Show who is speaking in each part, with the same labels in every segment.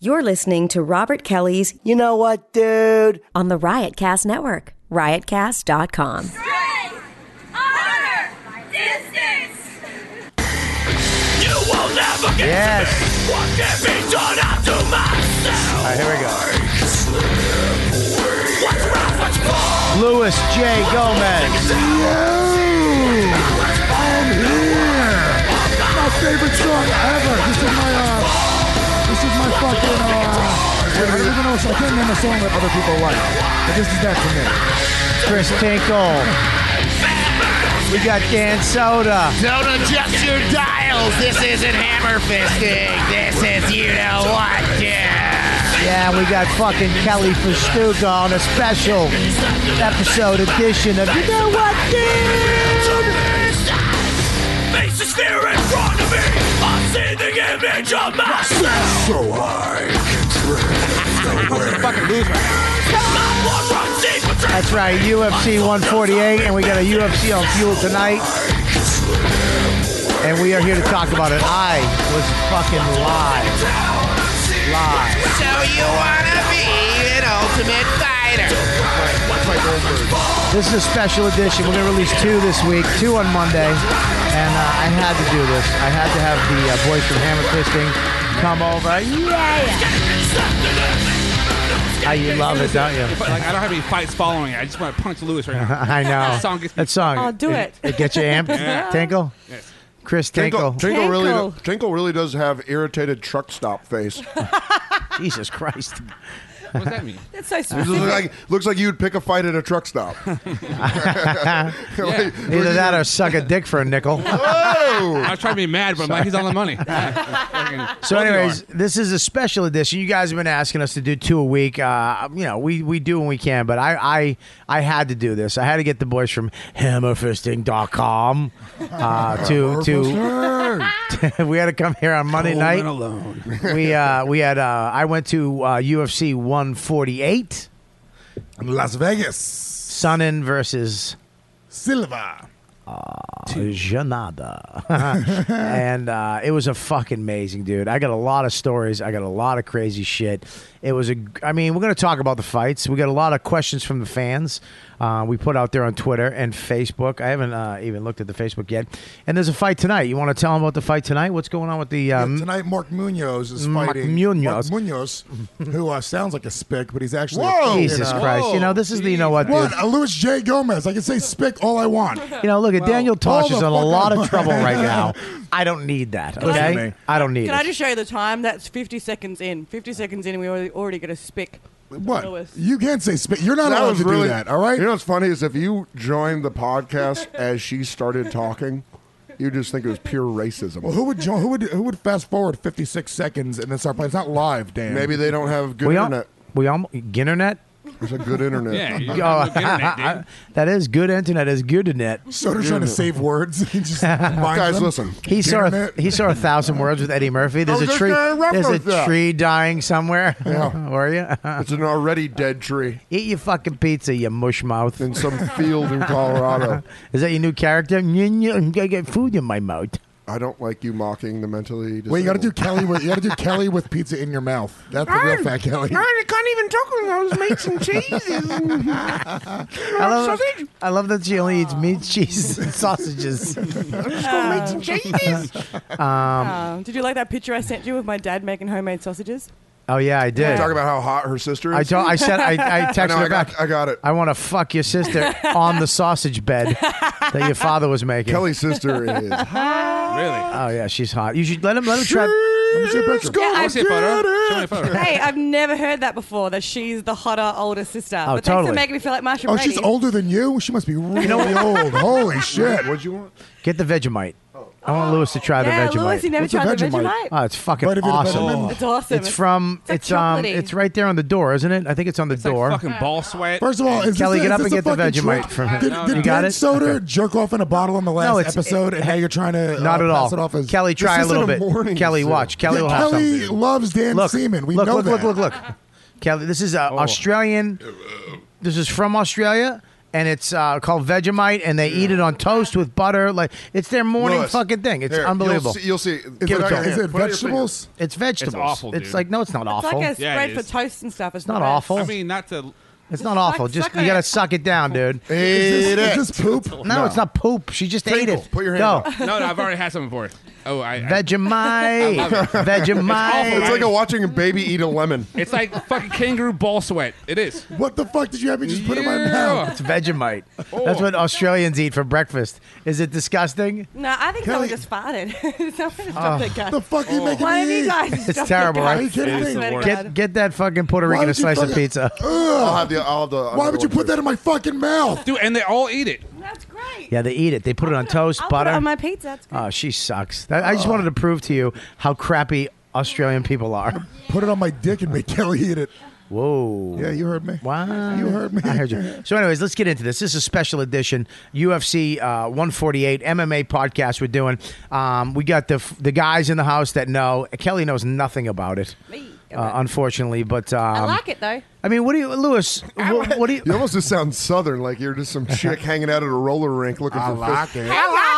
Speaker 1: You're listening to Robert Kelly's
Speaker 2: You know what, dude?
Speaker 1: on the Riotcast Network, riotcast.com.
Speaker 3: Strength, honor, distance.
Speaker 4: You will never get
Speaker 2: Yes.
Speaker 4: to me what can be done unto myself.
Speaker 2: All right, here we go.
Speaker 4: What's right, what's wrong?
Speaker 2: Louis J. Gomez.
Speaker 5: I'm here. My favorite song ever. This is my uh, this is my fucking uh. I don't even know. I can't name a song that other people like, but this is that for me.
Speaker 2: Chris Tinkle. We got Dan Soda.
Speaker 6: Don't adjust your dials. This isn't hammer fisting. This is you know what. Yeah.
Speaker 2: Yeah, we got fucking Kelly Festuca on a special episode edition of You Know What, Dude?
Speaker 4: Face is fear in front of me. I see the image of myself. So I can My blood runs deep between
Speaker 2: That's right, UFC 148, and we got a UFC on Fuel tonight. And we are here to talk about it. I was fucking live. Live.
Speaker 6: So you wanna be an ultimate fighter?
Speaker 2: This is a special edition. We're going to release two this week, two on Monday. And uh, I had to do this. I had to have the uh, boys from Hammer Fisting come over. Yeah! How you love it, don't you?
Speaker 7: But like, I don't have any fights following it. I just want to punch Lewis right now.
Speaker 2: I know. That
Speaker 7: song gets me-
Speaker 2: That song.
Speaker 8: Oh, do it.
Speaker 2: It gets you amped. Tinkle?
Speaker 7: Yes.
Speaker 2: Chris Tinkle.
Speaker 5: Tinkle really, do-
Speaker 8: Tinkle.
Speaker 5: Tinkle really does have irritated truck stop face.
Speaker 2: Jesus Christ.
Speaker 7: What does that mean?
Speaker 8: That's so
Speaker 5: It
Speaker 8: specific.
Speaker 5: looks like looks like you'd pick a fight at a truck stop. Like,
Speaker 2: Either that or suck a dick for a nickel.
Speaker 5: whoa!
Speaker 7: I was trying to be mad, but I'm like, he's on the money. Fucking-
Speaker 2: So,
Speaker 7: Both of you
Speaker 2: anyways,
Speaker 7: are.
Speaker 2: this is a special edition. You guys have been asking us to do two a week. Uh, you know, we, we do when we can, but I, I I had to do this. I had to get the boys from hammerfisting.com uh, to to. we had to come here on Monday night. We uh, we had uh, I went to uh, UFC 148,
Speaker 5: Las Vegas,
Speaker 2: Sonnen versus
Speaker 5: Silva.
Speaker 2: Janada. and uh, it was a fucking amazing, dude. I got a lot of stories. I got a lot of crazy shit. It was a, I mean, we're going to talk about the fights. We got a lot of questions from the fans. Uh, we put out there on Twitter and Facebook. I haven't uh, even looked at the Facebook yet. And there's a fight tonight. You want to tell them about the fight tonight? What's going on with the. Um,
Speaker 9: Tonight, Mark Munoz is
Speaker 2: Mark
Speaker 9: fighting
Speaker 2: Munoz.
Speaker 9: Mark Munoz, who uh, sounds like a spick, but he's actually
Speaker 5: Whoa!
Speaker 2: Jesus Christ. You know, this is the, you know what, dude?
Speaker 9: what a Louis J. Gomez. I can say spick all I want.
Speaker 2: You know, look at Daniel Tosh
Speaker 9: all
Speaker 2: is
Speaker 9: the
Speaker 2: in a
Speaker 9: fuck
Speaker 2: lot
Speaker 9: I
Speaker 2: of
Speaker 9: want.
Speaker 2: trouble right now. I don't need that.
Speaker 8: I-
Speaker 2: Okay, I don't need
Speaker 8: Can
Speaker 2: it.
Speaker 8: I just show you the time? That's 50 seconds in. 50 seconds in, and we already, already get a spick.
Speaker 9: What
Speaker 8: Louis.
Speaker 9: you can't say spick. You're not
Speaker 5: That
Speaker 9: allowed
Speaker 5: was
Speaker 9: to
Speaker 5: really
Speaker 9: do that. All right.
Speaker 5: You know what's funny is if you joined the podcast as she started talking, you just think it was pure racism.
Speaker 9: well, who would join, who would who would fast forward 56 seconds and then start playing? It's not live, Dan.
Speaker 5: Maybe they don't have good
Speaker 2: we all,
Speaker 5: internet.
Speaker 2: we all, Ginternet?
Speaker 5: There's a good internet.
Speaker 7: Yeah, you
Speaker 2: Oh,
Speaker 7: got no internet, dude.
Speaker 2: that is good internet. Is good internet.
Speaker 9: Soder's trying to save words. He just combines
Speaker 5: Guys,
Speaker 9: them.
Speaker 5: listen.
Speaker 2: He saw a,
Speaker 9: Internet.
Speaker 2: he saw a thousand words with Eddie Murphy. There's
Speaker 5: I
Speaker 2: a
Speaker 5: was just
Speaker 2: tree.
Speaker 5: gonna
Speaker 2: There's a
Speaker 5: reference that.
Speaker 2: tree dying somewhere.
Speaker 5: Yeah.
Speaker 2: Were
Speaker 9: uh,
Speaker 2: you?
Speaker 5: It's an already dead tree
Speaker 2: Eat your fucking pizza, you mush mouth.
Speaker 5: in some field in Colorado.
Speaker 2: Is that your new character? I get food in my mouth.
Speaker 5: I don't like you mocking the mentally disabled.
Speaker 9: Wait, you got to do Kelly with you got to do Kelly with pizza in your mouth. That's the real fat Kelly.
Speaker 4: can't even talk with those meats and cheeses.
Speaker 2: I love, I love that she only eats meat, cheese, and sausages.
Speaker 8: Uh, did you like that picture I sent you of my dad making homemade sausages?
Speaker 2: Oh yeah, I did.
Speaker 5: Talk about how hot her sister is.
Speaker 2: I told, I said I, I texted
Speaker 5: no,
Speaker 2: her
Speaker 5: I
Speaker 2: back.
Speaker 5: got, I got it.
Speaker 2: I want to fuck your sister on the sausage bed that your father was making.
Speaker 5: Kelly's sister is. hot.
Speaker 7: Really?
Speaker 2: Oh yeah, she's hot. You should let him let him try.
Speaker 9: Let me see a picture.
Speaker 7: I see a photo. Show me a photo.
Speaker 8: Hey, I've never heard that before, that she's the hotter, older sister.
Speaker 2: Oh,
Speaker 8: but thanks
Speaker 2: totally.
Speaker 8: for making me feel like Marsha
Speaker 9: Oh,
Speaker 8: Brady.
Speaker 9: she's older than you. She must be really old. Holy shit!
Speaker 5: What'd you want?
Speaker 2: Get the Vegemite. I want Lewis to try
Speaker 8: Yeah,
Speaker 2: the Vegemite.
Speaker 8: Lewis, you never
Speaker 9: What's a
Speaker 8: tried the
Speaker 9: Vegemite?
Speaker 8: Vegemite?
Speaker 2: oh, it's fucking
Speaker 9: Right, if you're the
Speaker 2: awesome.
Speaker 9: Vegemite.
Speaker 8: It's awesome.
Speaker 2: It's from
Speaker 8: like
Speaker 2: it's, um
Speaker 8: chocolatey.
Speaker 2: it's right there on the door, isn't it? I think it's on the
Speaker 7: It's
Speaker 2: door.
Speaker 7: like fucking ball sweat.
Speaker 9: First of all, is
Speaker 2: Kelly,
Speaker 9: this
Speaker 2: get
Speaker 9: a,
Speaker 2: up
Speaker 9: is
Speaker 2: and
Speaker 9: this
Speaker 2: get the
Speaker 9: a fucking
Speaker 2: Vegemite
Speaker 9: trick?
Speaker 2: from-
Speaker 9: Did,
Speaker 7: No,
Speaker 9: did
Speaker 7: no. You
Speaker 2: got
Speaker 9: Dan
Speaker 2: it?
Speaker 9: Soder
Speaker 2: Okay.
Speaker 9: jerk off in a bottle on the last
Speaker 2: No, it's-
Speaker 9: episode, and now you're trying to uh,
Speaker 2: Not at all.
Speaker 9: pass it off as
Speaker 2: Kelly, try a
Speaker 9: This isn't
Speaker 2: little bit.
Speaker 9: morning
Speaker 2: Kelly,
Speaker 9: show.
Speaker 2: watch. Kelly
Speaker 9: Yeah,
Speaker 2: will have
Speaker 9: Kelly
Speaker 2: something.
Speaker 9: loves Dan
Speaker 2: look,
Speaker 9: Seaman. We
Speaker 2: look,
Speaker 9: know
Speaker 2: look,
Speaker 9: that.
Speaker 2: look, look, look, Kelly, this is uh, Australian. This is from Australia, and it's uh, called Vegemite, and they eat it on toast with butter. Like it's their morning
Speaker 5: Lewis,
Speaker 2: fucking thing. It's
Speaker 5: here, you'll
Speaker 2: unbelievable.
Speaker 5: see- You'll see.
Speaker 9: Is
Speaker 2: Give
Speaker 9: it,
Speaker 2: it to 'em.
Speaker 9: is
Speaker 5: Here,
Speaker 9: it
Speaker 5: put your
Speaker 9: vegetables?
Speaker 2: it's vegetables.
Speaker 7: awful,
Speaker 2: It's
Speaker 7: dude.
Speaker 2: like no, it's not
Speaker 10: It's
Speaker 2: awful.
Speaker 10: like a
Speaker 7: Yeah, it
Speaker 10: spread for
Speaker 7: is.
Speaker 10: toast and stuff. It's
Speaker 2: not
Speaker 10: the best.
Speaker 2: awful.
Speaker 7: I mean, not to.
Speaker 2: it's not awful.
Speaker 10: suck-
Speaker 2: Just
Speaker 10: suck
Speaker 2: you gotta
Speaker 10: it.
Speaker 2: suck it down, dude.
Speaker 5: finger.
Speaker 9: Is
Speaker 5: Eat
Speaker 9: this,
Speaker 5: it.
Speaker 9: is this poop?
Speaker 2: No, it's not poop. She just ate
Speaker 5: Finkel,
Speaker 2: it.
Speaker 5: put your hand
Speaker 2: Go.
Speaker 5: up.
Speaker 7: No, no, I've already had something for it. Oh, I. I
Speaker 2: Vegemite. Vegemite.
Speaker 5: It's like a watching a baby eat a lemon.
Speaker 7: it's like fucking kangaroo ball sweat. It is.
Speaker 9: What the fuck did you have me just put in my mouth?
Speaker 2: It's Vegemite.
Speaker 5: Oh.
Speaker 2: That's what Australians eat for breakfast. Is it disgusting?
Speaker 10: No, I think someone
Speaker 9: Kelly-
Speaker 10: just farted. someone just dropped their gun.
Speaker 9: The fuck you making
Speaker 10: One of
Speaker 9: me
Speaker 10: you
Speaker 9: eat?
Speaker 10: guys just dropped their
Speaker 2: Oh. terrible,
Speaker 10: gun.
Speaker 2: right?
Speaker 9: Are you kidding
Speaker 10: I
Speaker 9: me?
Speaker 10: swear to God.
Speaker 2: Get get that fucking Puerto
Speaker 9: Why
Speaker 2: Rican a
Speaker 9: did you
Speaker 2: slice of
Speaker 9: fucking-
Speaker 2: pizza.
Speaker 5: I'll have the. I'll have the. I'll
Speaker 9: Why
Speaker 5: have
Speaker 9: would
Speaker 5: the
Speaker 9: you
Speaker 5: one
Speaker 9: put that
Speaker 5: first.
Speaker 9: in my fucking mouth?
Speaker 7: Dude, and they all eat it.
Speaker 10: That's great.
Speaker 2: Yeah, they eat it. They put it on toast,
Speaker 10: I'll
Speaker 2: butter.
Speaker 10: Put it on my pizza. That's great.
Speaker 2: oh, she sucks. That, I just wanted to prove to you how crappy Australian people are.
Speaker 9: Put it on my dick and make Kelly eat it.
Speaker 2: Whoa.
Speaker 9: Yeah, you heard me.
Speaker 2: Wow.
Speaker 9: You heard me.
Speaker 2: I heard you. So, anyways, let's get into this. This is a special edition UFC uh, 148 MMA podcast we're doing. Um, we got the f- the guys in the house that know. Kelly knows nothing about it,
Speaker 10: Me.
Speaker 2: uh, unfortunately. But um,
Speaker 10: I like it though.
Speaker 2: I mean, what do you, Lewis? What, what do you?
Speaker 5: You almost just sound southern, like you're just some chick hanging out at a roller rink looking for. fish.
Speaker 9: it.
Speaker 10: Hello.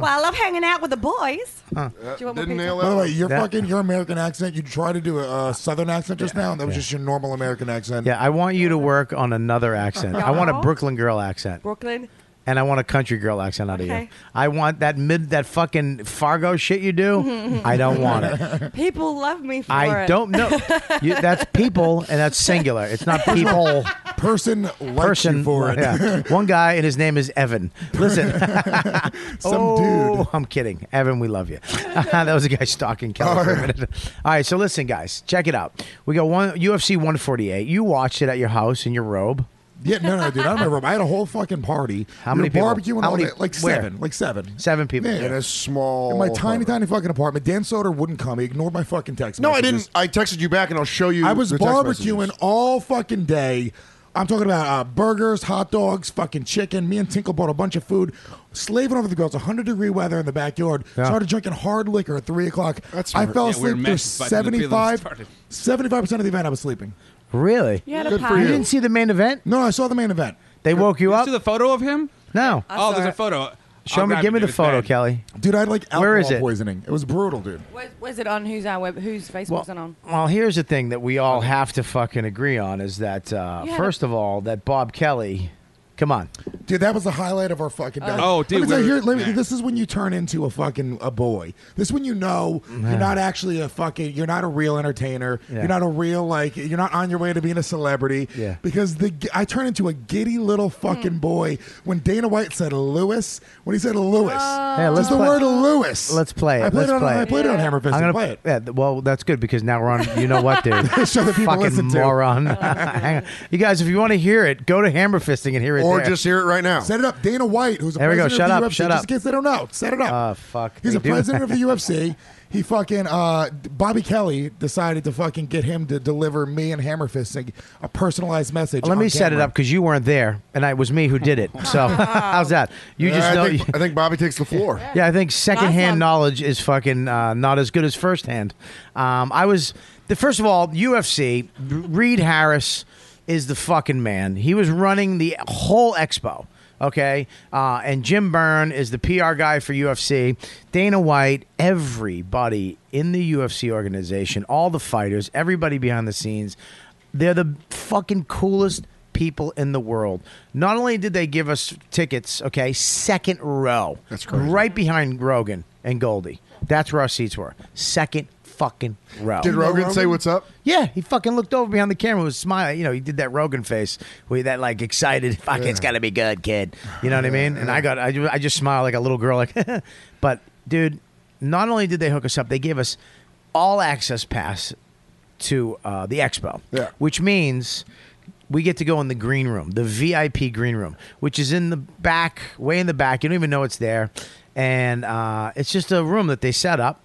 Speaker 10: Well, I love hanging out with the boys. Do you want my
Speaker 5: Didn't
Speaker 10: pizza?
Speaker 5: nail
Speaker 9: By the way,
Speaker 5: it.
Speaker 9: your
Speaker 2: That-
Speaker 9: fucking your American accent. You tried to do a uh, Southern accent just now, and that was just your normal American accent.
Speaker 2: Yeah, I want you to work on another accent. I want a
Speaker 10: No.
Speaker 2: Brooklyn girl accent,
Speaker 10: Brooklyn.
Speaker 2: and I want a country girl accent out of you.
Speaker 10: Okay.
Speaker 2: I want that mid that fucking Fargo shit you do. I don't want it.
Speaker 10: People love me for it.
Speaker 2: I don't know. You, that's people, and that's singular. It's not people.
Speaker 9: Person likes
Speaker 2: Person
Speaker 9: you for it.
Speaker 2: yeah. One guy, and his name is Evan. Listen,
Speaker 9: Some
Speaker 2: oh,
Speaker 9: dude.
Speaker 2: I'm kidding, Evan. We love you. that was a guy stalking Kelly for a minute. All right, so listen, guys, check it out. We got one UFC 148. You watched it at your house in your robe.
Speaker 9: Yeah, no, no, dude. I remember. I had a whole fucking party.
Speaker 2: How
Speaker 9: We
Speaker 2: many
Speaker 9: were
Speaker 2: people?
Speaker 9: Barbecue and
Speaker 2: How
Speaker 9: all
Speaker 2: many-
Speaker 9: that. Like
Speaker 2: where?
Speaker 9: seven. Like seven.
Speaker 2: Seven people.
Speaker 9: Yeah.
Speaker 5: In a small.
Speaker 9: In my tiny,
Speaker 5: apartment.
Speaker 9: tiny fucking apartment. Dan Soder wouldn't come. He ignored my fucking text.
Speaker 5: No, I
Speaker 9: messages.
Speaker 5: didn't. I texted you back, and I'll show you.
Speaker 9: I was
Speaker 5: the text
Speaker 9: barbecuing
Speaker 5: messages.
Speaker 9: all fucking day. I'm talking about uh, burgers, hot dogs, fucking chicken. Me and Tinkle bought a bunch of food, slaving over the girls. 100 degree weather in the backyard. Started drinking hard liquor at three o'clock.
Speaker 5: That's
Speaker 9: I
Speaker 5: smart.
Speaker 9: fell
Speaker 7: Yeah, we were
Speaker 9: asleep through
Speaker 7: messes by the time the feeling
Speaker 9: 75
Speaker 7: started.
Speaker 9: 75 percent of the event. I was sleeping.
Speaker 2: Really?
Speaker 10: You had a
Speaker 5: Good for
Speaker 10: party.
Speaker 2: You didn't see the main event?
Speaker 9: No, I saw the main event.
Speaker 2: They woke you
Speaker 7: You
Speaker 2: up?
Speaker 7: see the photo of him?
Speaker 2: no.
Speaker 7: oh,
Speaker 10: saw
Speaker 7: there's a
Speaker 10: it.
Speaker 7: photo.
Speaker 2: Show
Speaker 7: I'll
Speaker 2: me.
Speaker 7: grab
Speaker 2: Give
Speaker 7: it,
Speaker 2: me the
Speaker 7: dude, it's
Speaker 2: photo,
Speaker 7: bad.
Speaker 2: Kelly.
Speaker 9: Dude, I had like alcohol
Speaker 2: Where is it?
Speaker 9: poisoning. It was brutal, dude.
Speaker 10: Was, was it on whose our web? Whose Facebook's it
Speaker 2: Well,
Speaker 10: on?
Speaker 2: well, here's the thing that we all have to fucking agree on is that, uh,
Speaker 10: You had
Speaker 2: first of all, that Bob Kelly, come on.
Speaker 9: Dude, that was the highlight of our fucking day.
Speaker 7: Oh, dude,
Speaker 9: Let me
Speaker 7: we
Speaker 9: tell you,
Speaker 7: were-
Speaker 9: here, let me-
Speaker 7: yeah.
Speaker 9: this is when you turn into a fucking a boy. This is when you know you're not actually a fucking. You're not a real entertainer.
Speaker 2: Yeah.
Speaker 9: You're not a real like. You're not on your way to being a celebrity.
Speaker 2: Yeah.
Speaker 9: Because the g- I turned into a giddy little fucking boy when Dana White said Lewis. When he said Lewis,
Speaker 2: Hey, let's
Speaker 9: just the
Speaker 2: play-
Speaker 9: word Lewis.
Speaker 2: let's play it.
Speaker 9: I played
Speaker 2: Let's
Speaker 9: it on.
Speaker 2: play
Speaker 9: I
Speaker 2: it.
Speaker 9: played it on Hammer Fist.
Speaker 2: I'm
Speaker 9: play it.
Speaker 2: Yeah, th- well, that's good because now we're on. You know what, dude?
Speaker 9: Show the people
Speaker 2: fucking
Speaker 9: listen to.
Speaker 2: moron. Hang on. You guys, if you want to hear it, go to Hammer Fisting and hear it.
Speaker 5: Or
Speaker 2: there.
Speaker 5: just hear it right now.
Speaker 9: Set it up. Dana White, who's a
Speaker 2: There we go.
Speaker 9: president
Speaker 2: Shut
Speaker 9: of
Speaker 2: up,
Speaker 9: the UFC,
Speaker 2: shut
Speaker 9: just
Speaker 2: up.
Speaker 9: in case they don't know. Set it up.
Speaker 2: Oh, fuck.
Speaker 9: He's
Speaker 2: They
Speaker 9: a
Speaker 2: do
Speaker 9: president of the UFC. He fucking uh, Bobby Kelly decided to fucking get him to deliver me and Hammerfisting a personalized message.
Speaker 2: Let
Speaker 9: on
Speaker 2: me set it
Speaker 9: camera.
Speaker 2: up because you weren't there, and I, it was me who did it. So how's that? You just
Speaker 5: I,
Speaker 2: know.
Speaker 5: think, I think Bobby takes the floor.
Speaker 2: Yeah, I think secondhand
Speaker 10: one.
Speaker 2: knowledge is fucking uh, not as good as firsthand. Um, I was the first of all UFC. Reed Harris is the fucking man. He was running the whole expo. Okay, uh, and Jim Byrne is the PR guy for UFC. Dana White, everybody in the UFC organization, all the fighters, everybody behind the scenes, they're the fucking coolest people in the world. Not only did they give us tickets, okay, second row. That's crazy. Right behind Rogan and Goldie. That's where our seats were. Second fucking row.
Speaker 5: Did Rogan, say what's up?
Speaker 2: yeah, he fucking looked over behind the camera and was smiling. You know, he did that Rogan face with that like excited, fuck, it's gonna be good, kid. You know what I mean? And I got, I, ju- I just smiled like a little girl, like, but dude, not only did they hook us up, they gave us all access pass to uh, the expo,
Speaker 5: Yeah.
Speaker 2: which means we get to go in the green room, the VIP green room, which is in the back, way in the back. You don't even know it's there, and uh, it's just a room that they set up,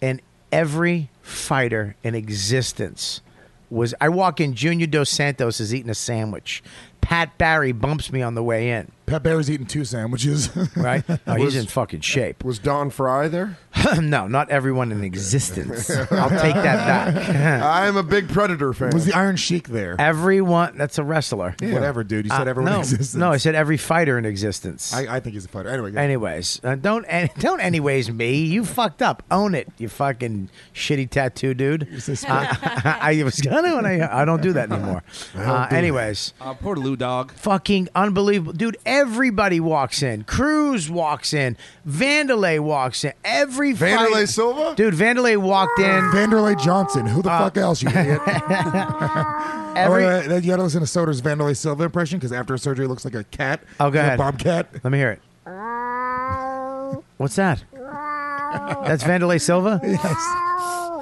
Speaker 2: and every fighter in existence was. I walk in, Junior Dos Santos is eating a sandwich. Pat Barry bumps me on the way in.
Speaker 9: Pat Barry's eating two sandwiches.
Speaker 2: right? No, he's in fucking shape.
Speaker 5: Was Don Fry there?
Speaker 2: no, not everyone in existence. I'll take that back.
Speaker 5: I am a big Predator fan.
Speaker 9: Was the Iron Sheik there?
Speaker 2: Everyone, that's a wrestler.
Speaker 9: Whatever, dude. You said
Speaker 2: Uh,
Speaker 9: everyone
Speaker 2: no,
Speaker 9: exists.
Speaker 2: No, I said every fighter in existence.
Speaker 9: I, I think he's a fighter. Anyway, go ahead.
Speaker 2: anyways, uh, don't an- don't anyways me. You fucked up. Own it. You fucking shitty tattoo dude. I, I was gonna, and I I don't do that anymore. Uh, anyways,
Speaker 7: Uh, poor Lou Dog.
Speaker 2: fucking unbelievable, dude. Everybody walks in. Cruz walks in. Vanderlei walks in. Every
Speaker 5: Vanderlei
Speaker 2: fight-
Speaker 5: Silva?
Speaker 2: dude. Vanderlei walked in.
Speaker 9: Vanderlei Johnson. Who the fuck else, you idiot?
Speaker 2: Uh, Every-
Speaker 9: oh, wait, wait, you gotta listen to Soder's Vanderlei Silva impression because after surgery, it looks like a cat.
Speaker 2: Oh, go
Speaker 9: Like a
Speaker 2: ahead.
Speaker 9: Bobcat.
Speaker 2: Let me hear it. What's that? That's Vanderlei Silva.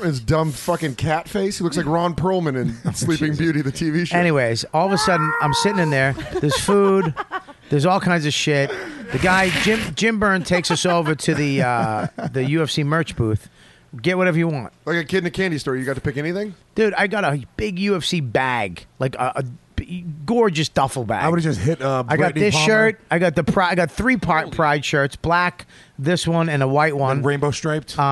Speaker 5: his dumb fucking cat face. He looks like Ron Perlman in Sleeping Beauty, the TV show.
Speaker 2: Anyways, all of a sudden, I'm sitting in there. There's food. There's all kinds of shit. The guy Jim Jim Byrne takes us over to the uh, the UFC merch booth. Get whatever you want,
Speaker 5: Like a kid in a candy store. You got to pick anything?
Speaker 2: dude. I got a big UFC bag, like a, a b- gorgeous duffel bag.
Speaker 9: I would have just hit. Uh,
Speaker 2: I got
Speaker 9: Brittany
Speaker 2: this
Speaker 9: Palmer
Speaker 2: shirt. I got the pride. I got three part pride shirts: black, this one, and a white one.
Speaker 9: and rainbow striped.
Speaker 2: Um,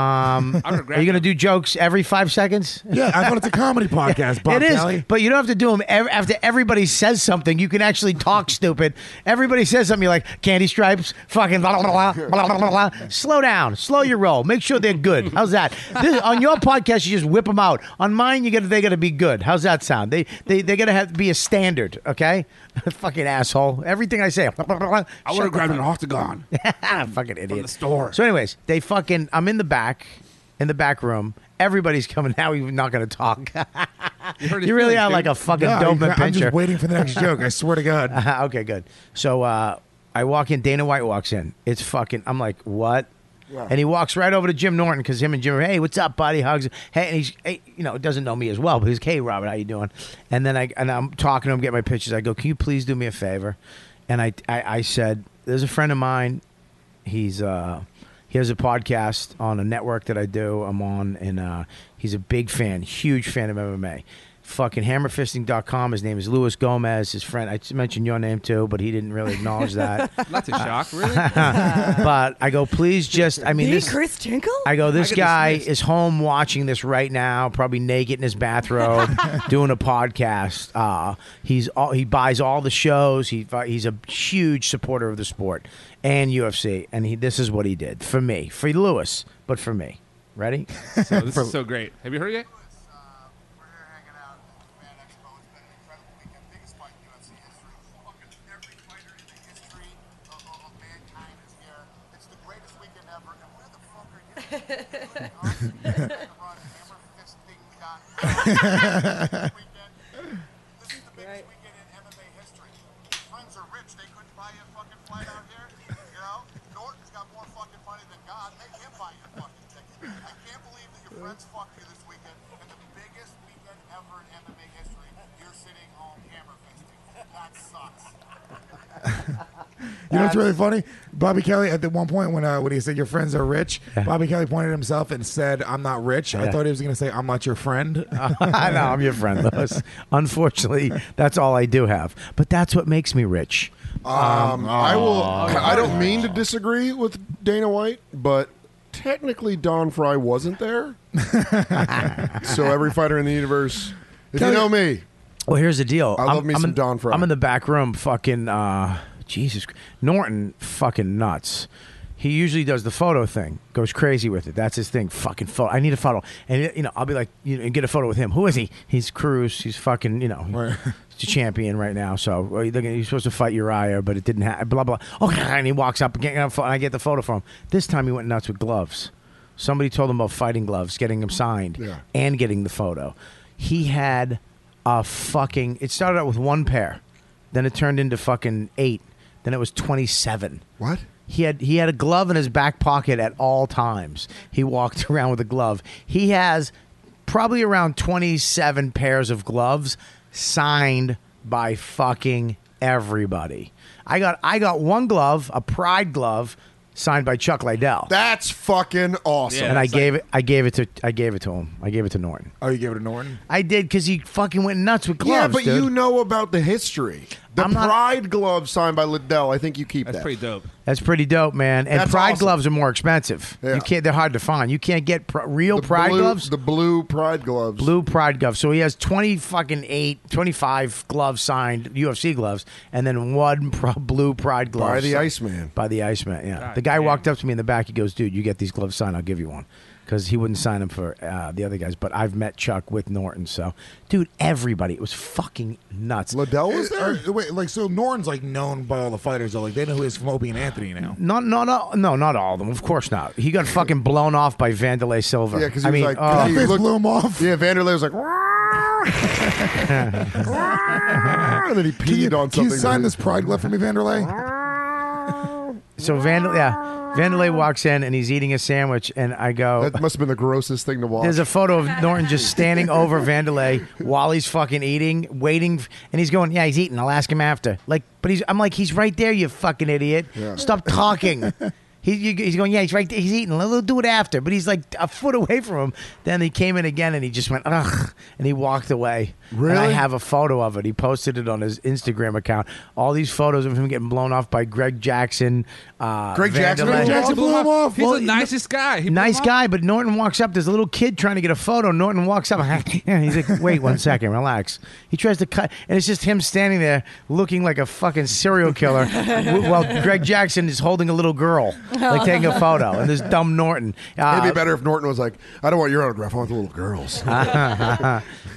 Speaker 7: I would've
Speaker 2: are
Speaker 7: grabbed
Speaker 2: you gonna
Speaker 7: it.
Speaker 2: do jokes every five seconds?
Speaker 9: yeah, I thought it's a comedy podcast. Bob
Speaker 2: it is,
Speaker 9: Kelly.
Speaker 2: but you don't have to do them ev- after everybody says something. You can actually talk stupid. Everybody says something. You're like candy stripes, fucking blah blah blah blah blah blah. blah, blah. Slow down, slow your roll. Make sure they're good. How's that? This, on your podcast, you just whip them out. On mine, you got they got to be good. How's that sound? They they they got to have be a standard. Okay, fucking asshole. Everything I say, blah, blah, blah, blah. Shut
Speaker 7: I would
Speaker 2: the
Speaker 7: have grabbed an octagon.
Speaker 2: Ah, fucking idiot.
Speaker 7: the store.
Speaker 2: So, anyways, they fucking. I'm in the back, in the back room. Everybody's coming. Now we're not going to talk. you really are like a fucking
Speaker 9: Yeah, you-
Speaker 2: Doberman
Speaker 9: I'm
Speaker 2: pincher.
Speaker 9: just waiting for the next joke. I swear to God.
Speaker 2: okay, good. So uh, I walk in. Dana White walks in. It's fucking. I'm like, what? And he walks right over to Jim Norton because him and Jim, are, hey, what's up, buddy? Hugs. Hey, and he's, hey, you know, doesn't know me as well, but he's, hey, Robert, how you doing? And then I and I'm talking to him, get my pictures. I go, can you please do me a favor? And I, I, I said, there's a friend of mine he's uh he has a podcast on a network that I do. I'm on, and uh, he's a big fan, huge fan of MMA. Fucking hammerfisting.com. His name is Luis Gomez. His friend, I just mentioned your name too, but he didn't really acknowledge that.
Speaker 7: That's a shock, really.
Speaker 2: but I go, please just, I mean,
Speaker 10: Me,
Speaker 2: this.
Speaker 10: Chris Tinkle?
Speaker 2: I go, this
Speaker 7: I get
Speaker 2: guy
Speaker 7: dismissed.
Speaker 2: is home watching this right now, probably naked in his bathrobe, doing a podcast. Uh, he's all, he buys all the shows. He he's a huge supporter of the sport and UFC. And he, this is what he did for me, for Lewis, but for me. Ready?
Speaker 7: So this is so great. Have you heard it yet?
Speaker 11: Friends fucked you this weekend, and the biggest weekend ever in MMA history. You're sitting home hammer fisting. That sucks.
Speaker 9: You know what's really funny? Bobby Kelly at the one point when uh, when he said your friends are rich, Bobby Kelly pointed at himself and said, "I'm not rich."
Speaker 2: Yeah.
Speaker 9: I
Speaker 2: Uh.
Speaker 9: thought he was going to say, "I'm not your friend."
Speaker 2: no, I'm your friend, Lewis. Unfortunately, that's all I do have. But that's what makes me rich.
Speaker 5: Um, I will. I don't mean to disagree with Dana White, but technically Don Fry wasn't there. so every fighter in the universe, if you know me,
Speaker 2: Well, here's the deal.
Speaker 5: I
Speaker 2: I'm-
Speaker 5: love me
Speaker 2: I'm
Speaker 5: some
Speaker 2: in,
Speaker 5: Don Fry.
Speaker 2: I'm in the back room, fucking uh, Jesus. Christ. Norton, fucking nuts. He usually does the photo thing, goes crazy with it. That's his thing. Fucking photo. I need a photo, and you know, I'll be like, you know, and get a photo with him. Who is he? He's Cruz. He's fucking, you know, he's a champion right now. So well, you're looking- he's supposed to fight Uriah, but it didn't happen. Blah blah. Okay, and he walks up, and get- and I get the photo from him. This time he went nuts with gloves. Somebody told him about fighting gloves, getting him signed,
Speaker 5: Yeah.
Speaker 2: and getting the photo. He had a fucking. It started out with one pair, then it turned into fucking eight, then it was twenty seven.
Speaker 5: What?
Speaker 2: He had he had a glove in his back pocket at all times. He walked around with a glove. He has probably around twenty seven pairs of gloves signed by fucking everybody. I got I got one glove, a pride glove, signed by Chuck Liddell.
Speaker 5: that's fucking awesome.
Speaker 7: Yeah.
Speaker 2: and I
Speaker 7: that's like-
Speaker 2: gave it I gave it to I gave it to him. I gave it to Norton.
Speaker 9: oh, you gave it to Norton.
Speaker 2: I did because he fucking went nuts with gloves.
Speaker 5: yeah, but
Speaker 2: dude.
Speaker 5: you know about the history. The
Speaker 2: I'm not-
Speaker 5: Pride glove signed by Liddell. I think you keep that.
Speaker 2: dope. That's pretty dope, man. And
Speaker 5: That's
Speaker 2: pride
Speaker 5: awesome.
Speaker 2: gloves are more expensive.
Speaker 5: Yeah.
Speaker 2: You can't; they're hard to find. You can't get pr- real Oh, pride
Speaker 5: blue-
Speaker 2: gloves.
Speaker 5: The blue pride gloves.
Speaker 2: Blue pride gloves. So he has twenty fucking eight, 25 gloves signed UFC gloves, and then one pro- blue pride glove
Speaker 5: By the
Speaker 2: si-
Speaker 5: Iceman.
Speaker 2: By the Iceman. Yeah.
Speaker 5: God
Speaker 2: the guy walked up to me in the back. He goes, "Dude, you get these gloves signed. I'll give you one." Because he wouldn't sign them for uh, the other guys, but I've met Chuck with Norton, so dude, everybody, it was fucking nuts. Liddell
Speaker 9: was there? wait, like so Norton's like known by all the fighters though. Like they know who is from Opie and Anthony now.
Speaker 2: Not, not, all- no, not all of them. Of course not. He got fucking blown off by Vandalay Silver.
Speaker 5: Yeah, because he
Speaker 2: I
Speaker 5: was
Speaker 2: mean,
Speaker 5: like,
Speaker 2: oh.
Speaker 5: he looked- Yeah, Vanderlei was like, and then he peed on
Speaker 9: Can
Speaker 5: something.
Speaker 9: you sign this pride glove for me, Vanderlei?
Speaker 2: so Vandal, yeah, Vandalay walks in and he's eating a sandwich, and I go,
Speaker 5: That must have been the grossest thing to watch.
Speaker 2: There's a photo of Norton just standing over Vandalay while he's fucking eating, waiting, and he's going, "Yeah, he's eating. I'll ask him after." Like, but he's, I'm like, he's right there, you fucking idiot.
Speaker 5: Yeah.
Speaker 2: Stop talking. he, you- he's going, "Yeah, he's right there. He's eating. We'll do it after." But he's like a foot away from him. Then he came in again, and he just went, "Ugh," and he walked away. And I
Speaker 5: Really?
Speaker 2: have a photo of it. He posted it on his Instagram account. All these photos of him getting blown off by Greg Jackson. Uh,
Speaker 7: Greg
Speaker 2: Vandalay.
Speaker 7: Jackson blew him Jackson off? blew him off. He's the nicest guy. He blew
Speaker 2: nice
Speaker 7: him off.
Speaker 2: guy, but Norton walks up. There's a little kid trying to get a photo. Norton walks up. He's like, "Wait one second, relax." He tries to cut, and it's just him standing there looking like a fucking serial killer, w- while Greg Jackson is holding a little girl, like taking a photo. And this dumb Norton. uh,
Speaker 5: It'd be better if Norton was like, I don't want your autograph. I want the little girls.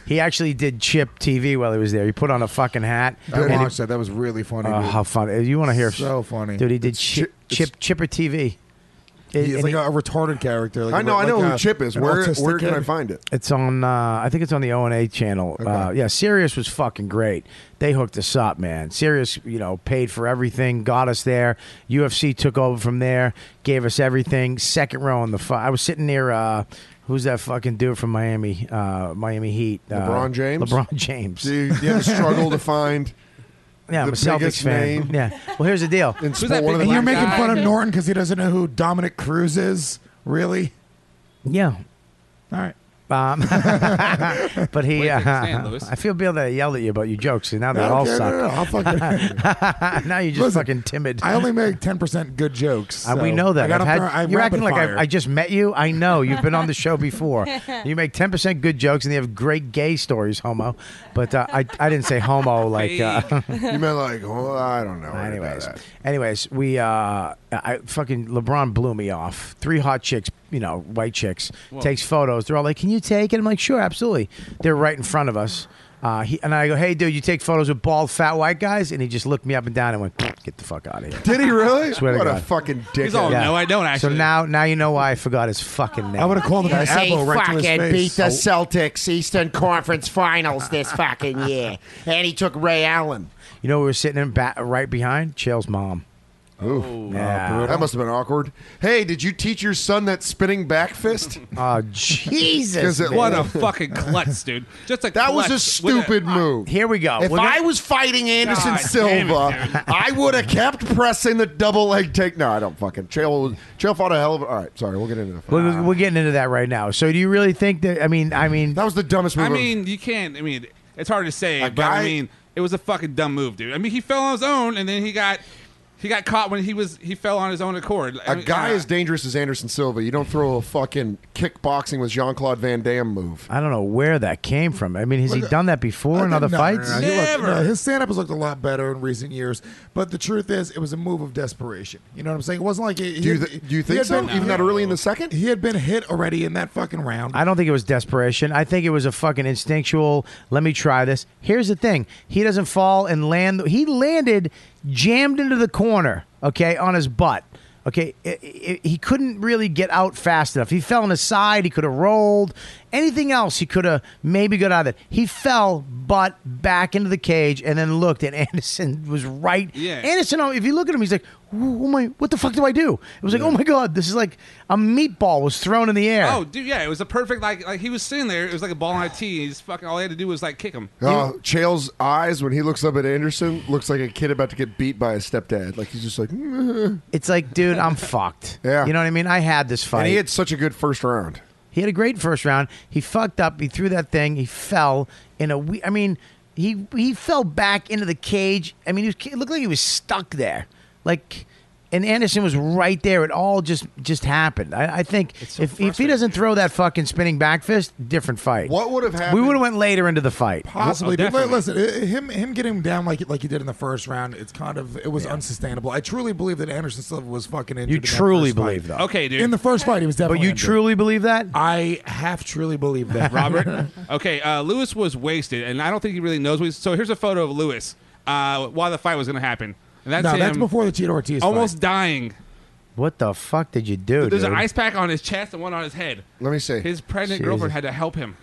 Speaker 2: he actually did chip TV while he was there. He put on a fucking hat.
Speaker 9: Bill
Speaker 2: and he-
Speaker 9: Marsh said that was really funny.
Speaker 2: Oh,
Speaker 9: dude.
Speaker 2: how funny! You want to hear?
Speaker 9: So funny.
Speaker 2: dude. He did chip, chip chipper TV. And-
Speaker 9: He's
Speaker 2: and
Speaker 9: like
Speaker 2: he-
Speaker 9: a retarded character. Like
Speaker 5: I know,
Speaker 9: like
Speaker 5: I know
Speaker 2: uh,
Speaker 9: a-
Speaker 5: who Chip is.
Speaker 9: an
Speaker 5: Where,
Speaker 9: autistic
Speaker 5: where can
Speaker 9: kid.
Speaker 5: I find it?
Speaker 2: It's on. Uh, I think it's on the O and A channel. Uh, yeah, Sirius was fucking great. They hooked us up, man. Sirius, you know, paid for everything, got us there. UFC took over from there, gave us everything. Second row in the fight. I was sitting near. Uh, who's that fucking dude from Miami? Uh, Miami Heat. Uh,
Speaker 5: LeBron James?
Speaker 2: LeBron James.
Speaker 5: Do you, do you ever struggle to find
Speaker 2: Yeah, I'm
Speaker 5: the
Speaker 2: a Celtics
Speaker 5: biggest
Speaker 2: fan.
Speaker 5: name?
Speaker 2: Yeah. Well, here's the deal.
Speaker 5: In
Speaker 9: Who's that big and you're making fun of Norton because he doesn't know who Dominic Cruz is. Really?
Speaker 2: Yeah.
Speaker 9: All right.
Speaker 2: Um, but he,
Speaker 9: Way to take a
Speaker 2: uh,
Speaker 9: stand, Louis.
Speaker 2: I feel bad that I yelled at you about your jokes, and now they all
Speaker 9: Okay, no,
Speaker 2: suck.
Speaker 9: no, no, I'll fucking-
Speaker 2: now you're just
Speaker 9: Listen,
Speaker 2: fucking timid.
Speaker 9: I only make ten percent good jokes.
Speaker 2: Uh, we
Speaker 9: so
Speaker 2: know that.
Speaker 9: I
Speaker 2: I've
Speaker 9: got up
Speaker 2: had-
Speaker 9: there, I
Speaker 2: you're acting
Speaker 9: rapid
Speaker 2: like
Speaker 9: fire.
Speaker 2: I, I just met you. I know you've been on the show before. You make ten percent good jokes, and you have great gay stories, homo. But uh, I, I didn't say homo like. Uh,
Speaker 5: you meant like, oh, I don't know. Anyways,
Speaker 2: Anyways, we uh, I fucking LeBron blew me off. Three hot chicks, you know, white chicks,
Speaker 5: Whoa.
Speaker 2: takes photos. They're all like, "Can you take it?" I'm like, "Sure, absolutely." They're right in front of us. Uh, he, and I go, "Hey, dude, you take photos with bald, fat white guys?" And he just looked me up and down and went, "Get the fuck out of here."
Speaker 5: Did he really?
Speaker 2: Swear to
Speaker 5: what a
Speaker 2: God.
Speaker 5: fucking
Speaker 2: Dick.
Speaker 5: dick.
Speaker 2: Yeah. So now, now you know why I forgot his fucking name.
Speaker 5: I would've called him
Speaker 6: You
Speaker 5: an
Speaker 6: say
Speaker 5: elbow right to
Speaker 6: fucking
Speaker 5: his face.
Speaker 6: beat the
Speaker 5: Oh.
Speaker 6: Celtics Eastern Conference Finals this fucking year, and he took Ray Allen.
Speaker 2: You know, we were sitting in ba- right behind Chael's mom.
Speaker 5: Ooh,
Speaker 2: Yeah.
Speaker 5: that must have been awkward. Hey, did you teach your son that spinning back fist?
Speaker 2: Oh, Jesus,
Speaker 5: 'Cause it-
Speaker 7: What a fucking klutz, dude. Just a
Speaker 5: That was a
Speaker 7: klutz with
Speaker 5: stupid move.
Speaker 2: Here we go.
Speaker 5: If
Speaker 7: We're
Speaker 5: I
Speaker 7: gonna-
Speaker 5: was fighting Anderson
Speaker 7: God damn it,
Speaker 5: Silva, I would have kept pressing the double leg take. No, I don't fucking. Chael, was- Chael fought a hell of a. All right, sorry, we'll get into the fight.
Speaker 2: We're, we're getting into that right now. So, do you really think that? I mean, I mean, that
Speaker 5: was the dumbest
Speaker 7: I mean, you can't. I mean, it's hard to say, but I
Speaker 2: guy-
Speaker 7: mean, it was a fucking dumb move, dude. I mean, he fell on his own, and then he got he got caught when he was he fell on his own accord. I
Speaker 5: A
Speaker 7: mean,
Speaker 5: guy
Speaker 7: uh,
Speaker 5: as dangerous as Anderson Silva, you don't throw a fucking kickboxing with Jean Claude Van Damme move.
Speaker 2: I don't know where that came from. I mean, has he done that before in other
Speaker 9: No, no, no,
Speaker 2: fights?
Speaker 9: no, he looked- no, his stand up has looked a lot better in recent years, but the truth is, it was a move of desperation. You know what I'm saying? It wasn't like it,
Speaker 5: Do you thi- do you think so? Even that
Speaker 9: early
Speaker 5: in the second,
Speaker 9: he had been hit already in that fucking round.
Speaker 2: I don't think it was desperation. I think it was a fucking instinctual. Let me try this. Here's the thing: he doesn't fall and land. He landed jammed into the corner. Okay, on his butt. Okay, I- I- he couldn't really get out fast enough. He fell on his side. He could have rolled. Anything else, he could have maybe got out of it. He fell, butt back into the cage, and then looked. And Anderson was right.
Speaker 12: Yeah.
Speaker 2: Anderson, oh, if you look at him, he's like, "Oh my, what the fuck do I do?" It was like, "Oh my god, this is like a meatball was thrown in the air."
Speaker 7: Oh, dude, yeah, it was a perfect like like he was sitting there. It was like a ball on a tee. He's fucking all he had to do was like kick him.
Speaker 5: Uh, Chael's eyes when he looks up at Anderson looks like a kid about to get beat by his stepdad. Like he's just like, "Mm."
Speaker 2: It's like, dude, I'm fucked. Yeah. You know what I mean? I had this fight.
Speaker 5: and he had such a good first round.
Speaker 2: He had a great first round. He fucked up. He threw that thing. He fell in a. We- I mean, He he fell back into the cage. I mean, he was, it looked like he was stuck there. Like, and Anderson was right there. It all just just happened. I, I think if, if he doesn't throw that fucking spinning back fist, different fight.
Speaker 5: What would have
Speaker 2: We
Speaker 5: happened-
Speaker 2: would have went later into the fight.
Speaker 9: Possibly, but li- listen, i- him him getting him down like like he did in the first round, it's kind of it was unsustainable. I truly believe that Anderson Silva was fucking injured. in that
Speaker 2: truly
Speaker 9: first fight.
Speaker 2: believe that.
Speaker 7: Okay, dude.
Speaker 9: In the first fight, he was definitely.
Speaker 7: you
Speaker 9: injured.
Speaker 2: truly believe that?
Speaker 9: I half truly believe that,
Speaker 7: Robert. Okay, uh, Lewis was wasted, and I don't think he really knows. What he's, so here's a photo of Lewis uh, while the fight was going to happen. And that's
Speaker 9: no,
Speaker 7: him
Speaker 9: that's before the Cheeto Ortiz. fight.
Speaker 7: almost dying.
Speaker 2: What the fuck did you do,
Speaker 7: There's
Speaker 2: dude?
Speaker 7: an ice pack on his chest and one on his head.
Speaker 5: Let me see.
Speaker 7: His pregnant
Speaker 2: Jesus.
Speaker 7: girlfriend had to help him.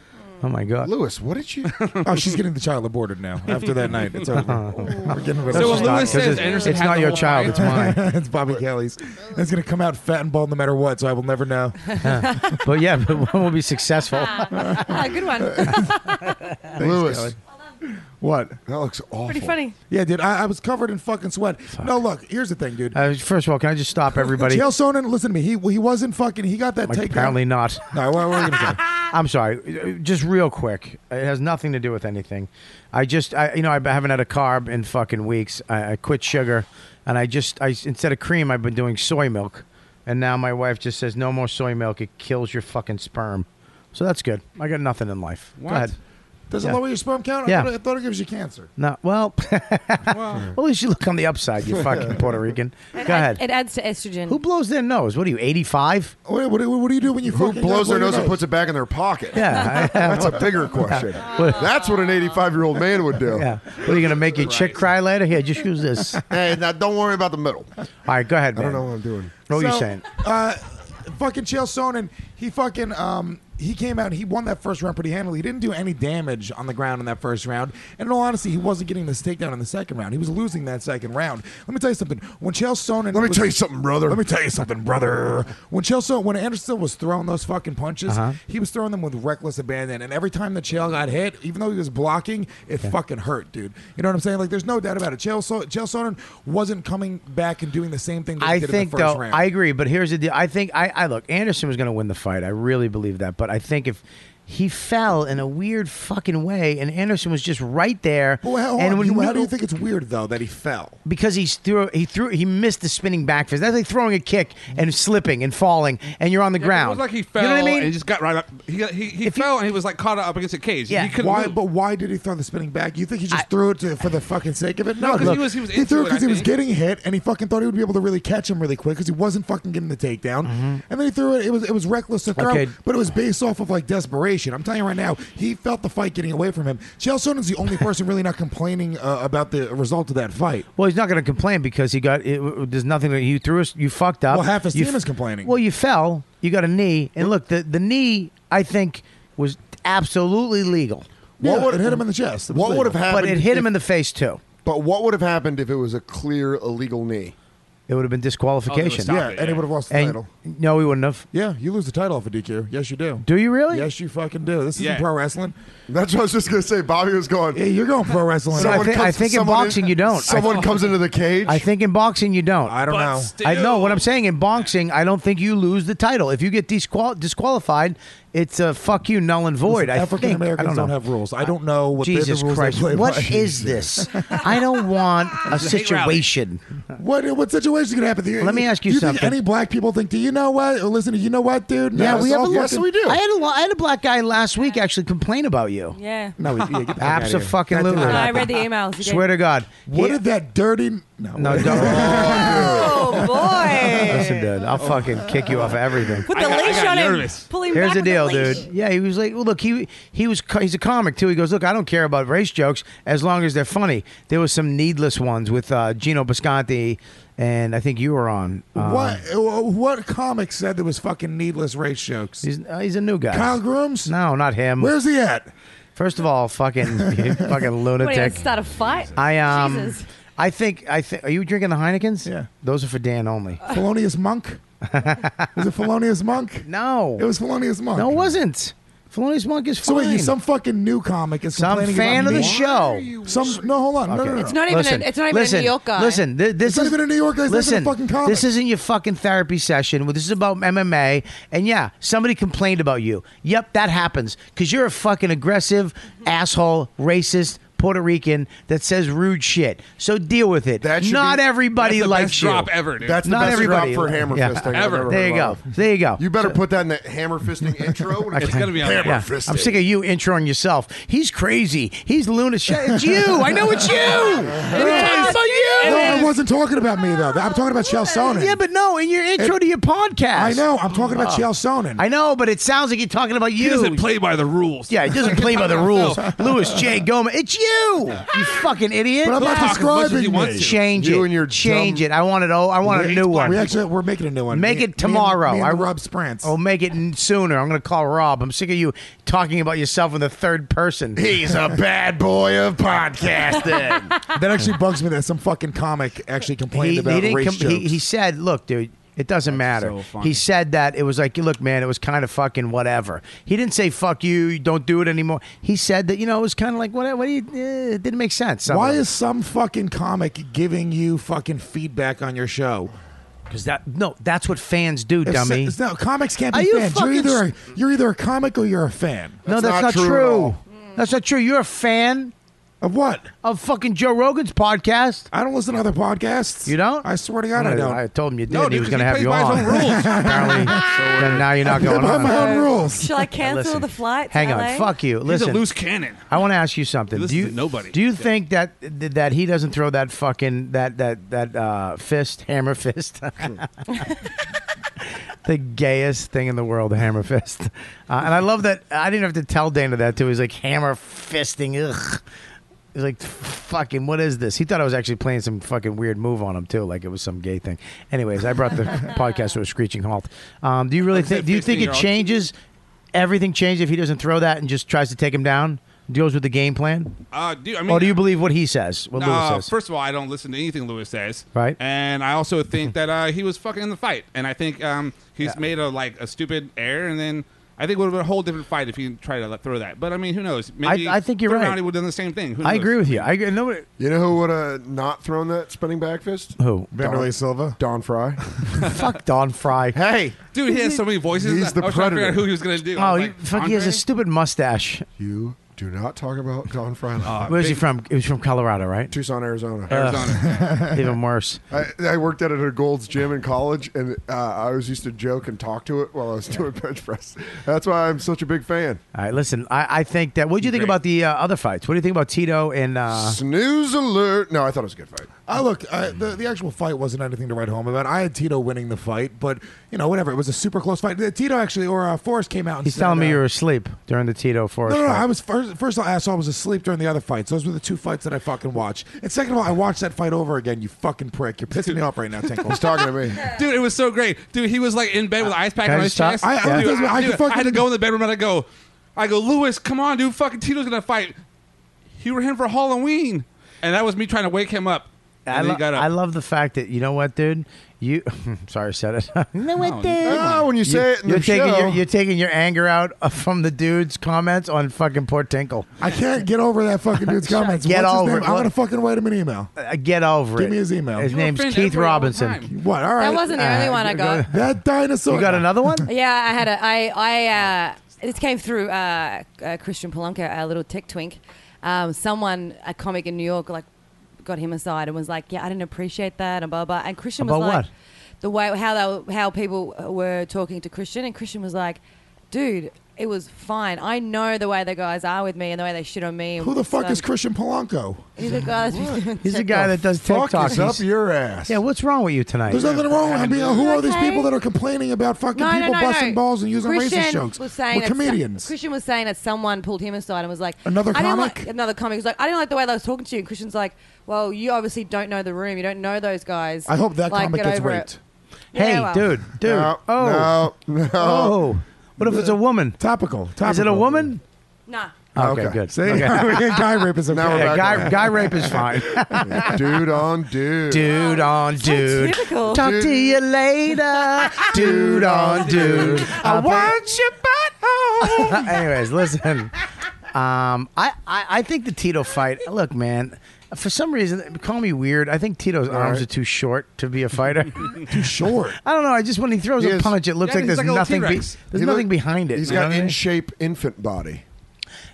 Speaker 2: oh my god,
Speaker 5: Lewis, what did you?
Speaker 9: oh, she's getting the child aborted now. After that night, it's over. We're getting rid of
Speaker 7: So
Speaker 9: it.
Speaker 7: when Lewis says
Speaker 2: it's- Anderson it's had not the your whole child, it's mine.
Speaker 9: it's Bobby Kelly's. It's gonna come out fat and bald no matter what, so I will never know.
Speaker 2: but yeah, but one will be successful.
Speaker 10: ah, good one.
Speaker 5: Lewis.
Speaker 9: What?
Speaker 5: That looks awful.
Speaker 10: Pretty funny.
Speaker 9: Yeah, dude, I, I was covered in fucking sweat. No, look, here's the thing, dude.
Speaker 2: Uh, first of all, can I just stop everybody?
Speaker 9: Chael Sonnen, listen to me. He he wasn't fucking. He got that
Speaker 2: Like,
Speaker 9: takedown.
Speaker 2: apparently not.
Speaker 9: No, what, what are you gonna say?
Speaker 2: I'm sorry. Just real quick. It has nothing to do with anything. I just, I, you know, I haven't had a carb in fucking weeks. I, I quit sugar, and I just, I instead of cream, I've been doing soy milk, and now my wife just says no more soy milk. It kills your fucking sperm. So that's good. I got nothing in life. Go
Speaker 7: What?
Speaker 2: ahead.
Speaker 9: Does
Speaker 2: Yeah.
Speaker 9: it lower your sperm count?
Speaker 2: Yeah.
Speaker 9: I, thought it, I thought it gives you cancer.
Speaker 2: No, well,
Speaker 7: Well,
Speaker 2: at least you look on the upside. You fucking Puerto Rican. Go ahead.
Speaker 8: It adds to estrogen.
Speaker 2: Who blows their nose? What are you, 85?
Speaker 9: What, what, what do you do when you
Speaker 5: Who
Speaker 9: fucking
Speaker 5: blows their
Speaker 9: blow
Speaker 5: nose
Speaker 9: your
Speaker 5: and puts it back in their pocket?
Speaker 2: Yeah.
Speaker 5: That's a bigger question. That's what an 85 year old man would do.
Speaker 2: Yeah. What are you gonna make your chick cry later? Here, just use this. All
Speaker 5: Hey, now don't worry about the middle. I
Speaker 2: right, go ahead, man.
Speaker 5: don't know what I'm doing.
Speaker 2: What are you
Speaker 9: So,
Speaker 2: saying?
Speaker 9: Uh, fucking Chael Sonnen, he fucking um, he came out and he won that first round pretty handily. He didn't do any damage on the ground in that first round. And in all honesty, he wasn't getting this takedown in the second round. He was losing that second round. Let me tell you something. When Chael Sonnen,
Speaker 5: Let me
Speaker 9: was-
Speaker 5: tell you something, brother.
Speaker 9: Let me tell you something, brother. When Chael Sonnen, when Anderson was throwing those fucking punches,
Speaker 5: Uh-huh.
Speaker 9: he was throwing them with reckless abandon. And every time that Chael got hit, even though he was blocking, it fucking hurt, dude. You know what I'm saying? Like, there's no doubt about it. Chael, so- Chael Sonnen wasn't coming back and doing the same thing that he
Speaker 2: I
Speaker 9: did
Speaker 2: think
Speaker 9: in the first
Speaker 2: though,
Speaker 9: round.
Speaker 2: I agree. But here's the deal. I think I, I look. Anderson was going to win the fight. I really believe that. But I think if he fell in a weird fucking way, and Anderson was just right there,
Speaker 9: Well, how,
Speaker 2: and
Speaker 9: how do you, how
Speaker 2: Newt-
Speaker 9: do you think it's weird though that he fell?
Speaker 2: because he threw he threw he missed the spinning back fist. That's like throwing a kick and slipping and falling, and you're on the
Speaker 7: It
Speaker 2: ground.
Speaker 7: was like he fell
Speaker 2: You know what I mean?
Speaker 7: and he just got right up. He, got, he, he
Speaker 2: If he-
Speaker 7: fell and he was like caught up against a cage.
Speaker 2: Yeah.
Speaker 7: He couldn't
Speaker 9: Why?
Speaker 7: move.
Speaker 9: But why did he throw the spinning back? You think he just threw it to, for the fucking sake of it?
Speaker 7: No, 'cause he
Speaker 9: look,
Speaker 7: was- he was into
Speaker 9: threw
Speaker 7: it,
Speaker 9: it because
Speaker 7: I
Speaker 9: he was
Speaker 7: think.
Speaker 9: getting hit, and he fucking thought he would be able to really catch him really quick because he wasn't fucking getting the takedown. And then he threw it. It was it was reckless to throw,
Speaker 2: Okay.
Speaker 9: but it was based off of like desperation. I'm telling you right now, he felt the fight getting away from him. Chael Sonnen's the only person really not complaining uh, about the result of that fight.
Speaker 2: Well, he's not going to complain because he got. It, there's nothing that you threw. us. You fucked up.
Speaker 9: Well, half his
Speaker 2: You
Speaker 9: team is complaining.
Speaker 2: Well, you fell. You got a knee, and look, the the knee I think was absolutely legal,
Speaker 9: What
Speaker 5: would-
Speaker 9: it hit him in the chest? It was
Speaker 5: What would have
Speaker 9: legal.
Speaker 5: happened?
Speaker 2: but it hit him
Speaker 5: if-
Speaker 2: in the face too.
Speaker 5: But what would have happened if it was a clear illegal knee?
Speaker 2: It would have been disqualification.
Speaker 7: stopped
Speaker 9: Yeah,
Speaker 7: it,
Speaker 9: and he
Speaker 7: yeah.
Speaker 9: would have lost the
Speaker 2: and
Speaker 9: title.
Speaker 2: no, he wouldn't have.
Speaker 9: Yeah, you lose the title off a DQ. Yes, you do.
Speaker 2: Do you really?
Speaker 9: Yes, you fucking do. This isn't
Speaker 7: Yeah.
Speaker 9: pro wrestling.
Speaker 5: That's what I was just gonna say. Bobby was going.
Speaker 9: Yeah, you're going pro wrestling.
Speaker 2: So I
Speaker 9: I,
Speaker 2: think- I think in
Speaker 5: someone
Speaker 2: boxing you don't. I-
Speaker 5: Someone comes into the cage.
Speaker 2: I think in boxing you don't.
Speaker 9: don't
Speaker 7: But
Speaker 9: know.
Speaker 7: still-
Speaker 2: I know what I'm saying. In boxing, I don't think you lose the title. If you get disqual- disqualified, it's a fuck you, null and void. I think.
Speaker 9: African Americans
Speaker 2: I
Speaker 9: don't,
Speaker 2: don't know.
Speaker 9: have rules. I don't know what they're
Speaker 2: Jesus
Speaker 9: the rules
Speaker 2: Christ!
Speaker 9: They play by.
Speaker 2: What is this? I don't want a
Speaker 7: a hate rally.
Speaker 2: situation.
Speaker 9: What what situation could happen? to you?
Speaker 2: Let me ask you
Speaker 9: do you
Speaker 2: something.
Speaker 9: Think any black people think? Do you know what? Or listen, you know what, dude? No,
Speaker 2: Yeah,
Speaker 9: it's
Speaker 2: we have
Speaker 9: all
Speaker 2: a
Speaker 5: yes,
Speaker 9: fucking-
Speaker 5: we do.
Speaker 2: I had a lo- I had a black guy last week actually complain about you.
Speaker 10: Yeah.
Speaker 9: No, we, yeah, get the fuck outta here.
Speaker 2: fucking
Speaker 9: That did
Speaker 2: lulu.
Speaker 9: not
Speaker 10: No, I
Speaker 9: happen.
Speaker 10: read the emails. You
Speaker 2: Swear to God.
Speaker 9: What
Speaker 2: He-
Speaker 9: did that dirty? No,
Speaker 2: No, don't
Speaker 10: Oh boy.
Speaker 2: listen, dude. I'll fucking kick you off of everything.
Speaker 10: Put
Speaker 7: I
Speaker 10: the
Speaker 7: got- I
Speaker 10: leash
Speaker 7: got
Speaker 10: on
Speaker 7: nervous.
Speaker 10: him. Pull him
Speaker 2: Here's
Speaker 10: back
Speaker 2: the
Speaker 10: with
Speaker 2: deal,
Speaker 10: leash.
Speaker 2: dude. Yeah, he was like, well, look, he he was co- he's a comic too. He goes, look, I don't care about race jokes as long as they're funny. There was some needless ones with uh, Gino Bisconti, and I think you were on. Uh,
Speaker 9: What what comic said there was fucking needless race jokes?
Speaker 2: He's, uh, he's a new guy.
Speaker 9: Kyle Grooms?
Speaker 2: No, not him.
Speaker 9: Where's he at?
Speaker 2: First of all, fucking you fucking
Speaker 8: What, you
Speaker 2: lunatic.
Speaker 8: start a fight?
Speaker 2: I um,
Speaker 8: Jesus.
Speaker 2: I think I think. Are you drinking the Heinekens?
Speaker 9: Yeah.
Speaker 2: those are for Dan only.
Speaker 8: Uh,
Speaker 9: Felonious Monk? was it Felonious Monk?
Speaker 2: No,
Speaker 9: It was Felonious Monk.
Speaker 2: No, it wasn't. Felonious Monk is fine.
Speaker 9: So wait, you some fucking new comic is
Speaker 2: Some
Speaker 9: complaining
Speaker 2: fan
Speaker 9: about
Speaker 2: of the
Speaker 9: me?
Speaker 2: show.
Speaker 9: Some no, hold on, no, no, no.
Speaker 8: It's not even
Speaker 2: Listen,
Speaker 8: a- it's not even a
Speaker 2: listen,
Speaker 8: New York guy.
Speaker 2: Listen, thi- this
Speaker 9: It's not
Speaker 2: is
Speaker 9: even a New York guy. It's not even a
Speaker 2: Listen,
Speaker 9: fucking comic.
Speaker 2: this isn't your fucking therapy session. This is about MMA. And yeah, somebody
Speaker 8: Mm-hmm.
Speaker 2: complained about you. Yep, that happens because you're a fucking aggressive asshole, racist Puerto Rican that says rude shit. So deal with it. Not everybody
Speaker 5: that's the
Speaker 2: likes
Speaker 5: best
Speaker 2: you.
Speaker 5: drop ever, dude. That's the
Speaker 2: Not
Speaker 5: best
Speaker 2: everybody
Speaker 5: drop for
Speaker 2: li-
Speaker 5: hammer
Speaker 2: yeah.
Speaker 5: fisting I've ever
Speaker 2: There you
Speaker 5: heard
Speaker 2: go. There you go.
Speaker 5: You better put that in that hammer fisting intro. when
Speaker 2: Okay.
Speaker 5: hammer
Speaker 2: Yeah.
Speaker 5: fisting.
Speaker 2: I'm sick of you introing yourself. He's crazy. He's lunatic. It's you. I know it's you. It's about you.
Speaker 9: No, I wasn't talking about me though. I'm talking about Shell Sonnen.
Speaker 2: Yeah, but no, in your intro to your podcast.
Speaker 9: I know. I'm talking about
Speaker 2: Oh.
Speaker 9: Chael Sonnen.
Speaker 2: I know, but it sounds like you're talking about you.
Speaker 7: He doesn't play by the rules.
Speaker 2: Yeah, he doesn't play by the rules. Louis J. Gomez, it's you. You fucking idiot.
Speaker 9: But I'm not Talk as much describing as he you. wants to.
Speaker 2: Change it.
Speaker 9: You and your
Speaker 2: change
Speaker 9: dumb-
Speaker 2: it. I want it. Oh, I want a
Speaker 9: We-
Speaker 2: new one.
Speaker 9: We actually we're making a new one.
Speaker 2: Make
Speaker 9: Me-
Speaker 2: it tomorrow.
Speaker 9: Me and, me and
Speaker 2: I-
Speaker 9: Rob Sprance.
Speaker 2: Oh, make it n- sooner. I'm going to call Rob. I'm sick of you talking about yourself in the third person.
Speaker 9: He's a bad boy of podcasting. That actually bugs me that some fucking comic actually complained
Speaker 2: he,
Speaker 9: about
Speaker 2: he didn't
Speaker 9: race
Speaker 2: com-
Speaker 9: jokes.
Speaker 2: He, he said, "Look, dude." It doesn't matter.
Speaker 9: so funny.
Speaker 2: he said that it was like, look, man, it was kind of fucking whatever. He didn't say fuck you, you don't do it anymore. He said that you know it was kind of like what? What? Do you, eh, it didn't make sense. Some
Speaker 9: Why
Speaker 2: of it.
Speaker 9: is some fucking comic giving you fucking feedback on your show?
Speaker 2: Because that no, that's what fans do,
Speaker 9: It's-
Speaker 2: dummy.
Speaker 9: it's- no, comics can't be
Speaker 2: Are you
Speaker 9: fans.
Speaker 2: fucking
Speaker 9: you're either a, you're either a comic or you're a fan.
Speaker 2: no, that's not, true. Mm. That's not true. You're a fan
Speaker 9: of what?
Speaker 2: Of fucking Joe Rogan's podcast.
Speaker 9: I don't listen to other podcasts.
Speaker 2: You don't?
Speaker 9: I swear to God, I don't.
Speaker 2: I told him you did.
Speaker 9: No,
Speaker 2: he
Speaker 9: dude,
Speaker 2: was
Speaker 9: 'cause
Speaker 2: going to have
Speaker 9: he plays
Speaker 2: you
Speaker 9: by
Speaker 2: on.
Speaker 9: his own rules.
Speaker 2: Apparently, then now you're not
Speaker 9: I play
Speaker 2: going
Speaker 9: by
Speaker 2: on.
Speaker 9: my own rules.
Speaker 8: Shall I cancel
Speaker 2: Listen,
Speaker 8: the flights?
Speaker 2: Hang
Speaker 8: LA?
Speaker 2: on, fuck you.
Speaker 7: He's a
Speaker 2: Listen,
Speaker 7: loose cannon.
Speaker 2: I want to ask you something.
Speaker 7: He
Speaker 2: Do
Speaker 7: listens
Speaker 2: you
Speaker 7: to nobody.
Speaker 2: Do you think that that he doesn't throw that fucking that that that uh, fist hammer fist? the gayest thing in the world, hammer fist. Uh, and I love that. I didn't have to tell Dana that too. He's like hammer fisting. Ugh. He's like, fucking, what is this? He thought I was actually playing some fucking weird move on him too, like it was some gay thing. Anyways, I brought the podcast to a screeching halt. Um, do you really think? Do you think it
Speaker 7: 15-year-old.
Speaker 2: changes? Everything changes if he doesn't throw that and just tries to take him down. Deals with the game plan.
Speaker 7: Uh, do, I mean,
Speaker 2: or Oh, do you believe what he says? What Lewis
Speaker 7: Uh,
Speaker 2: says?
Speaker 7: First of all, I don't listen to anything Lewis says.
Speaker 2: Right.
Speaker 7: And I also think that uh, he was fucking in the fight, and I think um, he's made a like a stupid error, and then I think it would have been a whole different fight if he tried to let, throw that. But I mean, who knows? Maybe
Speaker 2: I think you're
Speaker 7: third
Speaker 2: right.
Speaker 7: Round, he would have done the same thing. Who
Speaker 2: I
Speaker 7: knows?
Speaker 2: agree with you. I agree. Nobody.
Speaker 5: You know who would have not thrown that spinning back fist?
Speaker 2: Who?
Speaker 9: Vanderlei
Speaker 5: Silva. Don Fry.
Speaker 2: Fuck Don Fry.
Speaker 5: Hey,
Speaker 7: Dude, he has so many voices.
Speaker 5: He's the
Speaker 7: I was
Speaker 5: predator.
Speaker 7: trying to figure out who he was going to do. I
Speaker 2: Oh,
Speaker 7: was
Speaker 2: he,
Speaker 7: like,
Speaker 2: fuck, he has a
Speaker 7: Andre?
Speaker 2: stupid mustache.
Speaker 5: You do not talk about Don Fry.
Speaker 9: Uh,
Speaker 2: Where's he from? He was from Colorado, right?
Speaker 5: Tucson, Arizona.
Speaker 2: Arizona. even worse.
Speaker 5: I, I worked at a Gold's Gym in college, and uh, I was used to joke and talk to it while I was doing bench press. That's why I'm such a big fan.
Speaker 2: All right, listen. I, I think that. What do you think about the uh, other fights? What do you think about Tito and uh,
Speaker 5: Snooze alert! No, I thought it was a good fight.
Speaker 9: I look, I, the, the actual fight wasn't anything to write home about. I had Tito winning the fight, but, you know, whatever. It was a super close fight. The- Tito actually, or uh, Forrest came out and
Speaker 2: He's
Speaker 9: said,
Speaker 2: telling me
Speaker 9: uh,
Speaker 2: you're asleep during the Tito Forest.
Speaker 9: No, no, no.
Speaker 2: fight.
Speaker 9: I was first. First of all, asshole, I was asleep during the other fights. Those were the two fights that I fucking watched. And second of all, I watched that fight over again. You fucking prick. You're pissing me off right now, Tinkle.
Speaker 5: He's talking to me.
Speaker 7: Dude, it was so great. Dude, he was like in bed with an ice pack
Speaker 9: Can I
Speaker 7: on his
Speaker 9: just talk?
Speaker 7: chest.
Speaker 9: I- I-
Speaker 7: dude,
Speaker 9: I- I
Speaker 7: dude,
Speaker 9: fucking-
Speaker 7: I had to go in the bedroom and I go, I go, Lewis, come on, dude. Fucking Tito's gonna fight. You were him for Halloween, and that was me trying to wake him up. And
Speaker 2: I,
Speaker 7: then
Speaker 2: lo-
Speaker 7: he got up.
Speaker 2: I love the fact that you know what, dude. You sorry, I said it. you know what, dude?
Speaker 5: Ah, when you say it in
Speaker 2: you're
Speaker 5: the
Speaker 2: taking
Speaker 5: show-
Speaker 2: Your, you're taking your anger out uh, from the dude's comments on fucking poor Tinkle.
Speaker 9: I can't get over that fucking dude's comments.
Speaker 2: Get
Speaker 9: What's his
Speaker 2: over
Speaker 9: name?
Speaker 2: it.
Speaker 9: I'm
Speaker 2: What-
Speaker 9: gonna fucking write him an email.
Speaker 2: Uh, get over it.
Speaker 9: Give me his email.
Speaker 2: His
Speaker 9: You
Speaker 2: name's
Speaker 9: offend
Speaker 2: Keith
Speaker 9: everybody all the
Speaker 2: Robinson.
Speaker 9: What? All right.
Speaker 8: That wasn't the only one I got.
Speaker 9: That dinosaur.
Speaker 2: You got another one?
Speaker 8: Yeah, I had a. I I uh, this came through uh, uh, Christian Polanco, our little tech twink. Um, someone, a comic in New York, like got him aside and was like, "Yeah, I didn't appreciate that," and blah blah. And Christian was
Speaker 2: About
Speaker 8: like,
Speaker 2: what?
Speaker 8: "The way how they, how people were talking to Christian," and Christian was like, "Dude." It was fine. I know the way the guys are with me and the way they shit on me.
Speaker 9: Who the fuck
Speaker 8: So-
Speaker 9: is Christian Polanco?
Speaker 8: He's the guy that's been doing
Speaker 2: He's the
Speaker 8: tech
Speaker 2: guy
Speaker 8: talk.
Speaker 2: that does
Speaker 9: Fuck
Speaker 2: TikTok.
Speaker 9: is up your ass.
Speaker 2: Yeah, what's wrong with you tonight?
Speaker 9: There's nothing wrong. I mean, who are these
Speaker 8: Okay.
Speaker 9: people that are complaining about fucking
Speaker 8: No, no,
Speaker 9: people
Speaker 8: no,
Speaker 9: busting
Speaker 8: no.
Speaker 9: balls and using
Speaker 8: Christian
Speaker 9: racist jokes?
Speaker 8: Was saying
Speaker 9: We're
Speaker 8: that some-
Speaker 9: comedians.
Speaker 8: Christian was saying that someone pulled him aside and was like,
Speaker 9: Another
Speaker 8: I didn't
Speaker 9: comic?
Speaker 8: like another comic was like, I didn't like the way they was talking to you. And Christian's like, Well, you obviously don't know the room. You don't know those guys.
Speaker 9: I hope that
Speaker 8: Like,
Speaker 9: comic
Speaker 8: get
Speaker 9: gets
Speaker 8: over
Speaker 9: raped.
Speaker 8: it." Yeah, well.
Speaker 2: Hey, dude, dude.
Speaker 9: No,
Speaker 2: oh,
Speaker 5: no, no.
Speaker 2: Oh, what if it's a woman?
Speaker 9: Topical.
Speaker 2: Is it a
Speaker 9: topical.
Speaker 2: woman?
Speaker 8: Nah.
Speaker 2: Okay,
Speaker 5: Okay.
Speaker 2: good.
Speaker 9: See,
Speaker 2: Okay.
Speaker 9: guy rape is okay.
Speaker 5: Now we're
Speaker 2: Yeah,
Speaker 5: back
Speaker 2: guy,
Speaker 5: on.
Speaker 2: guy rape is fine.
Speaker 5: dude on dude.
Speaker 2: Dude on dude.
Speaker 8: typical.
Speaker 2: Talk to you later. Dude on dude. I want your butthole. Anyways, listen. Um, I, I, I think the Tito fight, look, man, for some reason, call me weird. I think Tito's arms
Speaker 5: right.
Speaker 2: are too short to be a fighter.
Speaker 9: Too short.
Speaker 2: I don't know. I just, when he throws
Speaker 5: He
Speaker 2: a
Speaker 5: is-
Speaker 2: punch, it looks
Speaker 7: Yeah,
Speaker 2: like
Speaker 7: he's
Speaker 2: there's
Speaker 7: like a little
Speaker 2: nothing, be,
Speaker 7: T-Rex.
Speaker 2: there's
Speaker 5: He
Speaker 2: nothing
Speaker 5: look-
Speaker 2: behind it.
Speaker 5: He's
Speaker 2: you know
Speaker 5: got
Speaker 2: what I mean?
Speaker 5: in shape infant body.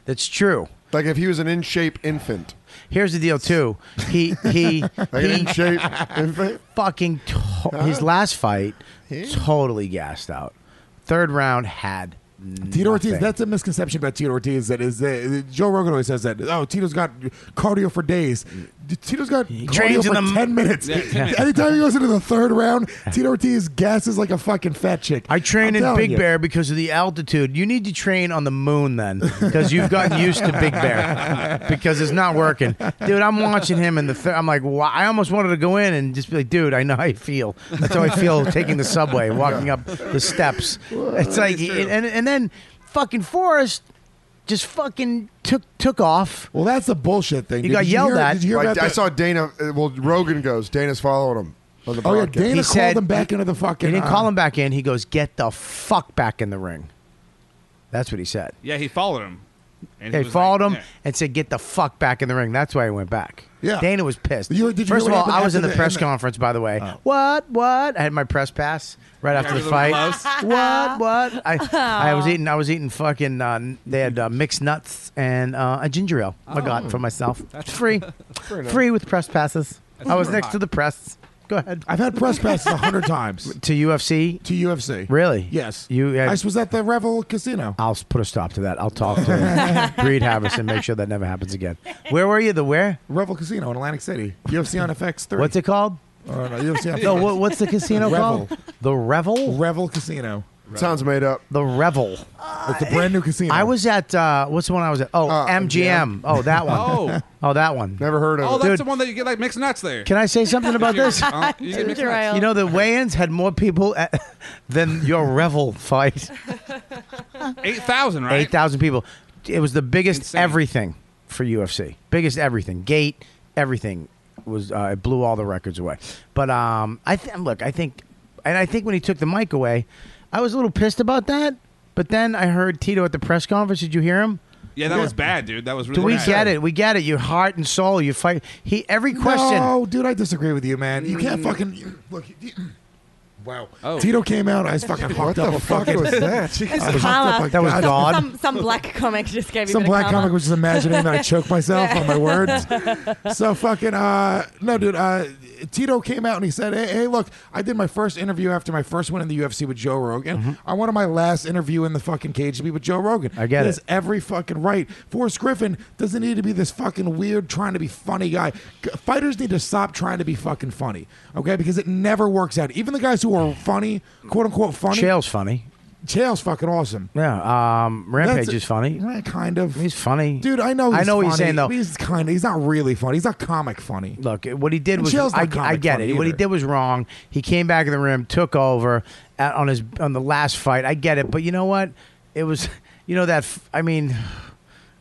Speaker 2: That's true.
Speaker 5: Like if he was an in shape infant.
Speaker 2: here's the deal too. He he he
Speaker 5: in shape,
Speaker 2: fucking to- his last fight totally gassed out. Third round had
Speaker 9: Tito Ortiz,
Speaker 2: nothing.
Speaker 9: that's a misconception about Tito Ortiz. That is, uh, Joe Rogan always says that. Oh, Tito's got cardio for days. D- Tito's got cardio
Speaker 2: trains in
Speaker 9: for
Speaker 2: the-
Speaker 9: ten minutes.
Speaker 2: Yeah, 10 minutes.
Speaker 9: Anytime he goes into the third round, Tito Ortiz gasses like a fucking fat chick.
Speaker 2: I train
Speaker 9: I'm
Speaker 2: in
Speaker 9: telling
Speaker 2: Big
Speaker 9: you.
Speaker 2: Bear because of the altitude. You need to train on the moon then, because you've gotten used to Big Bear, because it's not working, dude. I'm watching him in the. Th- I'm like, wow. I almost wanted to go in and just be like, dude, I know how you feel. That's how I feel taking the subway, walking up the steps. It's like, and and then fucking Forrest just fucking took took off.
Speaker 9: Well, that's the bullshit thing.
Speaker 2: He got yelled at.
Speaker 5: Like, I saw Dana. uh, Well, Rogan goes. Dana's following him. On the
Speaker 9: Oh, yeah,
Speaker 5: broadcast.
Speaker 9: Dana He called said- him back into the fucking,
Speaker 2: He didn't
Speaker 9: uh,
Speaker 2: call him back in. He goes, get the fuck back in the ring. That's what he said.
Speaker 7: Yeah, he followed him. And
Speaker 2: They
Speaker 7: was
Speaker 2: followed
Speaker 7: like,
Speaker 2: him and said, "Get the fuck back in the ring." That's why he went back.
Speaker 9: Yeah.
Speaker 2: Dana was pissed.
Speaker 9: You- did you
Speaker 2: First of
Speaker 9: hear what
Speaker 2: all,
Speaker 9: happened
Speaker 2: I was in
Speaker 9: after
Speaker 2: the
Speaker 9: the- Oh.
Speaker 2: press
Speaker 9: in the-
Speaker 2: conference, by the way. What? What? I had my press pass right
Speaker 9: Yeah,
Speaker 2: after
Speaker 9: you
Speaker 2: the
Speaker 9: were
Speaker 2: fight.
Speaker 9: close.
Speaker 2: What? What? I, I was eating. I was eating fucking. Uh, n- they had uh, mixed nuts and uh, a ginger ale. I got for myself. It's free.
Speaker 9: Oh. Fair enough.
Speaker 2: free with press passes.
Speaker 9: That's
Speaker 2: I was
Speaker 9: pretty
Speaker 2: next
Speaker 9: hot.
Speaker 2: to the press. Go ahead.
Speaker 9: I've had press passes a hundred times
Speaker 2: to UFC.
Speaker 9: To UFC.
Speaker 2: Really?
Speaker 9: Yes.
Speaker 2: You. Had,
Speaker 9: I was at the Revel Casino.
Speaker 2: I'll s- put a stop to that. I'll talk to Breed Havas and make sure that never happens again. Where were you? The where?
Speaker 9: Revel Casino in Atlantic City. UFC on FX three.
Speaker 2: What's it called?
Speaker 9: Oh, no, UFC on
Speaker 2: No,
Speaker 9: FX.
Speaker 2: what, what's the casino
Speaker 9: Revel.
Speaker 2: called? The Revel.
Speaker 9: Revel Casino.
Speaker 5: Sounds made up.
Speaker 2: The Revel.
Speaker 9: It's a brand new casino.
Speaker 2: I was at uh, what's the one I was at? Oh, MGM. Oh, that one.
Speaker 7: Oh.
Speaker 2: oh, that one.
Speaker 5: Never heard
Speaker 7: Oh, that's
Speaker 2: Dude,
Speaker 7: the one that you get like mixed nuts there.
Speaker 2: Can I say something about
Speaker 7: You-
Speaker 2: this?
Speaker 7: uh, you get mixed nuts.
Speaker 2: You know, the weigh-ins had more people at, than your Revel fight.
Speaker 7: eight thousand, right?
Speaker 2: Eight thousand people. It was the biggest everything for UFC. Biggest everything. Gate. Everything was. Uh, it blew all the records away. But um, I th- look. I think, and I think when he took the mic away, I was a little pissed about that. But then I heard Tito at the press conference. Did you hear him?
Speaker 7: Yeah, that was bad, dude. That was really.
Speaker 2: Do we
Speaker 7: bad.
Speaker 2: get it? We get it. Your heart and soul. You fight. He every question. Mm.
Speaker 9: No, dude, I disagree with you, man. You can't fucking look. you- mm. Wow.
Speaker 7: Oh.
Speaker 9: Tito came out. I was fucking hooked up. a fucking,
Speaker 8: It's
Speaker 9: I was hooked up
Speaker 8: karma.
Speaker 9: like God.
Speaker 8: Some, some black comic just gave me
Speaker 9: Some
Speaker 8: a bit of
Speaker 9: black
Speaker 8: karma.
Speaker 9: comic was just imagining that I choked myself on my words.
Speaker 8: words.
Speaker 9: So fucking uh no, dude. Uh, Tito came out and he said, hey, "Hey, look, I did my first interview after my first one in the UFC with Joe Rogan.
Speaker 2: Mm-hmm.
Speaker 9: I wanted my last interview in the fucking cage to be with Joe Rogan. I
Speaker 2: get
Speaker 9: he
Speaker 2: it.
Speaker 9: has every fucking right. Forrest Griffin doesn't need to be this fucking weird, trying to be funny guy. G- Fighters need to stop trying to be fucking funny, okay? Because it never works out. Even the guys who are funny, quote unquote funny,
Speaker 2: Chael's funny.
Speaker 9: Chael's fucking awesome.
Speaker 2: Yeah. Um, Rampage
Speaker 9: That's-
Speaker 2: is funny.
Speaker 9: Kind of.
Speaker 2: He's funny,
Speaker 9: Dude, I know. He's
Speaker 2: I know what you're
Speaker 9: funny.
Speaker 2: saying though.
Speaker 9: He's kind of. He's not really funny. He's not comic funny.
Speaker 2: Look, what he did
Speaker 9: And
Speaker 2: was
Speaker 9: Chael's
Speaker 2: I,
Speaker 9: not comic
Speaker 2: I get it.
Speaker 9: funny
Speaker 2: What he
Speaker 9: either.
Speaker 2: did was wrong. He came back in the rim, took over at, on his on the last fight. I get it, but you know what? It was you know that f- I mean,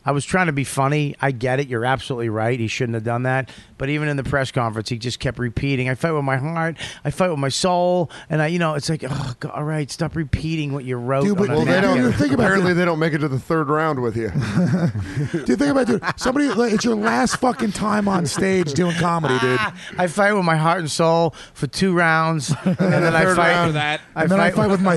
Speaker 2: I was trying to be funny. I get it. You're absolutely right. He shouldn't have done that. But even in the press conference, he just kept repeating, "I fight with my heart. I fight with my soul." And I, you know, it's like, oh, God, all right, stop repeating what you wrote.
Speaker 9: Dude, but-
Speaker 2: on a
Speaker 9: well, they
Speaker 2: napkin."
Speaker 9: don't- think about
Speaker 5: Apparently,
Speaker 9: it.
Speaker 5: they don't make it to the third round with you.
Speaker 9: Do you think about it, dude? Somebody, like, it's your last fucking time on stage doing comedy, dude.
Speaker 2: I fight with my heart and soul for two rounds, and then I
Speaker 5: Third
Speaker 2: fight.
Speaker 5: round. That.
Speaker 9: and then I fight with my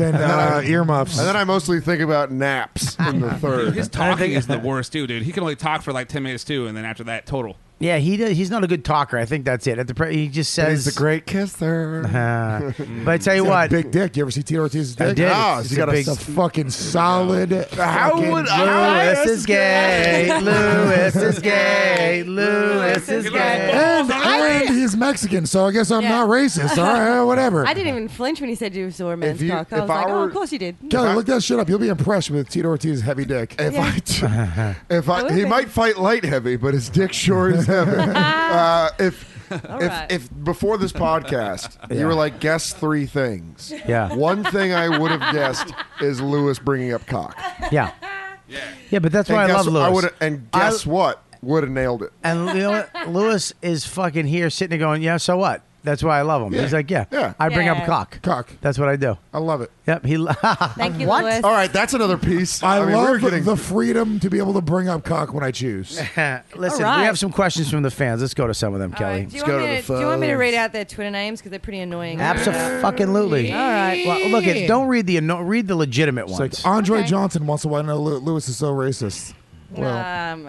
Speaker 9: and
Speaker 5: And then I-
Speaker 9: uh, earmuffs.
Speaker 5: And then I mostly think about naps in the third.
Speaker 7: His talking is the worst too, dude. He can only talk for like ten minutes too, and then after that, total.
Speaker 2: Yeah, he does, he's not a good talker. I think that's it. At the pre- he just
Speaker 5: But
Speaker 2: says
Speaker 5: he's a great kisser.
Speaker 2: Uh, but I tell you
Speaker 9: He's got
Speaker 2: what,
Speaker 9: a big dick. You ever see Tito Ortiz's dick?
Speaker 2: I did.
Speaker 9: Ah,
Speaker 2: It's
Speaker 9: he's
Speaker 2: a
Speaker 9: got a,
Speaker 2: big-
Speaker 9: a fucking solid.
Speaker 5: How
Speaker 9: fucking-
Speaker 5: would
Speaker 2: Lewis is gay. Lewis is gay. Lewis is gay.
Speaker 9: And, and he's Mexican, so I guess I'm
Speaker 8: Yeah.
Speaker 9: not racist. All right, whatever.
Speaker 8: I didn't even flinch when he said you saw a man's
Speaker 9: If you-
Speaker 8: cock. I
Speaker 9: if
Speaker 8: was
Speaker 9: I
Speaker 8: like, oh,
Speaker 9: were-
Speaker 8: of course you did.
Speaker 9: Kelly, look that shit up. You'll be impressed with Tito Ortiz's heavy dick.
Speaker 5: If
Speaker 8: Yeah.
Speaker 5: I, if I,
Speaker 8: would
Speaker 5: he
Speaker 8: be.
Speaker 5: might fight light heavy, but his dick sure is heavy. uh, if, if,
Speaker 8: right.
Speaker 5: if before this podcast, you were like, guess three things.
Speaker 2: Yeah.
Speaker 5: One thing I would have guessed is Lewis bringing up cock.
Speaker 2: Yeah. Yeah, but that's
Speaker 5: And
Speaker 2: why I love
Speaker 5: guess-
Speaker 2: Lewis.
Speaker 5: I would've- and guess
Speaker 2: I-
Speaker 5: what? Would have nailed it.
Speaker 2: And you know what? Lewis is fucking here sitting there going, yeah, so what? That's why I love him.
Speaker 5: Yeah.
Speaker 2: He's like, yeah.
Speaker 5: Yeah.
Speaker 2: I bring
Speaker 5: Yeah.
Speaker 2: up cock.
Speaker 9: Cock.
Speaker 2: That's what I do.
Speaker 9: I love it.
Speaker 2: Yep. He.
Speaker 8: Thank you,
Speaker 2: what?
Speaker 8: Lewis.
Speaker 5: All right, that's another piece.
Speaker 9: I,
Speaker 5: I mean, we're
Speaker 9: love
Speaker 5: getting-
Speaker 9: the freedom to be able to bring up cock when I choose.
Speaker 2: Listen,
Speaker 8: All right.
Speaker 2: we have some questions from the fans. Let's go to some of them, Kelly.
Speaker 8: Do you, want me to, do you want me to read out their Twitter names because they're pretty annoying?
Speaker 2: Absolutely.
Speaker 8: All right.
Speaker 2: Well, look, it, don't read the anno- read the legitimate
Speaker 9: It's
Speaker 2: ones.
Speaker 9: like Andre Johnson wants to know Lew- Lewis is so racist.
Speaker 8: Um,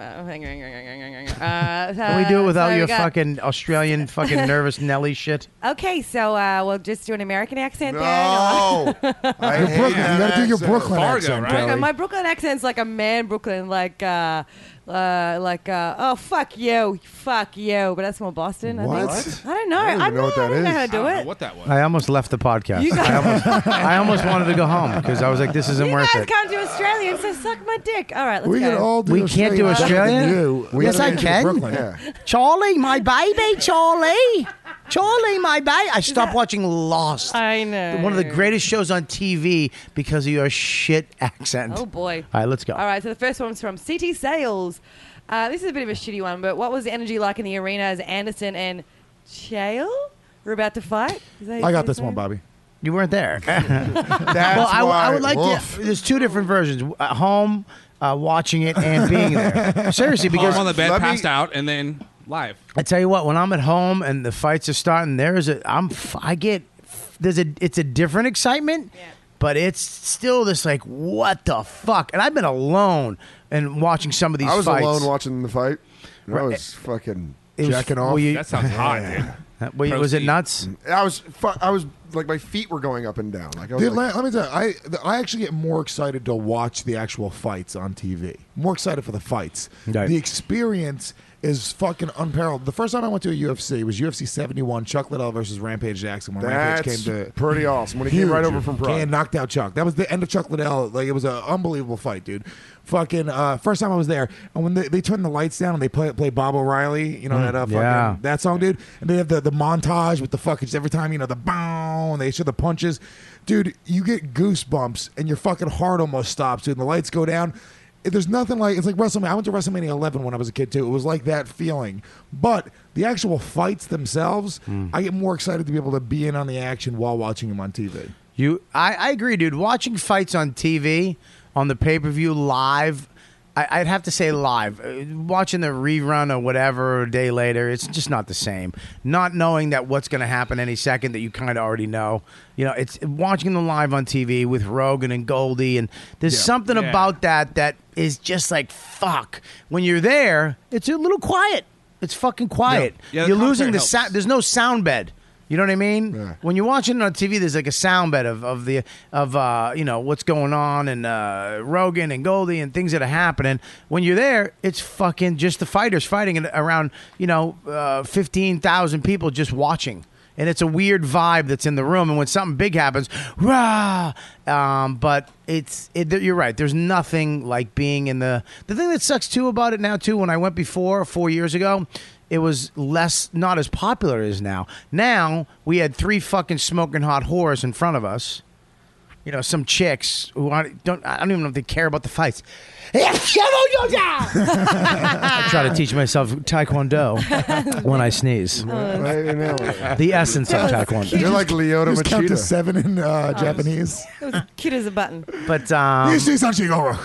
Speaker 8: uh,
Speaker 2: Can we do it without
Speaker 8: so we
Speaker 2: your
Speaker 8: got-
Speaker 2: fucking Australian fucking nervous Nelly shit?
Speaker 8: Okay, so uh, we'll just do an American accent
Speaker 2: No.
Speaker 8: then. or-
Speaker 2: I Your hate Brooklyn. that You gotta do your accent. Brooklyn Fargo, accent, right? Kelly.
Speaker 8: My Brooklyn accent's like a man Brooklyn, like uh, uh, like uh, oh fuck you, fuck you. But that's more Boston. I
Speaker 2: What?
Speaker 8: think. I don't know. I
Speaker 2: I don't even
Speaker 8: don't
Speaker 2: know
Speaker 8: know,
Speaker 2: what
Speaker 8: I
Speaker 2: that
Speaker 8: don't know
Speaker 2: is.
Speaker 8: how to do it.
Speaker 7: what that was.
Speaker 2: I almost left the podcast.
Speaker 8: You
Speaker 2: I, almost, I almost wanted to go home because I was like, this isn't
Speaker 8: You
Speaker 2: worth
Speaker 8: guys
Speaker 2: it.
Speaker 8: can't do Australian, so suck my dick. All right, let's
Speaker 2: We
Speaker 8: go.
Speaker 2: could all do We can't do Australian. Australian?
Speaker 9: We
Speaker 2: Yes,
Speaker 9: gotta
Speaker 2: I
Speaker 9: make it
Speaker 2: can.
Speaker 9: Brooklyn.
Speaker 2: Yeah. Charlie, my baby, Charlie. Charlie, my baby. I stopped watching Lost.
Speaker 8: I know.
Speaker 2: One of the greatest shows on TV because of your shit accent.
Speaker 8: Oh boy!
Speaker 2: All right, let's go.
Speaker 8: All right, so the first one's from CT Sales. Uh, this is a bit of a shitty one, but what was the energy like in the arena as Anderson and Chael were about to fight? Is that-
Speaker 9: I got
Speaker 8: is
Speaker 9: this one,
Speaker 8: that-
Speaker 9: Bobby.
Speaker 2: You weren't there. well, I, I would
Speaker 9: why-
Speaker 2: like to. There's two different versions: at home, uh, watching it, and being there. Seriously, because
Speaker 7: Home on the bed,
Speaker 2: Let me-
Speaker 7: passed out, and then live.
Speaker 2: I tell you what, when I'm at home and the fights are starting, there is a I'm f- I get f- there's a it's a different excitement, but it's still this like what the fuck. And I've been alone and watching some of these.
Speaker 5: I was
Speaker 2: fights.
Speaker 5: alone watching the fight. and I
Speaker 2: Right.
Speaker 5: was fucking
Speaker 2: It was-
Speaker 5: jacking off.
Speaker 2: were you- That sounds hot, dude. Uh, were you- was it Proceed. nuts?
Speaker 5: I was. Fu- I was like my feet were going up and down. Like I was
Speaker 9: Dude,
Speaker 5: like,
Speaker 9: let, let me tell you, I th- I actually get more excited to watch the actual fights on TV. More excited for the fights. The experience is fucking unparalleled. The first time I went to a UFC was UFC 71, Chuck Liddell versus Rampage Jackson. When Rampage
Speaker 5: That's
Speaker 9: came to
Speaker 5: pretty awesome. When he came right over from Pride.
Speaker 9: and knocked out Chuck. That was the end of Chuck Liddell. Like it was an unbelievable fight, dude. Fucking uh, first time I was there, and when they, they turned the lights down and they play play Bob O'Reilly, you know
Speaker 2: Mm,
Speaker 9: that uh, fucking
Speaker 2: yeah.
Speaker 9: that song, dude. And they have the, the montage with the fucking just every time you know the bow and they show the punches, dude. You get goosebumps and your fucking heart almost stops, dude. And the lights go down. It- There's nothing like it's like WrestleMania. I went to WrestleMania 11 when I was a kid too. It was like that feeling, but the actual fights themselves,
Speaker 2: Mm.
Speaker 9: I get more excited to be able to be in on the action while watching them on TV.
Speaker 2: You, I, I agree, dude. Watching fights on TV, on the pay per view live, I, I'd have to say live. Uh, Watching the rerun or whatever a day later, it's just not the same. Not knowing that what's going to happen any second that you kind of already know. You know, it's watching them live on TV with Rogan and Goldie, and there's
Speaker 13: Yeah.
Speaker 2: something
Speaker 13: Yeah.
Speaker 2: about that that is just like fuck. When you're there, it's a little quiet. It's fucking quiet.
Speaker 13: Yeah, the
Speaker 2: you're losing the
Speaker 13: concert
Speaker 2: sound. There's no sound bed. You know what I mean? When you're watching it on TV, there's like a sound bed of, of the of uh, you know what's going on and uh, Rogan and Goldie and things that are happening. When you're there, it's fucking just the fighters fighting and around you know uh, fifteen thousand people just watching. And it's a weird vibe that's in the room, and when something big happens, rah! Um, but it's it, th- you're right. There's nothing like being in the the thing that sucks too about it now too. When I went before four years ago, it was less not as popular as now. Now we had three fucking smoking hot whores in front of us. You know, some chicks who aren't, don't I don't even know if they care about the fights. I try to teach myself taekwondo when I sneeze. the essence of taekwondo.
Speaker 9: You're like Leota Just count to Machida. seven in uh, Japanese.
Speaker 8: It was cute as a button.
Speaker 2: But um,
Speaker 9: This is Sanchigoro.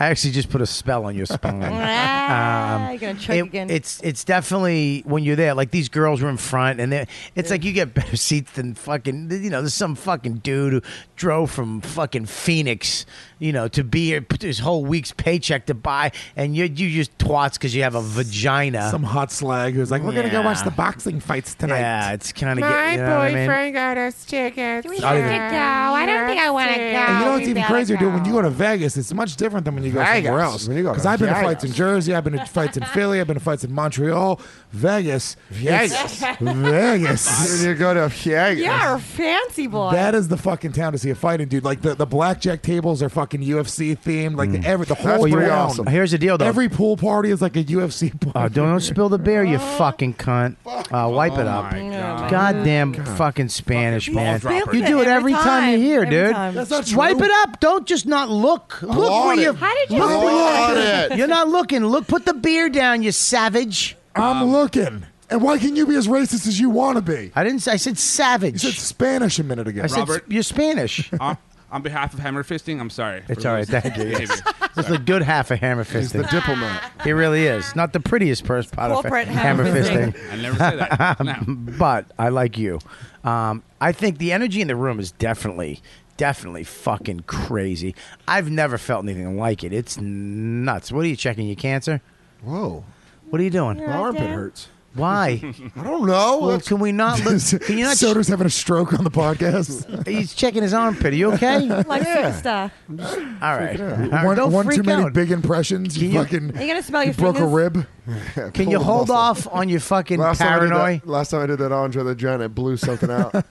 Speaker 2: I actually just put a spell on your spine.
Speaker 8: Ah, you're gonna choke
Speaker 2: it-
Speaker 8: again.
Speaker 2: It's it's definitely when you're there. Like these girls were in front, and they're- it's like you get better seats than fucking. You know, there's some fucking dude who drove from fucking Phoenix, you know, to be here, put his whole week's paycheck to buy, and you you just twats because you have a vagina.
Speaker 9: Some hot slag who's like, we're gonna go watch the boxing fights tonight.
Speaker 2: Yeah, it's kind of get, you know what I mean?
Speaker 4: got us tickets. we
Speaker 9: I
Speaker 4: have
Speaker 9: didn't-
Speaker 4: to go? I don't think I want to go.
Speaker 9: And you know what's
Speaker 4: We
Speaker 9: even
Speaker 4: better
Speaker 9: crazier,
Speaker 4: go.
Speaker 9: dude? When you go to Vegas, it's much different than when you go
Speaker 4: Vegas.
Speaker 9: somewhere else.
Speaker 4: When you go to
Speaker 9: Because I've been to
Speaker 4: Vegas.
Speaker 9: fights in Jersey, I've been to fights in Philly, I've been to fights in Montreal, Vegas,
Speaker 5: Vegas.
Speaker 9: It's- Vegas.
Speaker 5: you go to Vegas.
Speaker 8: You're a fancy boy.
Speaker 9: That is the fucking town to see a fight in, dude. Like the, the blackjack tables are fucking UFC themed. Like the, every the
Speaker 2: That's
Speaker 9: whole
Speaker 2: pretty
Speaker 9: round.
Speaker 2: awesome. Here's the deal, though.
Speaker 9: Every pool party is like a UFC. Party.
Speaker 2: Oh, don't, don't spill the beer, you fucking cunt. Uh, wipe it
Speaker 9: Oh
Speaker 2: up.
Speaker 9: my God.
Speaker 2: Goddamn
Speaker 9: God.
Speaker 2: fucking Spanish, man.
Speaker 9: ball dropper.
Speaker 2: You do it every time, you're here,
Speaker 9: Every
Speaker 2: dude.
Speaker 9: time. That's not true.
Speaker 2: Wipe it up. Don't just not look. Look where
Speaker 9: Applaud
Speaker 2: you.
Speaker 9: it. How did you
Speaker 2: look
Speaker 9: do
Speaker 2: where
Speaker 9: that?
Speaker 2: you- You're not looking. Look, put the beer down, you savage.
Speaker 9: I'm looking. And why can you be as racist as you want to be?
Speaker 2: I didn't. I said savage.
Speaker 9: You said Spanish a minute ago.
Speaker 7: I said Robert.
Speaker 2: You're Spanish.
Speaker 7: on, on behalf of Hammer Fisting, I'm sorry.
Speaker 2: It's
Speaker 7: for
Speaker 2: all right.
Speaker 7: those
Speaker 2: Thank you.
Speaker 7: behaviors.
Speaker 2: This is a good half of hammer fisting.
Speaker 7: He's the diplomat.
Speaker 2: He really is. Not the prettiest purse part of
Speaker 7: Corporate
Speaker 2: hammer
Speaker 7: hammer
Speaker 2: fisting.
Speaker 7: fisting. I never said that. No.
Speaker 2: but I like you. Um, I think the energy in the room is definitely definitely fucking crazy. I've never felt anything like it. It's nuts. What are you checking? Your cancer? Whoa. What are you doing?
Speaker 9: Your My armpit idea? hurts.
Speaker 2: Why?
Speaker 9: I don't know.
Speaker 2: Well, can we not look? Can you not?
Speaker 9: Soder's having a stroke on the podcast.
Speaker 2: He's checking his armpit. Are you okay?
Speaker 8: Like superstar.
Speaker 2: All right. All right,
Speaker 9: One,
Speaker 2: don't
Speaker 9: one
Speaker 2: freak
Speaker 9: too many
Speaker 2: out.
Speaker 9: big impressions. You,
Speaker 2: Can you-
Speaker 9: fucking.
Speaker 8: Are you gonna smell your
Speaker 9: broke
Speaker 8: fingers?
Speaker 9: a rib.
Speaker 2: Can you hold off on your fucking
Speaker 5: Last time, I did
Speaker 2: paranoia?
Speaker 5: that, last time I did that Andre the Giant, I blew something out.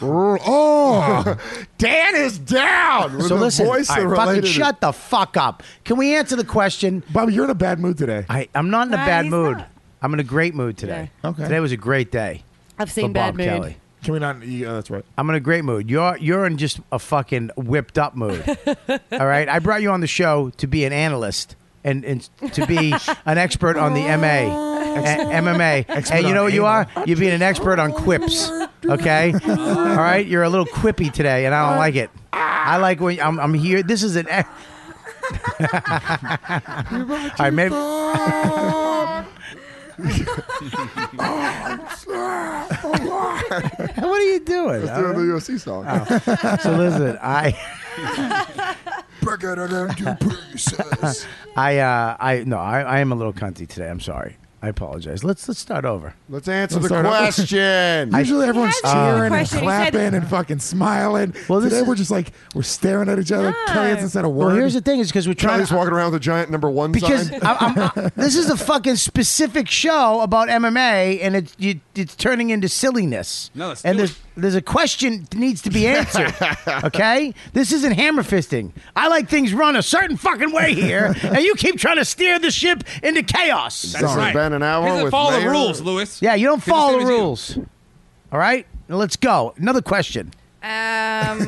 Speaker 9: oh,
Speaker 5: Dan is down. With
Speaker 2: So
Speaker 5: a
Speaker 2: listen,
Speaker 5: voice
Speaker 2: all
Speaker 5: that
Speaker 2: right, fucking
Speaker 5: related it.
Speaker 2: shut the fuck up. Can we answer the question?
Speaker 9: Bobby, you're in a bad mood today.
Speaker 2: I, I'm not in a
Speaker 8: Nah,
Speaker 2: bad
Speaker 8: he's
Speaker 2: mood. I'm in a great mood today.
Speaker 8: Yeah.
Speaker 9: Okay.
Speaker 2: Today was a great day.
Speaker 8: I've
Speaker 2: for
Speaker 8: seen
Speaker 2: Bob
Speaker 8: bad mood.
Speaker 2: Kelly.
Speaker 9: Can we not? Yeah, that's right.
Speaker 2: I'm in a great mood. You're you're in just a fucking whipped up mood. All right. I brought you on the show to be an analyst and, and to be an expert on the MA. a- MMA.
Speaker 9: Expert
Speaker 2: and you
Speaker 9: on
Speaker 2: know what you
Speaker 9: anal.
Speaker 2: are? You're being an expert on quips. Okay? All right? You're a little quippy today and I don't like it. I like when I'm, I'm here. This is an e- All right, maybe what are you doing?
Speaker 5: Let's do another UFC song.
Speaker 9: Oh.
Speaker 2: so listen, I
Speaker 9: Break it into pieces.
Speaker 2: I uh I no, I, I am a little cunty today. I'm sorry. I apologize. Let's let's start over.
Speaker 5: Let's answer
Speaker 9: Let's
Speaker 5: the
Speaker 9: start over.
Speaker 5: question.
Speaker 9: Usually everyone's
Speaker 8: hasn't answered the
Speaker 9: cheering and
Speaker 8: question. He said-
Speaker 9: clapping and fucking smiling.
Speaker 2: Well, this
Speaker 9: Today
Speaker 2: is-
Speaker 9: we're just like we're staring at each other. Kelly hasn't said a word.
Speaker 2: Well, here's the thing is because we're trying
Speaker 5: Kelly's
Speaker 2: to
Speaker 5: walking around with a giant number one
Speaker 2: because
Speaker 5: sign.
Speaker 2: I, I'm, I- this is a fucking specific show about MMA, and it's you, it's turning into silliness.
Speaker 7: No, let's
Speaker 2: and
Speaker 7: do
Speaker 2: there's there's a question that needs to be answered. okay, this isn't hammer fisting. I like things run a certain fucking way here, and you keep trying to steer the ship into chaos.
Speaker 5: This has been an hour
Speaker 7: He doesn't
Speaker 5: with
Speaker 7: follow the
Speaker 5: Mayor.
Speaker 7: rules, Lewis.
Speaker 2: yeah, you don't
Speaker 7: He's the
Speaker 2: follow
Speaker 7: same
Speaker 2: the
Speaker 7: as you.
Speaker 2: rules. All right, now let's go. Another question.
Speaker 8: Um.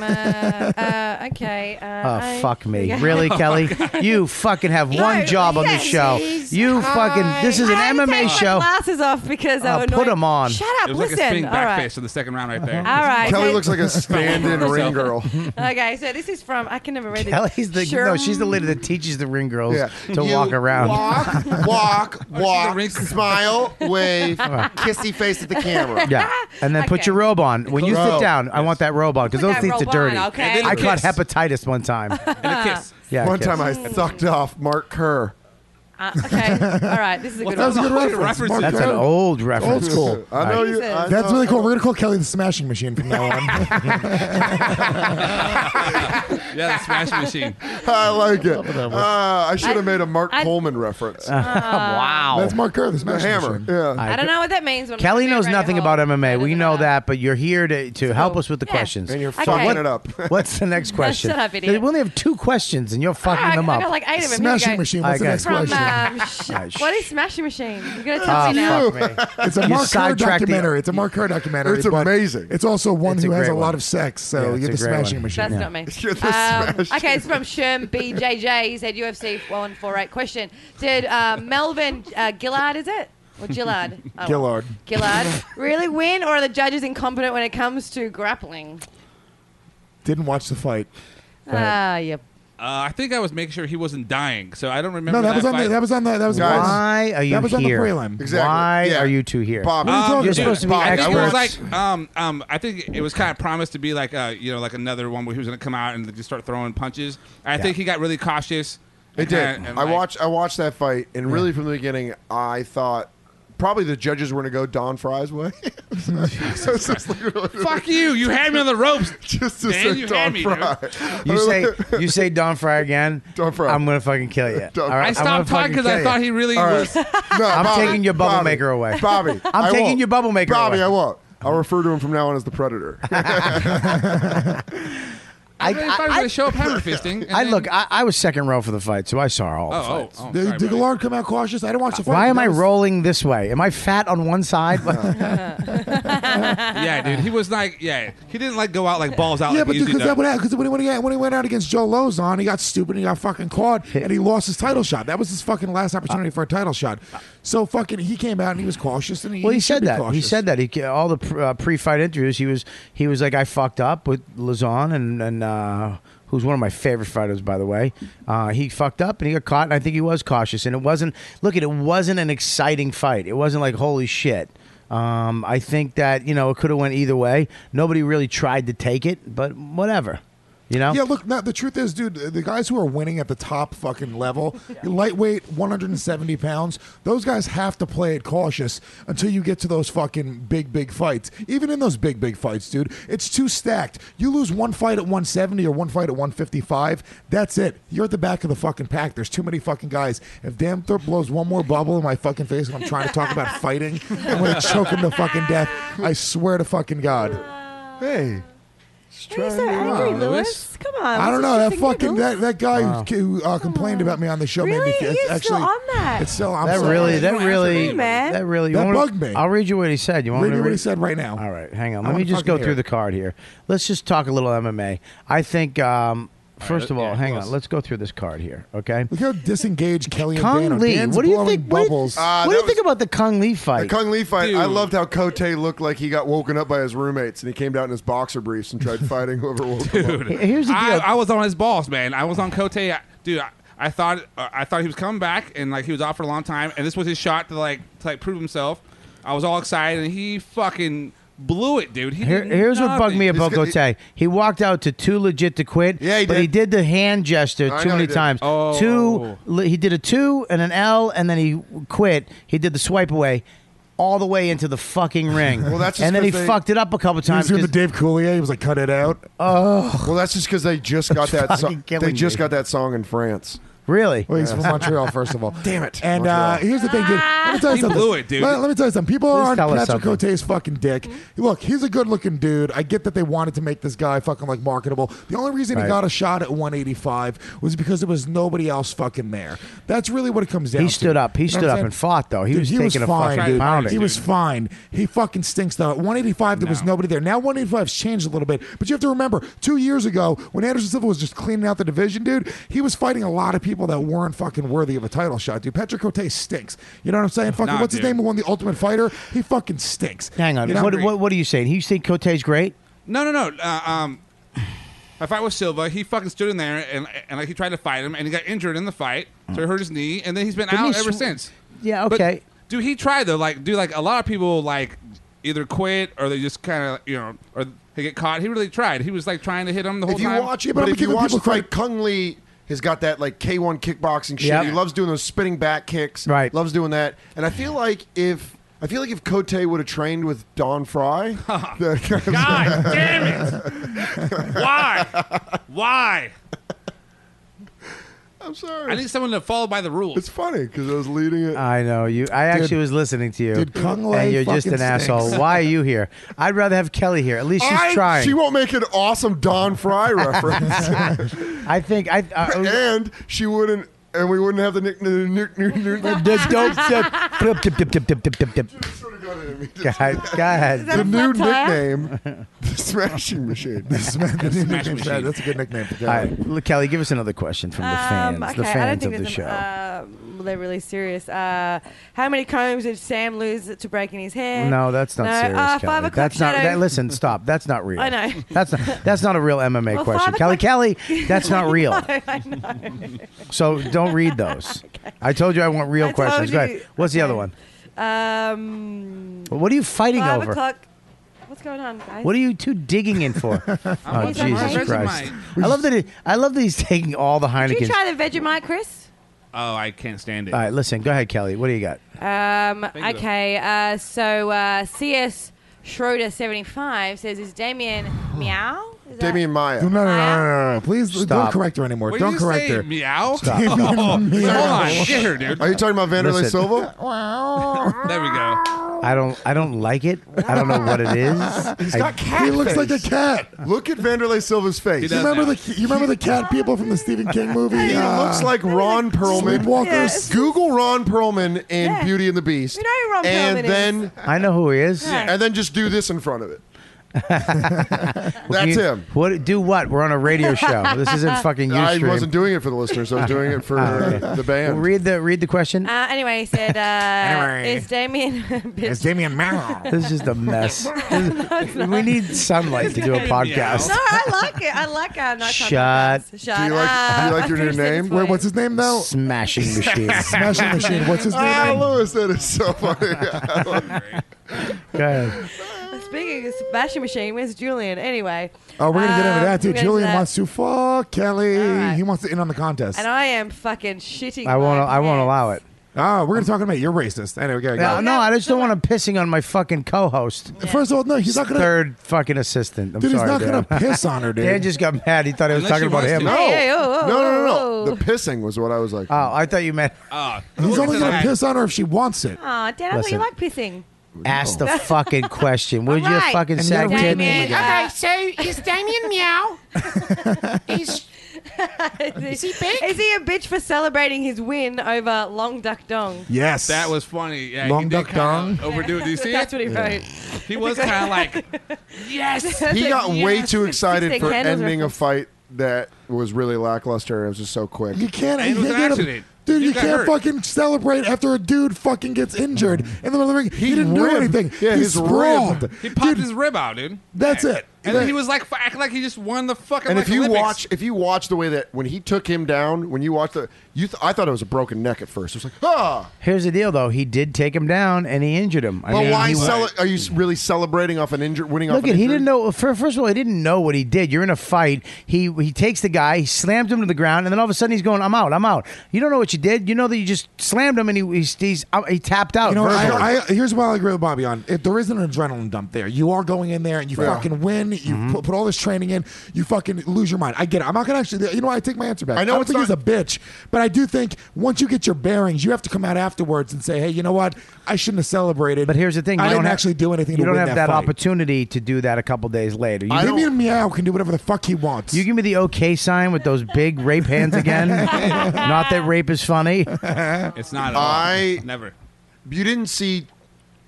Speaker 8: Uh, uh, okay. Uh,
Speaker 2: Oh
Speaker 8: I-
Speaker 2: fuck me!
Speaker 8: yeah.
Speaker 2: Really,
Speaker 7: Oh,
Speaker 2: Kelly? You fucking have one job on this
Speaker 8: yes,
Speaker 2: show.
Speaker 8: he's-
Speaker 2: You fucking. This is an
Speaker 8: I had to
Speaker 2: MMA
Speaker 8: take
Speaker 2: show.
Speaker 8: My glasses off because I
Speaker 2: Oh,
Speaker 8: was
Speaker 2: put
Speaker 8: annoyed.
Speaker 2: 'em on.
Speaker 8: Shut up!
Speaker 7: It was like
Speaker 8: listen.
Speaker 7: a spinning
Speaker 8: All
Speaker 7: back
Speaker 8: right.
Speaker 7: face in the second round right there.
Speaker 8: All right.
Speaker 5: Kelly
Speaker 8: okay.
Speaker 5: looks like a stand-in ring girl.
Speaker 8: Okay, so this is from I can never read
Speaker 2: Kelly's
Speaker 8: it.
Speaker 2: the no. She's the lady that teaches the ring girls
Speaker 5: Yeah.
Speaker 2: to
Speaker 5: You
Speaker 2: walk around.
Speaker 5: Walk, walk, walk,
Speaker 7: ring-
Speaker 5: smile, wave, kissy face at the camera.
Speaker 2: Yeah, and then put
Speaker 8: Okay.
Speaker 2: your robe on when you sit
Speaker 5: Robe.
Speaker 2: down. I want that robe on because
Speaker 8: Put
Speaker 2: those
Speaker 8: that
Speaker 2: things are
Speaker 8: robe on,
Speaker 2: dirty.
Speaker 8: okay.
Speaker 2: I
Speaker 7: And then
Speaker 2: caught
Speaker 7: kiss.
Speaker 2: hepatitis one time.
Speaker 7: And a kiss.
Speaker 2: Yeah,
Speaker 5: One
Speaker 2: kiss.
Speaker 5: time I sucked off Mark Kerr.
Speaker 8: Uh, okay, all right, this is a good
Speaker 9: that was a
Speaker 8: one.
Speaker 9: good
Speaker 7: What a
Speaker 9: reference.
Speaker 7: reference.
Speaker 9: Mark
Speaker 2: That's an
Speaker 9: Kerr.
Speaker 2: old reference.
Speaker 9: Old school.
Speaker 5: I know you. I
Speaker 9: That's
Speaker 5: know-
Speaker 9: really cool. We're gonna call Kelly the Smashing Machine from now on.
Speaker 7: Yeah, the smash machine.
Speaker 5: I like it. Uh, I should
Speaker 8: I-
Speaker 5: have made a Mark
Speaker 8: I-
Speaker 5: Coleman reference.
Speaker 2: Ah. wow.
Speaker 9: That's Mark Kerr, the
Speaker 5: the
Speaker 9: Smashing
Speaker 5: hammer.
Speaker 9: Machine.
Speaker 5: Yeah.
Speaker 8: I don't know what that means. but I'm
Speaker 2: Kelly
Speaker 8: gonna
Speaker 2: knows
Speaker 8: read
Speaker 2: nothing
Speaker 8: it
Speaker 2: about
Speaker 8: all.
Speaker 2: MMA. We
Speaker 8: doesn't
Speaker 2: know
Speaker 8: matter.
Speaker 2: that, but you're here to, to help us with the
Speaker 8: Yeah.
Speaker 2: questions.
Speaker 5: And you're
Speaker 8: Okay.
Speaker 5: fucking
Speaker 8: What-
Speaker 5: it up.
Speaker 2: What's the next question?
Speaker 8: shut up, idiot.
Speaker 2: We only have two questions, and you're
Speaker 8: All
Speaker 2: fucking
Speaker 8: right, I
Speaker 2: them
Speaker 8: got
Speaker 2: up.
Speaker 8: like eight of them. Here we
Speaker 9: Smashing
Speaker 8: go.
Speaker 9: Machine. What's
Speaker 2: Okay.
Speaker 9: the next
Speaker 8: From
Speaker 9: question?
Speaker 8: um, sh-
Speaker 2: Gosh.
Speaker 8: what is Smashing Machine? You're gonna tell
Speaker 2: Ah,
Speaker 8: me now.
Speaker 2: fuck me.
Speaker 9: It's a
Speaker 2: You
Speaker 9: Mark Kerr
Speaker 2: sidetracked the-
Speaker 9: documentary. It's a Mark Kerr documentary.
Speaker 5: It's
Speaker 9: but
Speaker 5: amazing.
Speaker 9: It's also one
Speaker 2: It's a
Speaker 9: who has
Speaker 2: great
Speaker 9: a
Speaker 2: one.
Speaker 9: lot of sex,
Speaker 2: Yeah,
Speaker 9: so
Speaker 2: it's
Speaker 9: you're
Speaker 2: a
Speaker 9: the
Speaker 2: great one.
Speaker 9: Smashing Machine.
Speaker 8: That's not me.
Speaker 5: You're the
Speaker 8: Um,
Speaker 5: Smashing
Speaker 8: okay, it's from Sherm BJJ. He said UFC 148. Question. Did uh, Melvin uh, Gillard, is it? Or Gillard? Oh,
Speaker 9: Gillard.
Speaker 8: Gillard. Really win, or are the judges incompetent when it comes to grappling?
Speaker 9: Didn't watch the fight.
Speaker 8: Ah, yep.
Speaker 7: Uh, I think I was making sure he wasn't dying, so I don't remember.
Speaker 9: No, that was on
Speaker 7: fight.
Speaker 9: the. That was on the. That was
Speaker 5: Guys.
Speaker 2: Why are you
Speaker 9: That was on the
Speaker 2: here?
Speaker 9: prelim.
Speaker 5: Exactly.
Speaker 2: Why
Speaker 5: Yeah.
Speaker 2: are you two here?
Speaker 5: Bob,
Speaker 9: What are you talking
Speaker 2: You're
Speaker 9: about?
Speaker 2: supposed to be
Speaker 7: Um, I think it was
Speaker 2: experts.
Speaker 7: like um um I think it was kind of promised to be like a you know like another one where he was going to come out and just start throwing punches. I think he got really cautious.
Speaker 5: It did.
Speaker 7: And- and
Speaker 5: I
Speaker 7: like-
Speaker 5: watched. I watched that fight, and really from the beginning, I thought probably the judges were going to go Don Fry's way. so it's just like,
Speaker 7: Fuck you! You had me on the ropes.
Speaker 5: just to
Speaker 7: Dan,
Speaker 5: say
Speaker 7: you
Speaker 5: Don
Speaker 7: had me, dude.
Speaker 5: Fry.
Speaker 2: You say you say Don Fry again.
Speaker 5: Don Fry.
Speaker 2: I'm gonna fucking kill you.
Speaker 5: Don
Speaker 2: All
Speaker 5: Fry.
Speaker 2: right,
Speaker 7: I
Speaker 2: I'm
Speaker 7: stopped
Speaker 2: gonna
Speaker 7: talking because
Speaker 2: fucking
Speaker 7: I thought
Speaker 2: kill
Speaker 7: he really
Speaker 5: All right.
Speaker 7: was.
Speaker 5: No,
Speaker 2: I'm
Speaker 5: Bobby,
Speaker 2: taking your bubble
Speaker 5: Bobby,
Speaker 2: maker away.
Speaker 5: Bobby.
Speaker 2: I'm
Speaker 5: I
Speaker 2: taking
Speaker 5: won't.
Speaker 2: your bubble maker
Speaker 5: Bobby,
Speaker 2: away. Uh-huh.
Speaker 5: I won't. I'll refer to him from now on as the predator.
Speaker 7: I, really
Speaker 2: I-
Speaker 7: thought
Speaker 2: I-
Speaker 7: he was going to show up hammer fisting. and
Speaker 2: you. I
Speaker 7: then-
Speaker 2: look. I, I was second row for the fight, so I saw all the
Speaker 7: Oh, oh,
Speaker 2: fights.
Speaker 7: oh,
Speaker 9: Did,
Speaker 7: sorry,
Speaker 9: did
Speaker 7: buddy.
Speaker 9: Gillard come out cautious? I didn't watch the fight.
Speaker 2: Why am I
Speaker 9: That was-
Speaker 2: rolling this way? Am I fat on one side?
Speaker 7: yeah, dude. He was like, yeah, he didn't like go out like balls out.
Speaker 9: Yeah,
Speaker 7: like
Speaker 9: but
Speaker 7: he usually
Speaker 9: because that
Speaker 7: does.
Speaker 9: would because when, he- when, he- when he went out against Joe Lozon, he got stupid, and he got fucking caught, and he lost his title shot. That was his fucking last opportunity for a title shot. So fucking, he came out and he was cautious, and he
Speaker 2: Well, he
Speaker 9: should
Speaker 2: said
Speaker 9: be
Speaker 2: that. He
Speaker 9: cautious.
Speaker 2: said that. He all the pre- uh, pre-fight interviews. He was he was like, I fucked up with Lazon and and uh, who's one of my favorite fighters, by the way. Uh, he fucked up and he got caught, and I think he was cautious. And it wasn't. Look, at it wasn't an exciting fight. It wasn't like holy shit. Um, I think that you know it could have went either way. Nobody really tried to take it, but whatever. You know.
Speaker 9: Yeah, look, now, the truth is, dude, the guys who are winning at the top fucking level, lightweight, 170 pounds, those guys have to play it cautious until you get to those fucking big, big fights. Even in those big, big fights, dude, it's too stacked. You lose one fight at 170 or one fight at 155, that's it. You're at the back of the fucking pack. There's too many fucking guys. If Damthorpe blows one more bubble in my fucking face when I'm trying to talk about fighting, I'm going to choke him to fucking death. I swear to fucking God. Hey.
Speaker 14: Why are you so angry,
Speaker 9: Wow,
Speaker 14: Lewis?
Speaker 9: Lewis.
Speaker 14: Come on.
Speaker 9: I
Speaker 14: was
Speaker 9: don't
Speaker 14: it
Speaker 9: know.
Speaker 14: just
Speaker 9: That
Speaker 14: a good
Speaker 9: fucking
Speaker 14: move?
Speaker 9: that, that guy who-
Speaker 2: Wow.
Speaker 9: who uh, complained about me on the show
Speaker 14: Really?
Speaker 9: made me. It's
Speaker 14: You're still
Speaker 9: actually
Speaker 14: on that?
Speaker 9: It's still. I'm
Speaker 2: that
Speaker 9: still
Speaker 2: really,
Speaker 9: on
Speaker 2: that
Speaker 9: it.
Speaker 2: really, that really, you
Speaker 9: That
Speaker 2: wanna-
Speaker 9: bugged me.
Speaker 2: I'll read you what he said. You want
Speaker 9: Read
Speaker 2: me to
Speaker 9: me what he said right now?
Speaker 2: All right, hang on.
Speaker 9: I
Speaker 2: Let me
Speaker 9: wanna
Speaker 2: just go
Speaker 9: fucking hear
Speaker 2: through
Speaker 9: it.
Speaker 2: the card here. Let's just talk a little MMA. I think, um, first of all,
Speaker 9: yeah,
Speaker 2: hang
Speaker 9: close.
Speaker 2: on. Let's go through this card here. Okay.
Speaker 9: Look how disengaged Kelly and Dan
Speaker 2: Kung
Speaker 9: are.
Speaker 2: Lee,
Speaker 9: Dan's
Speaker 2: what do you
Speaker 9: blowing
Speaker 2: think? What, Uh, do you-
Speaker 9: Bubbles.
Speaker 2: what do you think about the Kung Lee fight?
Speaker 5: The Kung Lee fight, I
Speaker 2: Dude.
Speaker 5: loved how Kote looked like he got woken up by his roommates and he came down in his boxer briefs and tried fighting whoever woke him up.
Speaker 2: Here's
Speaker 7: the deal. I, was on his balls, man. I was on Cote. I, dude, I, I thought uh, I thought he was coming back, and like he was out for a long time, and this was his shot to like to like prove himself. I was all excited, and he fucking blew it, dude. He
Speaker 2: Here-
Speaker 7: did
Speaker 2: here's what bugged
Speaker 7: nothing.
Speaker 2: me about Gote. He walked out to too legit to quit. Yeah,
Speaker 7: he
Speaker 2: but
Speaker 7: did.
Speaker 2: he did the hand gesture
Speaker 7: I
Speaker 2: too
Speaker 7: know he
Speaker 2: many
Speaker 7: did.
Speaker 2: times.
Speaker 7: Oh.
Speaker 2: Two, li- he did a two and an L, and then he quit. He did the swipe away. All the way into the fucking ring.
Speaker 5: Well, that's just
Speaker 2: and then he
Speaker 5: 'cause they-
Speaker 2: fucked it up a couple
Speaker 5: He was
Speaker 2: times.
Speaker 5: doing
Speaker 2: 'cause-
Speaker 5: the
Speaker 9: Dave Coulier. He was like, cut it out.
Speaker 2: Oh,
Speaker 5: well, that's just because they just got
Speaker 9: It's
Speaker 5: that.
Speaker 9: fucking
Speaker 5: song.
Speaker 9: killing
Speaker 5: they just
Speaker 9: me.
Speaker 5: got that song in France.
Speaker 2: Really?
Speaker 9: Well, he's
Speaker 5: Yeah.
Speaker 9: from Montreal, first of all.
Speaker 5: Damn it!
Speaker 9: And uh, here's the thing, dude. Let me tell
Speaker 2: Ah.
Speaker 9: you
Speaker 5: He
Speaker 9: something.
Speaker 5: blew it, dude.
Speaker 9: Let, let me tell you something. People
Speaker 5: Please
Speaker 9: are
Speaker 5: tell
Speaker 9: on
Speaker 5: us
Speaker 9: Patrick
Speaker 5: something.
Speaker 9: Cote's fucking dick. Look, he's a good-looking dude. I get that they wanted to make this guy fucking like marketable. The only reason
Speaker 2: Right.
Speaker 9: he got a shot at 185 was because there was nobody else fucking there. That's really what it comes down.
Speaker 2: He
Speaker 9: to.
Speaker 2: stood up. He
Speaker 9: You know
Speaker 2: stood
Speaker 9: what I'm
Speaker 2: up
Speaker 9: saying?
Speaker 2: and fought, though. He
Speaker 9: Dude,
Speaker 2: was
Speaker 9: he was
Speaker 2: taking a
Speaker 9: fine,
Speaker 2: fucking
Speaker 9: dude.
Speaker 2: pounding.
Speaker 9: He was fine. He fucking stinks though. At 185, there was nobody there. Now 185's changed a little bit, but you have to remember, two years ago when Anderson Silva was just cleaning out the division, dude, he was fighting a lot of people that weren't fucking worthy of a title shot, dude. Patrick Cote stinks. You know what I'm saying? Fucking
Speaker 2: Nah,
Speaker 9: what's
Speaker 2: dude.
Speaker 9: his name who won the Ultimate Fighter? He fucking stinks.
Speaker 2: Hang on.
Speaker 9: You know?
Speaker 2: What, what, what are you saying? You think Cote's great?
Speaker 7: No, no, no. Uh, um, if I was Silva, he fucking stood in there and and like he tried to fight him, and he got injured in the fight, so he hurt his knee, and then he's been
Speaker 2: Didn't
Speaker 7: out
Speaker 2: he
Speaker 7: ever
Speaker 2: sw-
Speaker 7: since.
Speaker 2: Yeah,
Speaker 7: But,
Speaker 2: okay.
Speaker 7: dude, he tried though. Like, dude, like a lot of people like either quit or they just kind of you know or they get caught. He really tried. He was like trying to hit him the whole
Speaker 5: If you
Speaker 7: time.
Speaker 5: watch it, but, if you watch the fight, Kung Lee has got that like K1 kickboxing shit.
Speaker 2: Yep.
Speaker 5: He loves doing those spinning back kicks.
Speaker 2: Right.
Speaker 5: Loves doing that. And I feel like if I feel like if Cote would have trained with Don Fry, the,
Speaker 7: God damn it! Why? Why?
Speaker 5: I'm sorry.
Speaker 7: I need someone to follow by the rules.
Speaker 5: It's funny because I was leading it.
Speaker 2: I know you. I
Speaker 5: Dude.
Speaker 2: actually was listening to you,
Speaker 5: Dude, Kung Lei
Speaker 2: and you're just an
Speaker 5: fucking stinks.
Speaker 2: asshole. Why are you here? I'd rather have Kelly here. At least she's
Speaker 5: I-
Speaker 2: trying.
Speaker 5: She won't make an awesome Don Fry reference.
Speaker 2: I think I uh,
Speaker 5: and she wouldn't, and we wouldn't have the nick. nick- nick- nick- nick-
Speaker 2: uh, Just don't step. Flip, dip, dip, dip, dip, dip, dip, dip. Go ahead. Go ahead.
Speaker 5: The new nickname, the Smashing Machine. the
Speaker 9: Smashing Machine. That's a good nickname for
Speaker 2: All right, look, Kelly, give us another question from the fans,
Speaker 10: Um, okay,
Speaker 2: the
Speaker 10: I don't
Speaker 2: fans of
Speaker 10: think
Speaker 2: the show.
Speaker 10: there's an- uh, they're really serious. Uh, how many combs did Sam lose to breaking his hair?
Speaker 2: no, that's not
Speaker 10: No,
Speaker 2: serious,
Speaker 10: uh,
Speaker 2: Kelly.
Speaker 10: Five o'clock
Speaker 2: that's not.
Speaker 10: shadow.
Speaker 2: That, listen, stop. That's not real.
Speaker 10: I know.
Speaker 2: That's not. That's not a real MMA
Speaker 10: Well,
Speaker 2: question,
Speaker 10: five
Speaker 2: Kelly. Kelly,
Speaker 10: o'clock-
Speaker 2: that's not real.
Speaker 10: I know, I know.
Speaker 2: So don't read those. I told you I want real
Speaker 10: I told
Speaker 2: questions. Go
Speaker 10: you.
Speaker 2: ahead. What's the other one?
Speaker 10: Um,
Speaker 2: Well, What are you fighting
Speaker 10: five
Speaker 2: over?
Speaker 10: o'clock. What's going on, guys?
Speaker 2: What are you two digging in for? oh
Speaker 10: working on my
Speaker 2: Jesus
Speaker 10: resume.
Speaker 2: Christ! I love that. He, I love that he's taking all the
Speaker 10: Did you
Speaker 2: Heineken.
Speaker 10: try the Vegemite, Chris?
Speaker 7: Oh, I can't stand it.
Speaker 2: all right, listen. Go ahead, Kelly. What do you got?
Speaker 10: Um,
Speaker 7: Bingo.
Speaker 10: okay, uh, so uh, CS Schroeder seventy five says, "Is Damien meow?" Is that-
Speaker 5: Damien Maya.
Speaker 9: No, no, no, no, no, no, no. Please don't
Speaker 5: Stop.
Speaker 9: correct her anymore.
Speaker 5: What did
Speaker 9: don't
Speaker 5: you
Speaker 9: correct
Speaker 5: say,
Speaker 9: her.
Speaker 7: meow?
Speaker 9: Stop.
Speaker 5: Oh,
Speaker 9: Meow.
Speaker 5: hold
Speaker 7: on, shit her, dude.
Speaker 5: Are you talking about Vanderlei
Speaker 2: Listen.
Speaker 5: Silva?
Speaker 7: There we go.
Speaker 2: I don't. I don't like it. I don't know what it is.
Speaker 5: He's
Speaker 2: I-
Speaker 5: got cat. face. Look at Vanderlei Silva's face.
Speaker 9: You remember the you remember the cat people from the Stephen King movie?
Speaker 5: He
Speaker 9: Uh,
Speaker 5: looks like Ron Perlman.
Speaker 9: Sleepwalkers. Yeah, it's-
Speaker 5: Google Ron Perlman and Beauty and the Beast.
Speaker 9: We know who Ron
Speaker 5: and
Speaker 9: Perlman
Speaker 5: then
Speaker 2: I know who he is.
Speaker 5: and then just do this in front of it.
Speaker 2: Well,
Speaker 5: That's
Speaker 2: you-
Speaker 5: him.
Speaker 2: What? Do what? We're on a radio show. This isn't fucking
Speaker 5: I
Speaker 2: Ustream.
Speaker 5: wasn't doing it for the listeners. I was doing it for
Speaker 2: Ah, okay.
Speaker 5: uh, the band.
Speaker 2: Well, read the read the question.
Speaker 10: Uh, anyway, he said, uh,
Speaker 2: Anyway.
Speaker 10: "Is Damien?"
Speaker 2: Is Damien meow? This is the mess. we need sunlight to do a podcast.
Speaker 10: No, I like it. I like uh, our nighttime
Speaker 2: Shut.
Speaker 10: podcasts. Shut.
Speaker 9: Uh,
Speaker 10: up.
Speaker 9: Wait, what's his name though?
Speaker 2: Smashing Machine.
Speaker 9: Smashing Machine. What's his
Speaker 5: Ah,
Speaker 9: name?
Speaker 5: Lewis, that is so funny.
Speaker 2: Go ahead.
Speaker 10: Speaking of Sebastian Machine, where's Julian? Anyway.
Speaker 9: Oh, we're gonna get into
Speaker 10: um,
Speaker 9: that
Speaker 10: we're
Speaker 9: too.
Speaker 10: gonna get
Speaker 9: Julian
Speaker 10: into
Speaker 9: wants to fuck Kelly.
Speaker 10: Alright.
Speaker 9: He wants to in on the contest.
Speaker 10: that. And I am fucking shitting.
Speaker 9: I
Speaker 2: won't. I won't allow it.
Speaker 9: Oh, we're gonna talk about you're racist. Anyway, go,
Speaker 2: No,
Speaker 9: go.
Speaker 2: no, I just don't want him pissing on my fucking co-host.
Speaker 9: First of all, no, he's not gonna-
Speaker 2: third fucking assistant. I'm
Speaker 9: Dude, he's
Speaker 2: sorry,
Speaker 9: not gonna
Speaker 2: Dan.
Speaker 9: piss on her, dude.
Speaker 2: Dan just got mad. He thought I was
Speaker 5: Unless
Speaker 2: talking about
Speaker 5: she wants
Speaker 2: him.
Speaker 5: to.
Speaker 2: No,
Speaker 5: Hey, hey, oh, oh,
Speaker 2: no, no,
Speaker 5: no. The pissing was what I was like.
Speaker 2: Oh, I thought you meant.
Speaker 7: Oh,
Speaker 9: He's only gonna piss on her if she wants it.
Speaker 10: Aw, Dan, I thought you
Speaker 2: Listen.
Speaker 10: liked pissing.
Speaker 2: Ask the fucking question. Would you
Speaker 4: Right.
Speaker 2: fucking sack Oh
Speaker 4: Damien,
Speaker 2: kid?
Speaker 4: Okay, so is Damien Meow? is, is he big?
Speaker 10: Is he a bitch for celebrating his win over Long Duck Dong?
Speaker 9: Yes.
Speaker 7: That was funny. Yeah,
Speaker 9: Long
Speaker 7: he
Speaker 9: duck
Speaker 7: did kinda
Speaker 9: dong.
Speaker 7: Overdo it. Do you see
Speaker 10: That's
Speaker 7: it?
Speaker 10: what he wrote.
Speaker 7: He was kind of like, yes.
Speaker 5: he got way too excited for ending
Speaker 10: a.
Speaker 5: a fight that was really lackluster. It was just so quick.
Speaker 9: You can't. you can't get a- Dude, you can't fucking celebrate after a dude fucking gets injured in the middle of the ring. He, didn't do
Speaker 5: ribbed-
Speaker 9: anything.
Speaker 5: yeah,
Speaker 9: he
Speaker 5: his rib.
Speaker 9: sprawled.
Speaker 7: He popped his rib out, dude.
Speaker 9: That's it.
Speaker 7: And then he was like, f- acting like he just won the fucking.
Speaker 5: And
Speaker 7: like,
Speaker 5: if you
Speaker 7: Olympics.
Speaker 5: watch, if you watch the way that when he took him down, when you watch the, you th- I thought it was a broken neck at first. It was like, ah.
Speaker 2: Here's the deal, though. He did take him down, and he injured him. I
Speaker 5: But
Speaker 2: mean,
Speaker 5: why
Speaker 2: he-
Speaker 5: cele- are you s- really celebrating off an injury, winning off
Speaker 2: Look
Speaker 5: an
Speaker 2: at he
Speaker 5: injury?
Speaker 2: didn't know. fir- First of all, he didn't know what he did. You're in a fight. He he takes the guy, he slams him to the ground, and then all of a sudden he's going, "I'm out, I'm out." You don't know what you did. You know that you just slammed him, and he he's, he's out- he tapped out.
Speaker 9: You know,
Speaker 2: verbally.
Speaker 9: I, I, here's what I agree with Bobby on. If there is an adrenaline dump there, you are going in there and you
Speaker 5: Yeah.
Speaker 9: fucking win. You
Speaker 2: Mm-hmm.
Speaker 9: put, put all this training in. You fucking lose your mind. I get it. I'm not gonna actually. You know, what? I take my answer back.
Speaker 5: I know
Speaker 9: I don't
Speaker 5: it's
Speaker 9: think
Speaker 5: not-
Speaker 9: he's a bitch, but I do think once you get your bearings, you have to come out afterwards and say, hey, you know what? I shouldn't have celebrated. But
Speaker 2: here's the thing: you
Speaker 9: I
Speaker 2: don't
Speaker 9: didn't
Speaker 2: have-
Speaker 9: actually do anything.
Speaker 2: You
Speaker 9: to
Speaker 2: don't
Speaker 9: win
Speaker 2: have that,
Speaker 9: that, fight.
Speaker 2: opportunity to do that a couple days later. You
Speaker 9: Give me a meow can do whatever the fuck he wants.
Speaker 2: You give me the okay sign with those big rape hands again. Not that rape is funny.
Speaker 7: It's not. At all.
Speaker 5: I
Speaker 7: never.
Speaker 5: You didn't see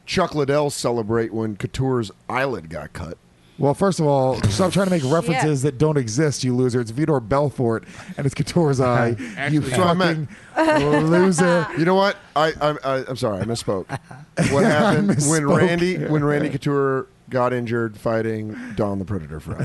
Speaker 5: Chuck Liddell celebrate when Couture's eyelid got cut.
Speaker 9: Well, first of all, stop trying to make references
Speaker 5: Yeah.
Speaker 9: that don't exist, you loser. It's Vitor Belfort and it's Couture's eye. you
Speaker 5: That's what I meant.
Speaker 9: fucking loser.
Speaker 5: You know what? I, I, I I'm sorry, I misspoke. What happened when
Speaker 9: misspoke.
Speaker 5: Randy when Randy Couture got injured fighting Don the Predator Fry?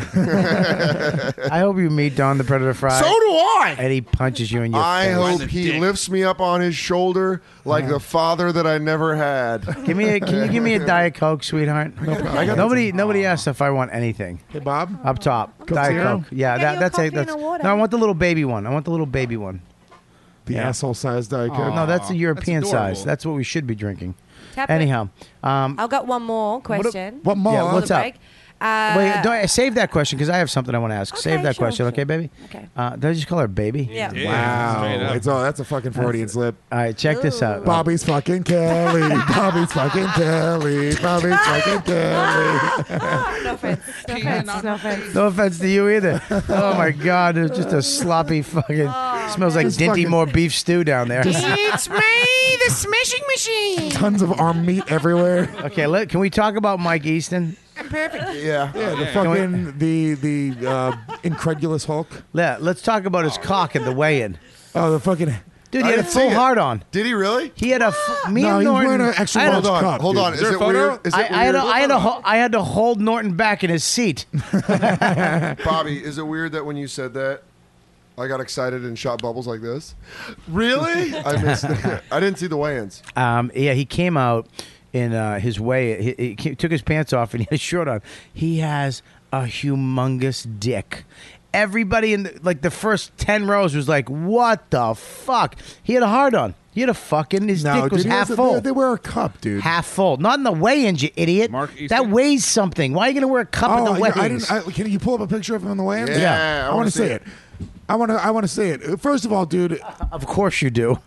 Speaker 2: I hope you meet Don the Predator Fry.
Speaker 5: So do I.
Speaker 2: And he punches you in your
Speaker 5: I
Speaker 2: face.
Speaker 5: hope he lifts me up on his shoulder like the father that I never had.
Speaker 2: Give me a, can you give me a diet coke, sweetheart?
Speaker 5: I got
Speaker 2: nobody nobody asked if I want anything.
Speaker 9: Hey Bob,
Speaker 2: up top, diet
Speaker 9: Zero?
Speaker 2: coke. Yeah, that, that's a that's. No, I want the little baby one. I want the little baby one.
Speaker 9: The asshole sized diet
Speaker 10: Coke?
Speaker 2: No, that's
Speaker 10: Aw,
Speaker 2: the European
Speaker 10: that's adorable.
Speaker 2: size. That's what we should be drinking.
Speaker 10: Tap it.
Speaker 2: Anyhow, um,
Speaker 10: I've got one more question.
Speaker 2: what more? Yeah,
Speaker 10: Before
Speaker 2: what's
Speaker 10: the
Speaker 2: up?
Speaker 10: break. Uh,
Speaker 2: Wait, don't, save that question because I have something I want to ask. save that
Speaker 10: sure,
Speaker 2: question,
Speaker 10: sure.
Speaker 2: okay, baby?
Speaker 10: Okay.
Speaker 2: Uh, did I just call her baby?
Speaker 10: Yeah.
Speaker 9: Yeah,
Speaker 2: Wow.
Speaker 9: straight up. It's all- that's a fucking Freudian slip.
Speaker 2: All right, check this out.
Speaker 9: Bobby's fucking Kelly. Bobby's fucking Kelly. Bobby's fucking Kelly.
Speaker 10: oh, no offense. No offense. No offense.
Speaker 2: No offense to you either. Oh my God, it's just a sloppy fucking. smells like
Speaker 9: Just
Speaker 2: dinty
Speaker 9: fucking-
Speaker 2: more beef stew down there.
Speaker 4: it's me, the smashing machine.
Speaker 9: Tons of arm meat everywhere.
Speaker 2: Okay, let, can we talk about Mike Easton?
Speaker 4: I'm perfect.
Speaker 5: Yeah.
Speaker 9: Yeah, the
Speaker 2: Can we-
Speaker 9: fucking the the uh, incredulous Hulk.
Speaker 2: Yeah, let's talk about his cock at the weigh-in.
Speaker 9: Oh, the fucking
Speaker 2: Dude,
Speaker 5: I
Speaker 2: he had a
Speaker 5: didn't see
Speaker 2: full
Speaker 5: it.
Speaker 2: heart on.
Speaker 5: Did he really?
Speaker 2: He had a f- me
Speaker 9: No,
Speaker 2: and
Speaker 9: he's
Speaker 2: Norton.
Speaker 9: wearing an extra
Speaker 2: I had a-
Speaker 9: large Hold on, cup,
Speaker 5: hold dude. on. Is Is there a it photo? weird? Is it
Speaker 2: I, I had a,
Speaker 5: weird?
Speaker 2: I had a ho- I had to hold Norton back in his seat.
Speaker 5: Bobby, is it weird that when you said that, I got excited and shot bubbles like this? Really? I missed. It. I didn't see the weigh-ins.
Speaker 2: Um, yeah, he came out in uh, his way. He, he ca- took his pants off and he had his shirt on. He has a humongous dick. Everybody in the, like the first ten rows was like, "What the fuck?" He had a hard on. He had a fucking his
Speaker 9: No,
Speaker 2: dick was
Speaker 9: dude, he
Speaker 2: half
Speaker 9: has a-
Speaker 2: full.
Speaker 9: They, they wear a cup, dude.
Speaker 2: half full, not in the weigh-ins, you idiot.
Speaker 9: Mark
Speaker 2: that weighs something. Why are you going to wear a cup
Speaker 9: Oh,
Speaker 2: in the
Speaker 9: I- I
Speaker 2: weigh-ins?
Speaker 9: didn't, I, can you pull up a picture of him on the way in?
Speaker 2: Yeah, Yeah. I
Speaker 9: I,
Speaker 2: wanna
Speaker 9: want to
Speaker 2: see
Speaker 9: see
Speaker 2: it.
Speaker 9: it. I want to. I want to see it. First of all, dude.
Speaker 2: Of course you do.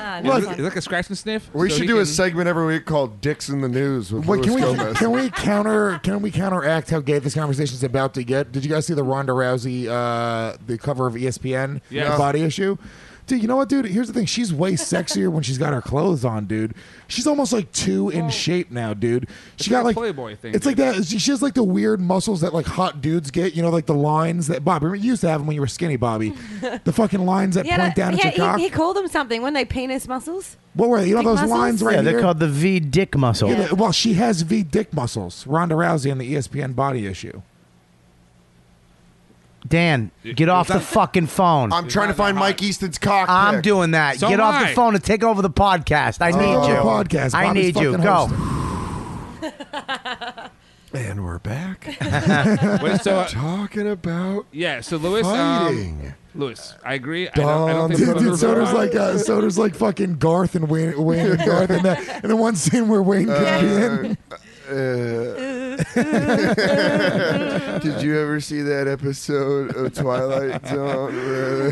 Speaker 10: Ah, no
Speaker 7: Look,
Speaker 10: offense.
Speaker 7: it's like a scratch and sniff.
Speaker 5: We
Speaker 7: so
Speaker 5: should
Speaker 7: he
Speaker 5: do a
Speaker 7: can-
Speaker 5: segment every week called "Dicks in the News" with
Speaker 9: Wait,
Speaker 5: Luis
Speaker 9: can we
Speaker 5: Gomez.
Speaker 9: can we counter can we counteract how gay this conversation is about to get? Did you guys see the Ronda Rousey uh, the cover of ESPN
Speaker 5: Yes.
Speaker 9: the body issue? Dude, you know what, dude? Here's the thing: she's way sexier when she's got her clothes on, dude. She's almost like two in shape now, dude. She
Speaker 7: It's
Speaker 9: got
Speaker 7: like
Speaker 9: like
Speaker 7: a Playboy thing,
Speaker 9: It's like that. She she has like the weird muscles that like hot dudes get. You know, like the lines that Bob. Remember, you used to have them when you were skinny, Bobby. the fucking lines that
Speaker 10: He had
Speaker 9: point
Speaker 10: a-
Speaker 9: down
Speaker 10: he
Speaker 9: at your
Speaker 10: had- he-
Speaker 9: cock.
Speaker 10: He called them something, weren't they? Penis muscles.
Speaker 9: what were they? You know
Speaker 10: Dick
Speaker 9: those
Speaker 10: muscles?
Speaker 9: lines right
Speaker 2: yeah,
Speaker 9: here.
Speaker 2: they're called the V dick muscle.
Speaker 9: Yeah, well, she has E V dick muscles. Ronda Rousey and the ESPN body issue.
Speaker 2: Dan, get off the fucking phone.
Speaker 5: I'm trying to find Mike Easton's cock.
Speaker 2: I'm
Speaker 5: pic.
Speaker 2: doing that.
Speaker 5: So
Speaker 2: get
Speaker 5: am
Speaker 2: off
Speaker 5: I.
Speaker 2: the phone and take over the podcast. I
Speaker 7: Oh,
Speaker 5: Take
Speaker 2: need
Speaker 5: over
Speaker 2: you.
Speaker 5: the podcast.
Speaker 2: I
Speaker 5: Bobby's
Speaker 2: need you.
Speaker 5: fucking
Speaker 2: Go.
Speaker 5: And we're back.
Speaker 7: Wait, so, uh,
Speaker 5: Talking about
Speaker 7: Yeah, so Lewis,
Speaker 5: Fighting.
Speaker 7: um, Lewis, I agree. I don't, I don't think
Speaker 9: Dumb. Dude,
Speaker 7: Lewis
Speaker 9: dude,
Speaker 7: is
Speaker 9: Soder's
Speaker 7: wrong.
Speaker 9: like uh, Soder's like fucking Garth and Wayne, Wayne and Garth, and, that, and the one scene where Wayne could be in.
Speaker 5: Uh, did you ever see that episode of Twilight Zone? where-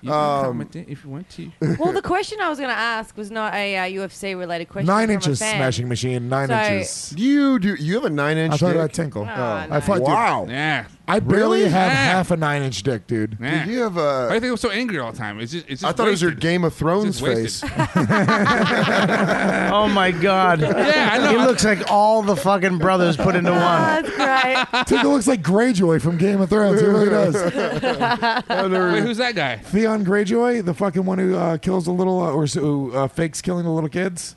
Speaker 7: You can comment it if you want to.
Speaker 10: well, the question I was going to ask was not a uh, UFC related question.
Speaker 9: Nine
Speaker 10: from a
Speaker 9: inches
Speaker 10: fan.
Speaker 9: smashing machine. Nine
Speaker 10: So-
Speaker 9: inches.
Speaker 5: You do. You have a nine inch.
Speaker 9: I thought
Speaker 5: dick?
Speaker 9: I tinkle.
Speaker 5: Oh,
Speaker 9: I thought. dude,
Speaker 5: Wow.
Speaker 7: Yeah.
Speaker 9: I barely
Speaker 5: Really?
Speaker 9: have
Speaker 5: Yeah.
Speaker 9: half a nine inch dick, dude.
Speaker 7: Yeah.
Speaker 5: you have a?
Speaker 7: Why do you think I'm so angry all the time? It's just, it's just
Speaker 5: I thought it was your
Speaker 7: wasted.
Speaker 5: Game of
Speaker 7: It's
Speaker 5: Thrones
Speaker 7: just
Speaker 5: face.
Speaker 7: wasted.
Speaker 2: oh my god.
Speaker 7: Yeah, I know.
Speaker 2: He looks like all the fucking brothers put into one.
Speaker 10: Oh, That's great.
Speaker 9: Tinker looks like Greyjoy from Game of Thrones. He really does.
Speaker 7: Wait, who's that guy?
Speaker 9: Theon Greyjoy, the fucking one who uh, kills the little uh, or s- who uh, fakes killing the little kids.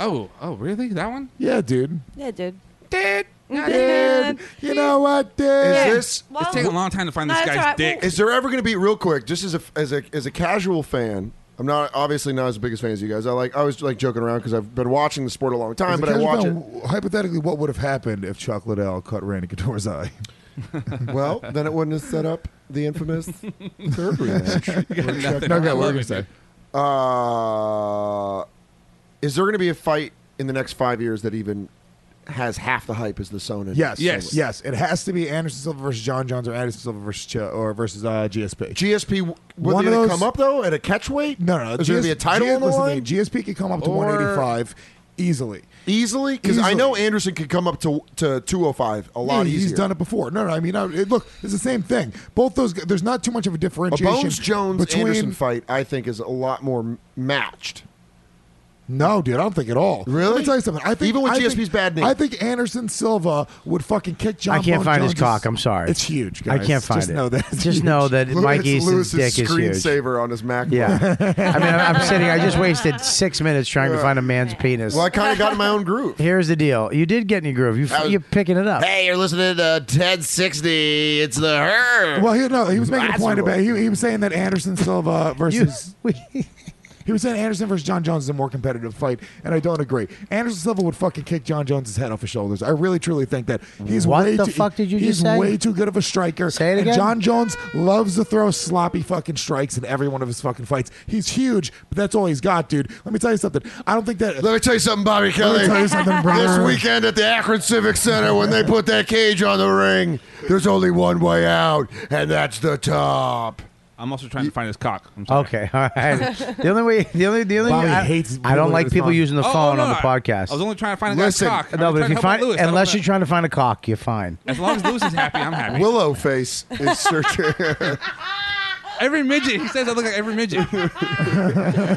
Speaker 7: Oh, oh, really? That one?
Speaker 9: Yeah, dude.
Speaker 10: Yeah, dude.
Speaker 7: Dude.
Speaker 9: Dude, you know what, dude?
Speaker 5: Is this?
Speaker 7: It's taking a long time to find this guy's dick.
Speaker 5: Is there ever going to be real quick? Just as a as a as a casual fan. I'm not obviously not as big as fan as you guys. I like I was like joking around because I've been watching the sport a long time,
Speaker 9: As a
Speaker 5: but I
Speaker 9: casual
Speaker 5: watch
Speaker 9: fan,
Speaker 5: it.
Speaker 9: w- Hypothetically, what would have happened if Chuck Liddell cut Randy Couture's eye?
Speaker 5: well, then it wouldn't have set up the infamous third rematch.
Speaker 9: You got
Speaker 5: Where Chuck-
Speaker 9: nothing. No, go, I what were love you gonna it. say?
Speaker 5: Uh, is there going to be a fight in the next five years that even has half the hype as the Sonnen?
Speaker 9: Yes, yes, yes. It has to be Anderson Silva versus John Jones or Anderson Silva versus Ch- or versus uh, GSP.
Speaker 5: GSP Will they gonna come up though at a catch weight?
Speaker 9: No, no.
Speaker 5: Is there going to be a title
Speaker 9: G-
Speaker 5: on the
Speaker 9: listen to
Speaker 5: line?
Speaker 9: me, GSP could come up to
Speaker 5: Or-
Speaker 9: 185 easily.
Speaker 5: Easily, because I
Speaker 9: Easily.
Speaker 5: know Anderson could come up to to 205 a lot
Speaker 9: Yeah,
Speaker 5: easier.
Speaker 9: He's done it before. No, no. I mean, I, it, look, it's the same thing. Both those. g- There's not too much of a
Speaker 5: A
Speaker 9: differentiation.
Speaker 5: Bones Jones
Speaker 9: between
Speaker 5: Anderson fight, I think, is a lot more m- matched.
Speaker 9: No, dude, I don't think at all. Really? Let me tell you something. I think
Speaker 5: Even with
Speaker 9: I
Speaker 5: GSP's
Speaker 9: think,
Speaker 5: bad name.
Speaker 9: I think Anderson Silva would fucking kick John.
Speaker 2: I can't
Speaker 9: Bone
Speaker 2: find his
Speaker 9: Jones's-
Speaker 2: cock. I'm sorry.
Speaker 9: It's huge.
Speaker 2: I
Speaker 9: Guys.
Speaker 2: can't find
Speaker 9: Just
Speaker 2: it.
Speaker 9: Know that it's
Speaker 2: Just
Speaker 9: huge.
Speaker 2: know that Mike Easton's
Speaker 5: Lewis's
Speaker 2: dick is huge.
Speaker 5: screensaver on his MacBook.
Speaker 2: Yeah. I mean, I'm, I'm sitting. I just wasted six minutes trying to
Speaker 5: Yeah.
Speaker 2: find a man's penis.
Speaker 5: Well, I kind of got in my own groove.
Speaker 2: Here's the deal. You did get in your groove. You,
Speaker 5: That
Speaker 2: f you're picking it up.
Speaker 6: Hey, you're listening to 1060. It's the her.
Speaker 9: Well, he, no, he was making a point
Speaker 6: Lazarus.
Speaker 9: about he, he was saying that Anderson Silva versus. He was saying Anderson versus John Jones is a more competitive fight, and I don't agree. Anderson Silva would fucking kick John Jones' head off his shoulders. I really truly think that he's
Speaker 2: What
Speaker 9: way
Speaker 2: the
Speaker 9: too,
Speaker 2: fuck did you
Speaker 9: he's
Speaker 2: just say?
Speaker 9: way too good of a striker. Say
Speaker 2: it again?
Speaker 9: John Jones loves to throw sloppy fucking strikes in every one of his fucking fights. He's huge, but that's all he's got, dude. Let me tell you something. I don't think that.
Speaker 5: Let me tell you something, Bobby
Speaker 9: Let
Speaker 5: Kelly.
Speaker 9: me tell you something,
Speaker 5: This
Speaker 9: brother.
Speaker 5: weekend at the Akron Civic Center, when they put that cage on the ring, there's only one way out, and that's the top.
Speaker 7: I'm also trying to find his cock. I'm sorry.
Speaker 2: Okay, all right. The only way, the only, the only.
Speaker 7: Bobby
Speaker 2: I,
Speaker 7: hates
Speaker 2: I
Speaker 7: people
Speaker 2: don't like
Speaker 7: with
Speaker 2: people
Speaker 7: phone.
Speaker 2: using the
Speaker 7: Oh, oh,
Speaker 2: phone
Speaker 7: no,
Speaker 2: on the
Speaker 7: no.
Speaker 2: podcast.
Speaker 7: I was only trying to find a guy's cock. I'm
Speaker 2: No,
Speaker 7: just
Speaker 2: but
Speaker 7: trying
Speaker 2: if
Speaker 7: to
Speaker 2: you
Speaker 7: help out
Speaker 2: find,
Speaker 7: Lewis. I don't
Speaker 2: unless
Speaker 7: wanna-
Speaker 2: you're trying to find a cock, you're fine.
Speaker 7: As long as Lewis is happy, I'm happy.
Speaker 5: Willow face is searching.
Speaker 7: Every midget, he says I look like every midget.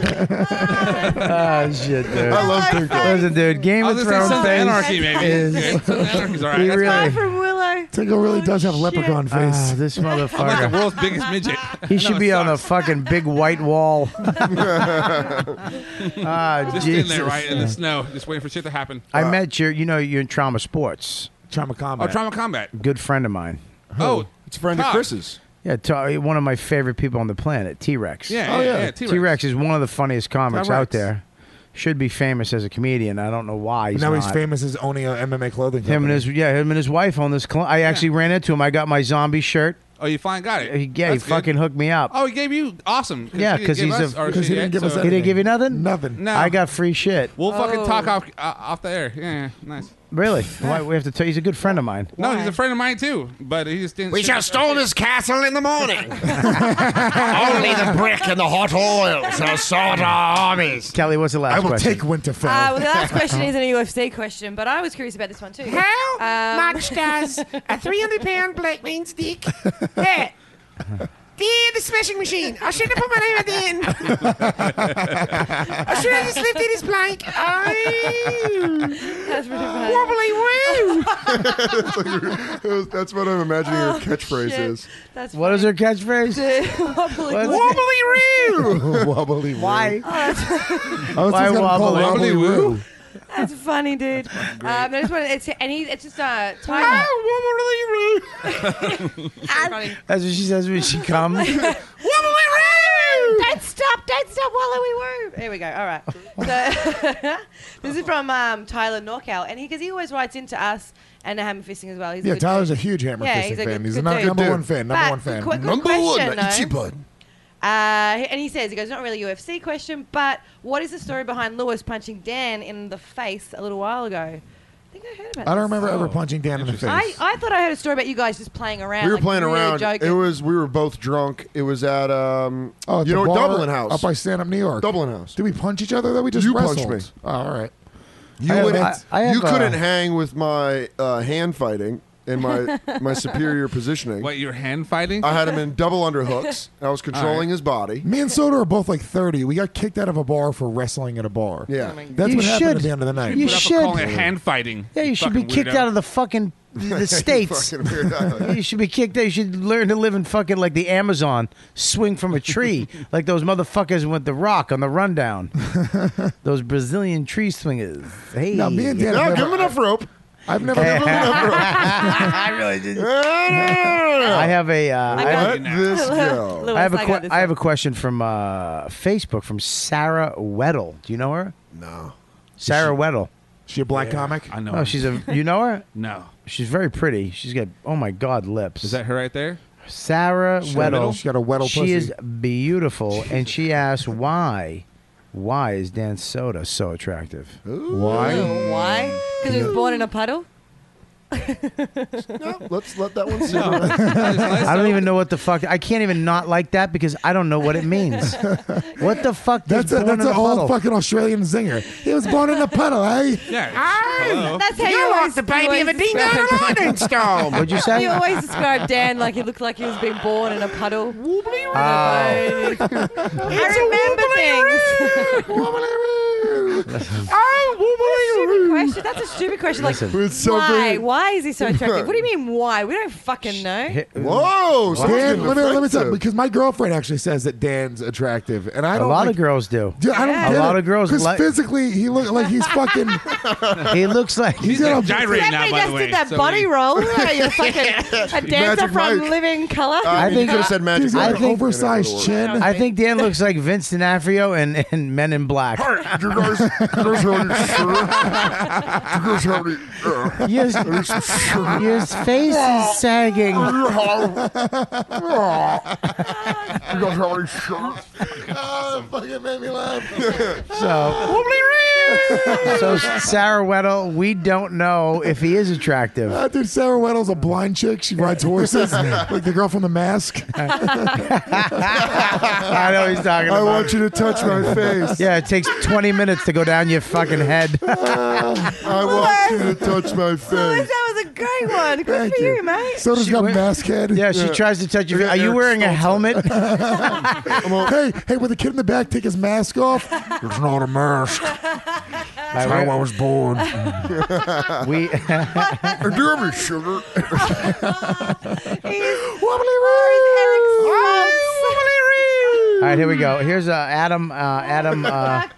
Speaker 7: Ah,
Speaker 2: oh shit, dude.
Speaker 7: I love Pink Floyd.
Speaker 2: Listen, dude. Game
Speaker 7: I
Speaker 2: of
Speaker 7: was gonna say
Speaker 2: Thrones
Speaker 7: Sons of
Speaker 2: thing
Speaker 7: Anarchy, maybe.
Speaker 2: is-
Speaker 7: Yeah, Sons of Anarchy's all right.
Speaker 2: He
Speaker 7: That's
Speaker 2: really-
Speaker 7: fine.
Speaker 10: From Willow.
Speaker 9: Tingle really does have leprechaun face.
Speaker 2: Ah, this
Speaker 7: I'm like the
Speaker 2: motherfucker.
Speaker 7: world's biggest midget.
Speaker 2: He should be on a fucking big white wall. ah,
Speaker 7: Just in
Speaker 2: Jesus.
Speaker 7: there, right, in the snow, just waiting for shit to happen.
Speaker 2: I met your, you know, you're in trauma sports.
Speaker 9: Trauma
Speaker 7: Oh,
Speaker 9: combat.
Speaker 7: trauma combat.
Speaker 2: Good friend of mine.
Speaker 7: Oh,
Speaker 5: it's a friend
Speaker 7: Todd.
Speaker 5: of Chris's.
Speaker 2: Yeah, t- uh, one of my favorite people on the planet, T Rex.
Speaker 7: Yeah, Oh, yeah, yeah. yeah, T-Rex.
Speaker 2: T Rex is one of the funniest comics
Speaker 9: T-Rex.
Speaker 2: out there. Should be famous as a comedian. I don't know why. He's
Speaker 9: now
Speaker 2: not.
Speaker 9: he's famous as owning a MMA clothing
Speaker 2: Him and
Speaker 9: company.
Speaker 2: his yeah, him and his wife on this. Cl- I actually ran into him. I got my zombie shirt.
Speaker 7: Oh, you finally got it.
Speaker 2: He, yeah,
Speaker 7: That's
Speaker 2: he
Speaker 7: good.
Speaker 2: fucking hooked me up.
Speaker 7: Oh, he gave you awesome.
Speaker 2: yeah,
Speaker 7: he
Speaker 2: because
Speaker 7: gave
Speaker 2: he's
Speaker 7: us
Speaker 2: a
Speaker 7: our shit, yeah, so-
Speaker 2: He didn't give you nothing.
Speaker 9: Nothing.
Speaker 7: No.
Speaker 2: I got free shit.
Speaker 7: We'll fucking
Speaker 10: Oh.
Speaker 7: talk off uh, off the air. Yeah, yeah, nice.
Speaker 2: Really? Why we have to tell? He's a good friend of mine.
Speaker 7: No, he's a friend of mine too, but he just didn't.
Speaker 6: We shall stole this castle in the morning. Only the brick and the hot oil shall sort our armies.
Speaker 2: Kelly, what's the last
Speaker 9: I will
Speaker 2: question?
Speaker 9: take Winterfell.
Speaker 10: Uh, well, the last question is an UFC question, but I was curious about this one too.
Speaker 4: How
Speaker 10: Um,
Speaker 4: much does a 300 pound black man's dick hurt? Dear the smashing machine, I shouldn't have put my name at the end. I should have just left it as blank. Oh,
Speaker 10: That's pretty bad.
Speaker 4: wobbly woo.
Speaker 5: That's what I'm imagining her catchphrase
Speaker 10: Oh, shit.
Speaker 5: is.
Speaker 10: That's
Speaker 2: What is her catchphrase?
Speaker 10: wobbly
Speaker 2: What's-
Speaker 10: woo.
Speaker 4: Wobbly woo.
Speaker 9: wobbly woo.
Speaker 2: Why?
Speaker 9: I was
Speaker 2: Why
Speaker 9: just gonna call
Speaker 2: wobbly?
Speaker 9: wobbly woo.
Speaker 10: That's funny, dude.
Speaker 12: great.
Speaker 10: Um, I just want it's and he, it's just uh, time.
Speaker 2: That's what she says when she comes.
Speaker 10: Wobbly Don't stop! Don't stop! Wallowy woo! Here we go. All right. So this is from um, Tyler Norcal, and he because he always writes into us and the hammer fisting as well. He's a
Speaker 9: Yeah,
Speaker 10: good
Speaker 9: Tyler's
Speaker 10: dude.
Speaker 9: a huge Hammer
Speaker 10: yeah,
Speaker 9: Fisting
Speaker 10: he's a
Speaker 9: fan.
Speaker 10: Good,
Speaker 9: He's
Speaker 10: good
Speaker 9: a num-
Speaker 10: dude.
Speaker 9: number one fan, number
Speaker 10: But
Speaker 9: one fan.
Speaker 10: qu- good
Speaker 9: Number one,
Speaker 10: question, though.
Speaker 9: Ichiban.
Speaker 10: Uh, and he says, he goes, not really a UFC question, but what is the story behind Lewis punching Dan in the face a little while ago? I think I heard about
Speaker 9: I don't
Speaker 10: this.
Speaker 9: remember
Speaker 5: Oh,
Speaker 9: ever punching Dan in the face.
Speaker 10: I,
Speaker 2: uh,
Speaker 10: I thought I heard a story about you guys just playing around.
Speaker 5: we were
Speaker 10: like,
Speaker 5: playing
Speaker 10: really
Speaker 5: around.
Speaker 10: Joking.
Speaker 5: It was we were both drunk. It was at um
Speaker 9: Oh, at
Speaker 5: you
Speaker 9: the
Speaker 5: know
Speaker 9: bar
Speaker 5: Dublin House
Speaker 9: up by Stand Up New York.
Speaker 5: Dublin House.
Speaker 9: Did we punch each other? That we just
Speaker 5: you
Speaker 9: wrestled.
Speaker 5: punched me.
Speaker 9: Oh, all right.
Speaker 5: You
Speaker 9: I have-
Speaker 5: wouldn't.
Speaker 9: I- I have,
Speaker 5: you couldn't
Speaker 9: uh,
Speaker 5: hang with my uh, hand fighting and my my superior positioning.
Speaker 7: What, your hand fighting?
Speaker 5: I had him in double underhooks. I was controlling his body.
Speaker 9: Me and Soda are both like 30. We got kicked out of a bar for wrestling at a bar.
Speaker 5: Yeah.
Speaker 9: That's
Speaker 2: Oh You
Speaker 9: what happened
Speaker 2: should.
Speaker 9: at the end of the night.
Speaker 2: You You should put up a
Speaker 7: Calling it hand fighting.
Speaker 2: Yeah, you should be
Speaker 7: fucking
Speaker 2: kicked
Speaker 7: weirdo.
Speaker 2: out of the fucking the
Speaker 7: You
Speaker 2: states.
Speaker 7: fucking weirdo.
Speaker 2: you should be kicked out. You should learn to live in fucking like the Amazon, swing from a tree like those motherfuckers with the rock on the rundown. those Brazilian tree swingers. Hey,
Speaker 9: No, me and Dan No, have give never- him enough
Speaker 5: rope.
Speaker 9: I've never given him enough rope.
Speaker 2: I really did. I have a. Uh,
Speaker 5: Let
Speaker 2: I have,
Speaker 5: this go. Louis,
Speaker 2: I have a.
Speaker 5: I
Speaker 2: que-
Speaker 5: got this
Speaker 2: I have a question from uh, Facebook from Sarah Weddle. Do you know her?
Speaker 5: No.
Speaker 2: Sarah Weddle.
Speaker 9: She a black comic?
Speaker 7: I know
Speaker 2: No,
Speaker 7: her.
Speaker 2: Oh, she's a. You know her?
Speaker 7: No.
Speaker 2: She's very pretty. She's got oh my god lips.
Speaker 7: Is that her right there?
Speaker 2: Sarah
Speaker 7: She's got a
Speaker 2: Weddle.
Speaker 7: Weddle? She's got a Weddle
Speaker 2: She
Speaker 7: pussy.
Speaker 2: is beautiful, and she asks why. Why is Dan Soda so attractive?
Speaker 8: Ooh, Why? Because he was born in a puddle.
Speaker 5: Let's let that one sit.
Speaker 2: I don't even know what the fuck. I can't even not like that because I don't know what it means. What the fuck? does
Speaker 9: That's a,
Speaker 2: born in
Speaker 9: that's an
Speaker 2: a puddle?
Speaker 9: old fucking Australian zinger. He was born in a puddle, eh?
Speaker 7: Yeah.
Speaker 10: That's how you,
Speaker 4: You're
Speaker 10: always
Speaker 4: like the baby of a ding dong
Speaker 10: describe-
Speaker 4: in a London storm.
Speaker 2: What'd you say?
Speaker 8: You always describe Dan like he looked like he was being born in a puddle. Wobbly
Speaker 10: I remember things. Stupid question. That's a stupid question. Like,
Speaker 2: Listen. With something-
Speaker 10: why? Why is he so attractive? What do you mean? Why? We don't fucking know.
Speaker 5: Whoa, someone's
Speaker 9: Dan, let
Speaker 5: getting
Speaker 9: me, let me tell
Speaker 5: offensive.
Speaker 9: you, because my girlfriend actually says that Dan's attractive, and I
Speaker 2: A
Speaker 9: don't.
Speaker 2: lot
Speaker 9: like,
Speaker 2: of girls do.
Speaker 9: Dude, I don't
Speaker 2: A
Speaker 9: get
Speaker 2: lot
Speaker 9: it,
Speaker 2: of girls
Speaker 9: 'cause
Speaker 2: like-
Speaker 9: physically he look like he's fucking.
Speaker 2: he looks like
Speaker 9: he's got a
Speaker 7: Gyrate now,
Speaker 10: Stephanie
Speaker 7: by the
Speaker 10: just
Speaker 7: way.
Speaker 10: did that
Speaker 7: so
Speaker 10: body
Speaker 7: we-
Speaker 10: roll. Are you fucking a dancer
Speaker 5: Magic
Speaker 10: from
Speaker 5: Mike.
Speaker 10: Living Color?
Speaker 5: I mean, you could've said Magic
Speaker 9: He's got
Speaker 5: Mike.
Speaker 9: an oversized chin.
Speaker 2: I think Dan looks like Vince D'Onofrio and, and Men in Black.
Speaker 5: You guys, you guys have any syrup? You guys
Speaker 2: Yes.
Speaker 5: have any? There's some syrup.
Speaker 2: His face is sagging.
Speaker 5: You guys have any syrup?
Speaker 9: Oh, fucking made me laugh.
Speaker 2: So, so Sarah Weddle, we don't know if he is attractive.
Speaker 9: Ah, dude, Sarah Weddle's a blind chick. She rides horses, like the girl from The Mask.
Speaker 2: I know he's talking about.
Speaker 9: I want you to touch my face.
Speaker 2: Yeah, it takes 20 minutes to go down your fucking head.
Speaker 5: I want you to touch my face.
Speaker 10: That was a great one. Good for you, mate.
Speaker 9: Soda's got mask head.
Speaker 2: Yeah, she tries to touch your Are you wearing a helmet?
Speaker 9: hey, hey, would the kid in the back take his mask off? It's not a mask. That's how I was born.
Speaker 2: we
Speaker 5: Do you have any sugar?
Speaker 9: uh,
Speaker 2: All right, here we go. Here's uh, Adam. Uh, Adam. Uh,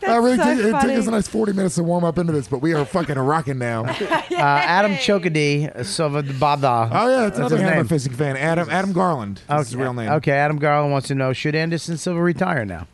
Speaker 9: I really
Speaker 2: so
Speaker 9: did. It took
Speaker 2: funny.
Speaker 9: us a nice 40 minutes to warm up into this, but we are fucking rocking now.
Speaker 2: uh, Adam Chokadi Silvabada.
Speaker 9: Oh, yeah, that's another
Speaker 2: his
Speaker 9: hammer
Speaker 2: name.
Speaker 9: fisting fan. Adam Adam Garland. That's his real name.
Speaker 2: Okay, Adam Garland wants to know should Anderson Silva retire now?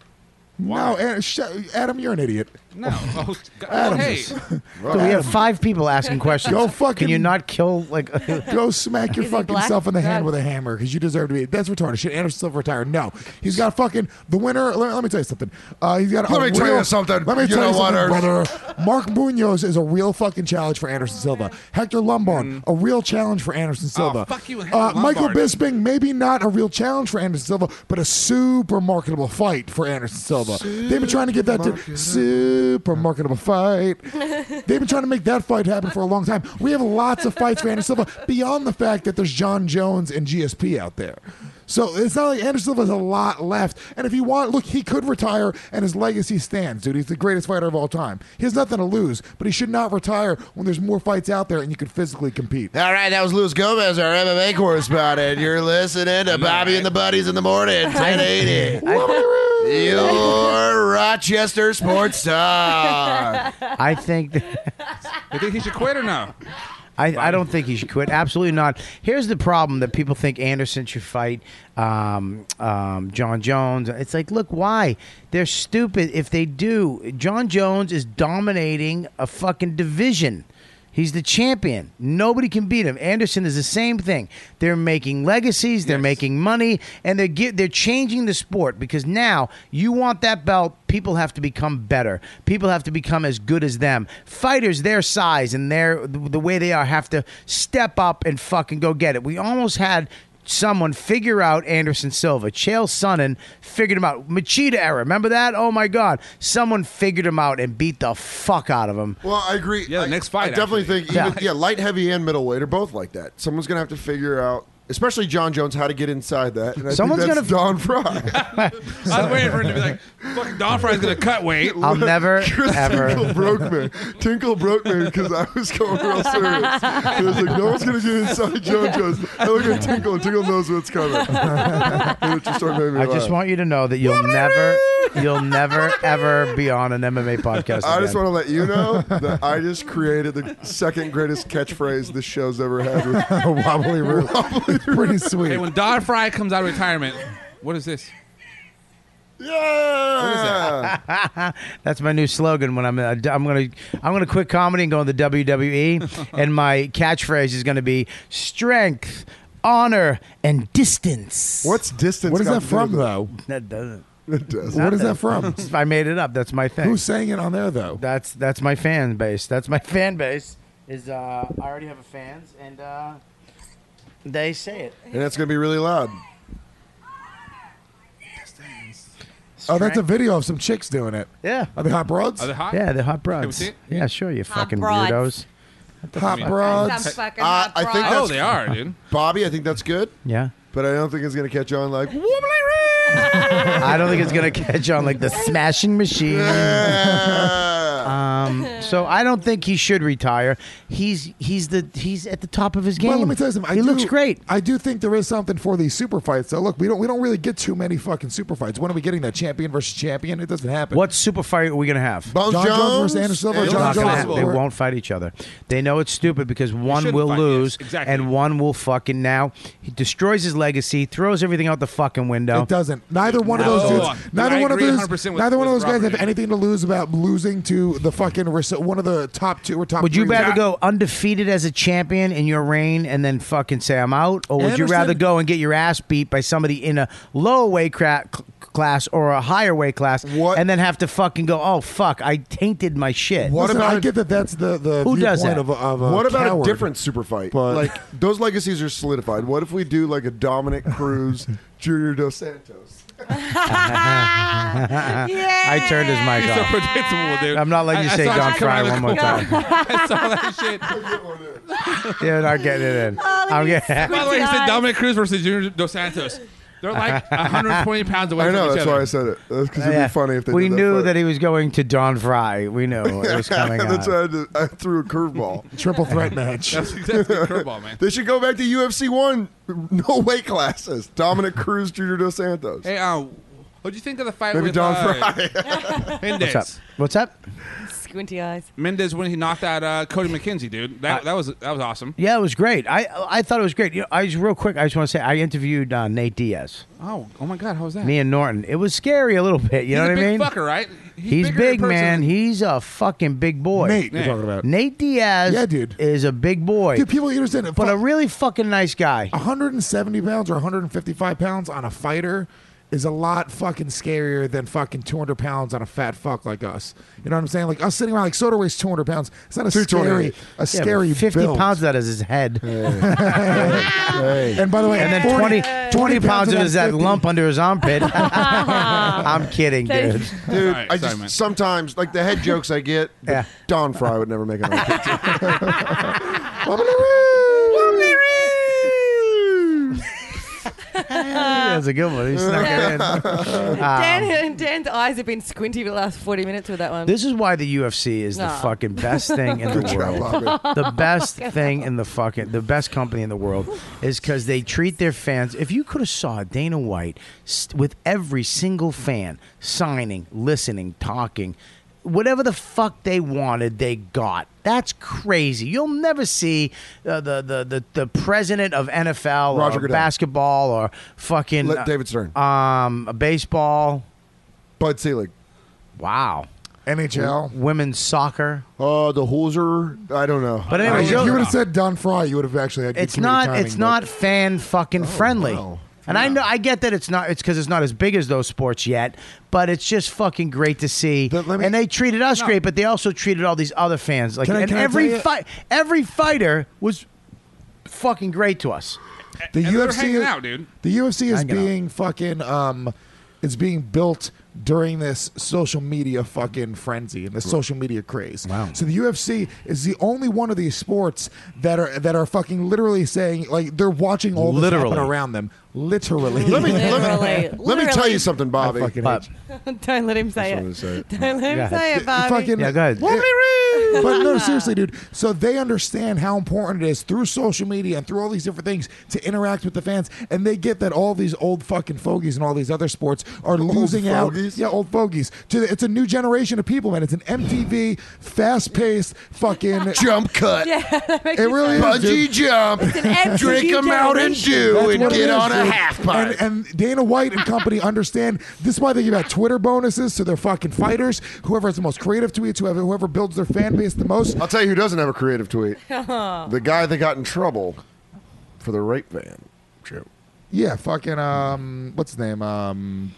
Speaker 9: No, Adam, sh- Adam, you're an idiot.
Speaker 7: No. Oh, God.
Speaker 9: Adam.
Speaker 7: hey.
Speaker 2: Dude, we have five people asking questions.
Speaker 9: Go fucking-
Speaker 2: Can you not kill like?
Speaker 9: Go smack your
Speaker 2: Is he
Speaker 9: fucking
Speaker 2: black?
Speaker 9: self in the hand
Speaker 2: God.
Speaker 9: with a hammer because you deserve to be. That's retarded. Should Anderson Silva retire? No. He's got fucking the winner. Let, let me tell you something. Uh, he's got.
Speaker 5: Let
Speaker 9: a
Speaker 5: me tell
Speaker 9: real-
Speaker 5: you something.
Speaker 9: Let me
Speaker 5: You
Speaker 9: tell
Speaker 5: know
Speaker 9: you
Speaker 5: what,
Speaker 9: something,
Speaker 5: Ernst?
Speaker 9: brother. Mark Munoz is a real fucking challenge for Anderson Silva.
Speaker 5: Mm.
Speaker 9: Hector Lombard, a real challenge for Anderson
Speaker 5: Oh,
Speaker 9: Silva.
Speaker 7: fuck you and Hector
Speaker 9: uh, Michael
Speaker 7: Lombard.
Speaker 9: Bisping, maybe not a real challenge for Anderson Silva, but a super marketable fight for Anderson Silva. They've been trying to get that to super marketable fight. They've been trying to make that fight happen for a long time. We have lots of fights for Anderson Silva beyond the fact that there's John Jones and GSP out there. So it's not like Anderson Silva has a lot left. And if you want, look, he could retire and his legacy stands, dude. He's the greatest fighter of all time. He has nothing to lose, but he should not retire when there's more fights out there and you can physically compete.
Speaker 5: All right, that was Luis Gomez, our MMA correspondent. You're listening to Bobby and the Buddies in the morning, 1080. You're
Speaker 13: Rochester sports star.
Speaker 2: I think.
Speaker 7: You think he should quit or no?
Speaker 2: I, I don't think he should quit. Absolutely not. Here's the problem that people think Anderson should fight um, um, John Jones. It's like, look, why? They're stupid if they do. John Jones is dominating a fucking division. He's the champion. Nobody can beat him. Anderson is the same thing. They're making legacies. They're making money, and they're gi- they're changing the sport because now you want that belt. People have to become better. People have to become as good as them. Fighters their size and their the way they are have to step up and fucking go get it. We almost had someone figure out Anderson Silva. Chael Sonnen figured him out. Machida era, remember that? Oh my god, someone figured him out and beat the fuck out of him.
Speaker 5: Well, I agree. Yeah, next
Speaker 7: fight,
Speaker 5: I definitely
Speaker 7: actually.
Speaker 5: think even, yeah. light heavy and middleweight are both like that. Someone's gonna have to figure out, especially John Jones, how to get inside that. And I
Speaker 2: Someone's
Speaker 5: think that's Don Fry.
Speaker 7: I was waiting for him to be like, fucking Don Fry's gonna cut weight.
Speaker 2: I'll never ever.
Speaker 5: Tinkle broke me. Tinkle broke me because I was going real serious. He was like, no one's gonna get inside John Jones. I look at Tinkle, and Tinkle knows what's coming. And it just started making me
Speaker 2: I just
Speaker 5: laugh.
Speaker 2: want you to know that you'll never, you'll never ever be on an MMA podcast.
Speaker 5: I just
Speaker 2: again.
Speaker 5: want to let you know that I just created the second greatest catchphrase this show's ever had with
Speaker 9: wobbly root. Pretty sweet.
Speaker 7: Hey, when Don Fry comes out of retirement, what is this?
Speaker 5: Yeah.
Speaker 2: That's my new slogan. When I'm, uh, I'm gonna, I'm gonna quit comedy and go into WWE, and my catchphrase is gonna be strength, honor, and distance.
Speaker 5: What's distance?
Speaker 9: What is got that to do from, with it? though?
Speaker 2: That doesn't.
Speaker 5: It does.
Speaker 9: What is that from?
Speaker 2: I made it up. That's my thing.
Speaker 9: Who's saying it on there though?
Speaker 2: That's that's my fan base. That's my fan base. Is uh, I already have a fans, and uh, they say it.
Speaker 5: And that's going to be really loud.
Speaker 9: Oh, that's a video of some chicks doing it.
Speaker 2: Yeah.
Speaker 9: Are they hot broads?
Speaker 2: Are they hot? Yeah, they're hot broads.
Speaker 9: Can we see it?
Speaker 2: Yeah, sure, you
Speaker 9: Hot
Speaker 2: fucking
Speaker 9: broads.
Speaker 2: weirdos. What the
Speaker 9: Hot
Speaker 2: fuck?
Speaker 9: broads.
Speaker 5: Some
Speaker 9: fucking
Speaker 5: Uh, I think
Speaker 7: Oh,
Speaker 5: that's,
Speaker 7: dude.
Speaker 5: Bobby, I think that's good.
Speaker 2: Yeah.
Speaker 5: But I don't think it's going to catch on like,
Speaker 2: I don't think it's gonna catch on like the smashing machine. um, so I don't think he should retire. He's he's the he's at the top of his game.
Speaker 9: Well, let me tell you something. I
Speaker 2: he
Speaker 9: do,
Speaker 2: looks great.
Speaker 9: I do think there is something for these super fights. So look, we don't we don't really get too many fucking super fights. When are we getting that champion versus champion? It doesn't happen.
Speaker 2: What super fight are we gonna have?
Speaker 9: Bones John Jones Jones versus Anderson Silva, and
Speaker 2: It's
Speaker 9: John
Speaker 2: not gonna
Speaker 9: Jones.
Speaker 2: happen. They won't fight each other. They know it's stupid because one
Speaker 7: shouldn't
Speaker 2: will
Speaker 7: fight, yes,
Speaker 2: lose
Speaker 7: exactly.
Speaker 2: and one will fucking now. He destroys his legacy, throws everything out the fucking window.
Speaker 9: It doesn't. Neither one of those
Speaker 2: No.
Speaker 9: dudes.
Speaker 2: Dude,
Speaker 9: Neither
Speaker 2: I
Speaker 9: one of
Speaker 2: agree
Speaker 9: those.
Speaker 2: 100% with-
Speaker 9: neither one of
Speaker 2: with
Speaker 9: those guys
Speaker 2: Robert
Speaker 9: have anything to lose about losing to the fucking res- one of the top two or top.
Speaker 2: Would you
Speaker 9: three.
Speaker 2: rather go undefeated as a champion in your reign and then fucking say I'm out, or would you
Speaker 9: Anderson-
Speaker 2: rather go and get your ass beat by somebody in a lower weight cra- c- class or a higher weight class, and then have to fucking go, oh fuck, I tainted my shit.
Speaker 9: What about? I get that. That's the the
Speaker 2: Who does
Speaker 9: viewpoint
Speaker 2: that?
Speaker 9: Of, a- of a
Speaker 5: what about
Speaker 9: coward.
Speaker 5: a different super fight?
Speaker 9: But-
Speaker 5: like those legacies are solidified. What if we do like a Dominic Cruz, Junior Dos Santos?
Speaker 2: I turned his mic
Speaker 7: You're so
Speaker 2: off.
Speaker 7: predictable, dude.
Speaker 2: I'm not letting you
Speaker 7: I- I
Speaker 2: say
Speaker 7: saw
Speaker 2: Don
Speaker 7: you come
Speaker 2: Fry
Speaker 7: out of
Speaker 2: one more
Speaker 7: the corner.
Speaker 2: time.
Speaker 7: I saw that shit.
Speaker 2: You're not getting it in.
Speaker 5: Oh,
Speaker 2: I'm getting.
Speaker 7: By the way, he said Dominic Cruz versus Junior Dos Santos. They're like 120 pounds away
Speaker 5: I know.
Speaker 7: from each
Speaker 5: That's
Speaker 7: other.
Speaker 5: why I said it. That's because it'd
Speaker 2: Yeah.
Speaker 5: be funny if they.
Speaker 2: we
Speaker 5: did
Speaker 2: knew
Speaker 5: that,
Speaker 2: that he was going to Don Fry. We knew it was coming
Speaker 5: that's
Speaker 2: on.
Speaker 5: why I, did- I threw a curveball.
Speaker 9: Triple threat match.
Speaker 7: That's exactly a curveball, man.
Speaker 5: They should go back to UFC one. No weight classes. Dominic Cruz, Junior Dos Santos.
Speaker 7: Hey, um, what'd you think of the fight
Speaker 5: Maybe
Speaker 7: with
Speaker 5: Don
Speaker 7: uh, Mendez?
Speaker 2: What's up? What's up?
Speaker 8: Squinty eyes.
Speaker 7: Mendez when he knocked out uh, Cody McKenzie, dude. That, that was that was awesome.
Speaker 2: Yeah, it was great. I I thought it was great. You know, I just real quick. I just want to say I interviewed uh, Nate Diaz.
Speaker 7: Oh, oh my God, how was that?
Speaker 2: Me and Norton. It was scary a little bit. You
Speaker 7: He's
Speaker 2: know
Speaker 7: a
Speaker 2: what I
Speaker 7: big
Speaker 2: mean?
Speaker 7: fucker, right? He's
Speaker 2: He's,
Speaker 7: bigger in
Speaker 2: big,
Speaker 7: person
Speaker 2: man. He's a fucking big boy.
Speaker 9: Nate, you're Yeah. talking about.
Speaker 2: Nate Diaz.
Speaker 9: Yeah, dude.
Speaker 2: is a big boy.
Speaker 9: Dude, people understand it.
Speaker 2: but a really fucking nice guy.
Speaker 9: 170 pounds or 155 pounds on a fighter is a lot fucking scarier than fucking 200 pounds on a fat fuck like us. You know what I'm saying? Like us sitting around like soda weighs 200 pounds. It's not a scary, a
Speaker 2: Yeah,
Speaker 9: scary
Speaker 2: but Fifty
Speaker 9: build.
Speaker 2: pounds of that is his head.
Speaker 9: And by the way,
Speaker 2: and then 20, 20 pounds of it is that lump under his armpit. I'm kidding, dude.
Speaker 5: Dude,
Speaker 2: All right,
Speaker 5: I
Speaker 2: sorry,
Speaker 5: just
Speaker 2: man.
Speaker 5: sometimes like the head jokes I get. but Don Fry would never make an.
Speaker 2: That's a good one. He snuck it in. Um,
Speaker 8: Dan, Dan's eyes have been squinty for the last 40 minutes with that one.
Speaker 2: this is why the UFC is the
Speaker 8: No.
Speaker 2: fucking best thing in the
Speaker 8: Good job,
Speaker 2: world.
Speaker 8: Bobby.
Speaker 2: The best thing in the fucking the best company in the world is because they treat their fans. If you could have saw Dana White st- with every single fan signing, listening, talking, whatever the fuck they wanted, they got. That's crazy. You'll never see uh, the, the the the president of NFL
Speaker 9: Roger
Speaker 2: or
Speaker 9: Goodell.
Speaker 2: basketball or fucking
Speaker 9: Let David Stern.
Speaker 2: um baseball.
Speaker 5: Bud Selig.
Speaker 2: Wow.
Speaker 9: NHL.
Speaker 2: women's soccer.
Speaker 5: Uh, the Hoser. I don't know.
Speaker 2: But anyways,
Speaker 9: if
Speaker 2: you'll-
Speaker 9: you would have said Don Fry, you would have actually had. good
Speaker 2: It's
Speaker 9: comedic
Speaker 2: not.
Speaker 9: timing, Oh,
Speaker 2: it's
Speaker 9: but-
Speaker 2: not fan fucking friendly. And I know I get that it's not. It's because it's not as big as those sports yet. But it's just fucking great to see. and they treated us
Speaker 9: No.
Speaker 2: great, but they also treated all these other fans like.
Speaker 9: Can I-
Speaker 2: and
Speaker 9: can I tell
Speaker 2: every
Speaker 9: you-
Speaker 2: fight, every fighter was fucking great to us.
Speaker 9: the
Speaker 2: And they're
Speaker 9: UFC
Speaker 2: hanging
Speaker 9: is,
Speaker 2: out, dude.
Speaker 9: The UFC is
Speaker 2: Hanging out.
Speaker 9: being fucking um it's being built during this social media fucking frenzy and the social media craze. Wow. So the UFC is the only one of these sports that are that are fucking literally saying like they're watching all this happen
Speaker 5: Literally.
Speaker 9: around them. Literally.
Speaker 5: Let me- let me- Literally. let me tell you something, Bobby.
Speaker 9: I fucking
Speaker 5: Bob.
Speaker 9: hate
Speaker 8: Don't let him say it. Don't let him say it, Bobby.
Speaker 9: Fucking- But no, seriously, dude. So they understand how important it is through social media and through all these different things to interact with the fans, and they get that all these old fucking fogies and all these other sports are losing out.
Speaker 5: fogies?
Speaker 9: Yeah, old fogies. To the, it's a new generation of people, man. It's an MTV, fast-paced, fucking
Speaker 13: Jump cut.
Speaker 8: Yeah,
Speaker 9: it really is.
Speaker 13: Bungee
Speaker 9: dude.
Speaker 13: jump. Drink 'em out and do
Speaker 9: That's
Speaker 13: and
Speaker 9: what it
Speaker 13: get
Speaker 9: is,
Speaker 13: on a
Speaker 9: dude.
Speaker 13: half pipe.
Speaker 9: And, and Dana White and company understand this is why they give out Twitter bonuses to their fucking fighters. Whoever has the most creative tweets, whoever whoever builds their fan base the most.
Speaker 5: I'll tell you who doesn't have a creative tweet.
Speaker 9: Aw.
Speaker 5: the guy that got in trouble for the rape van. True.
Speaker 9: Yeah, fucking um, what's his name? Um,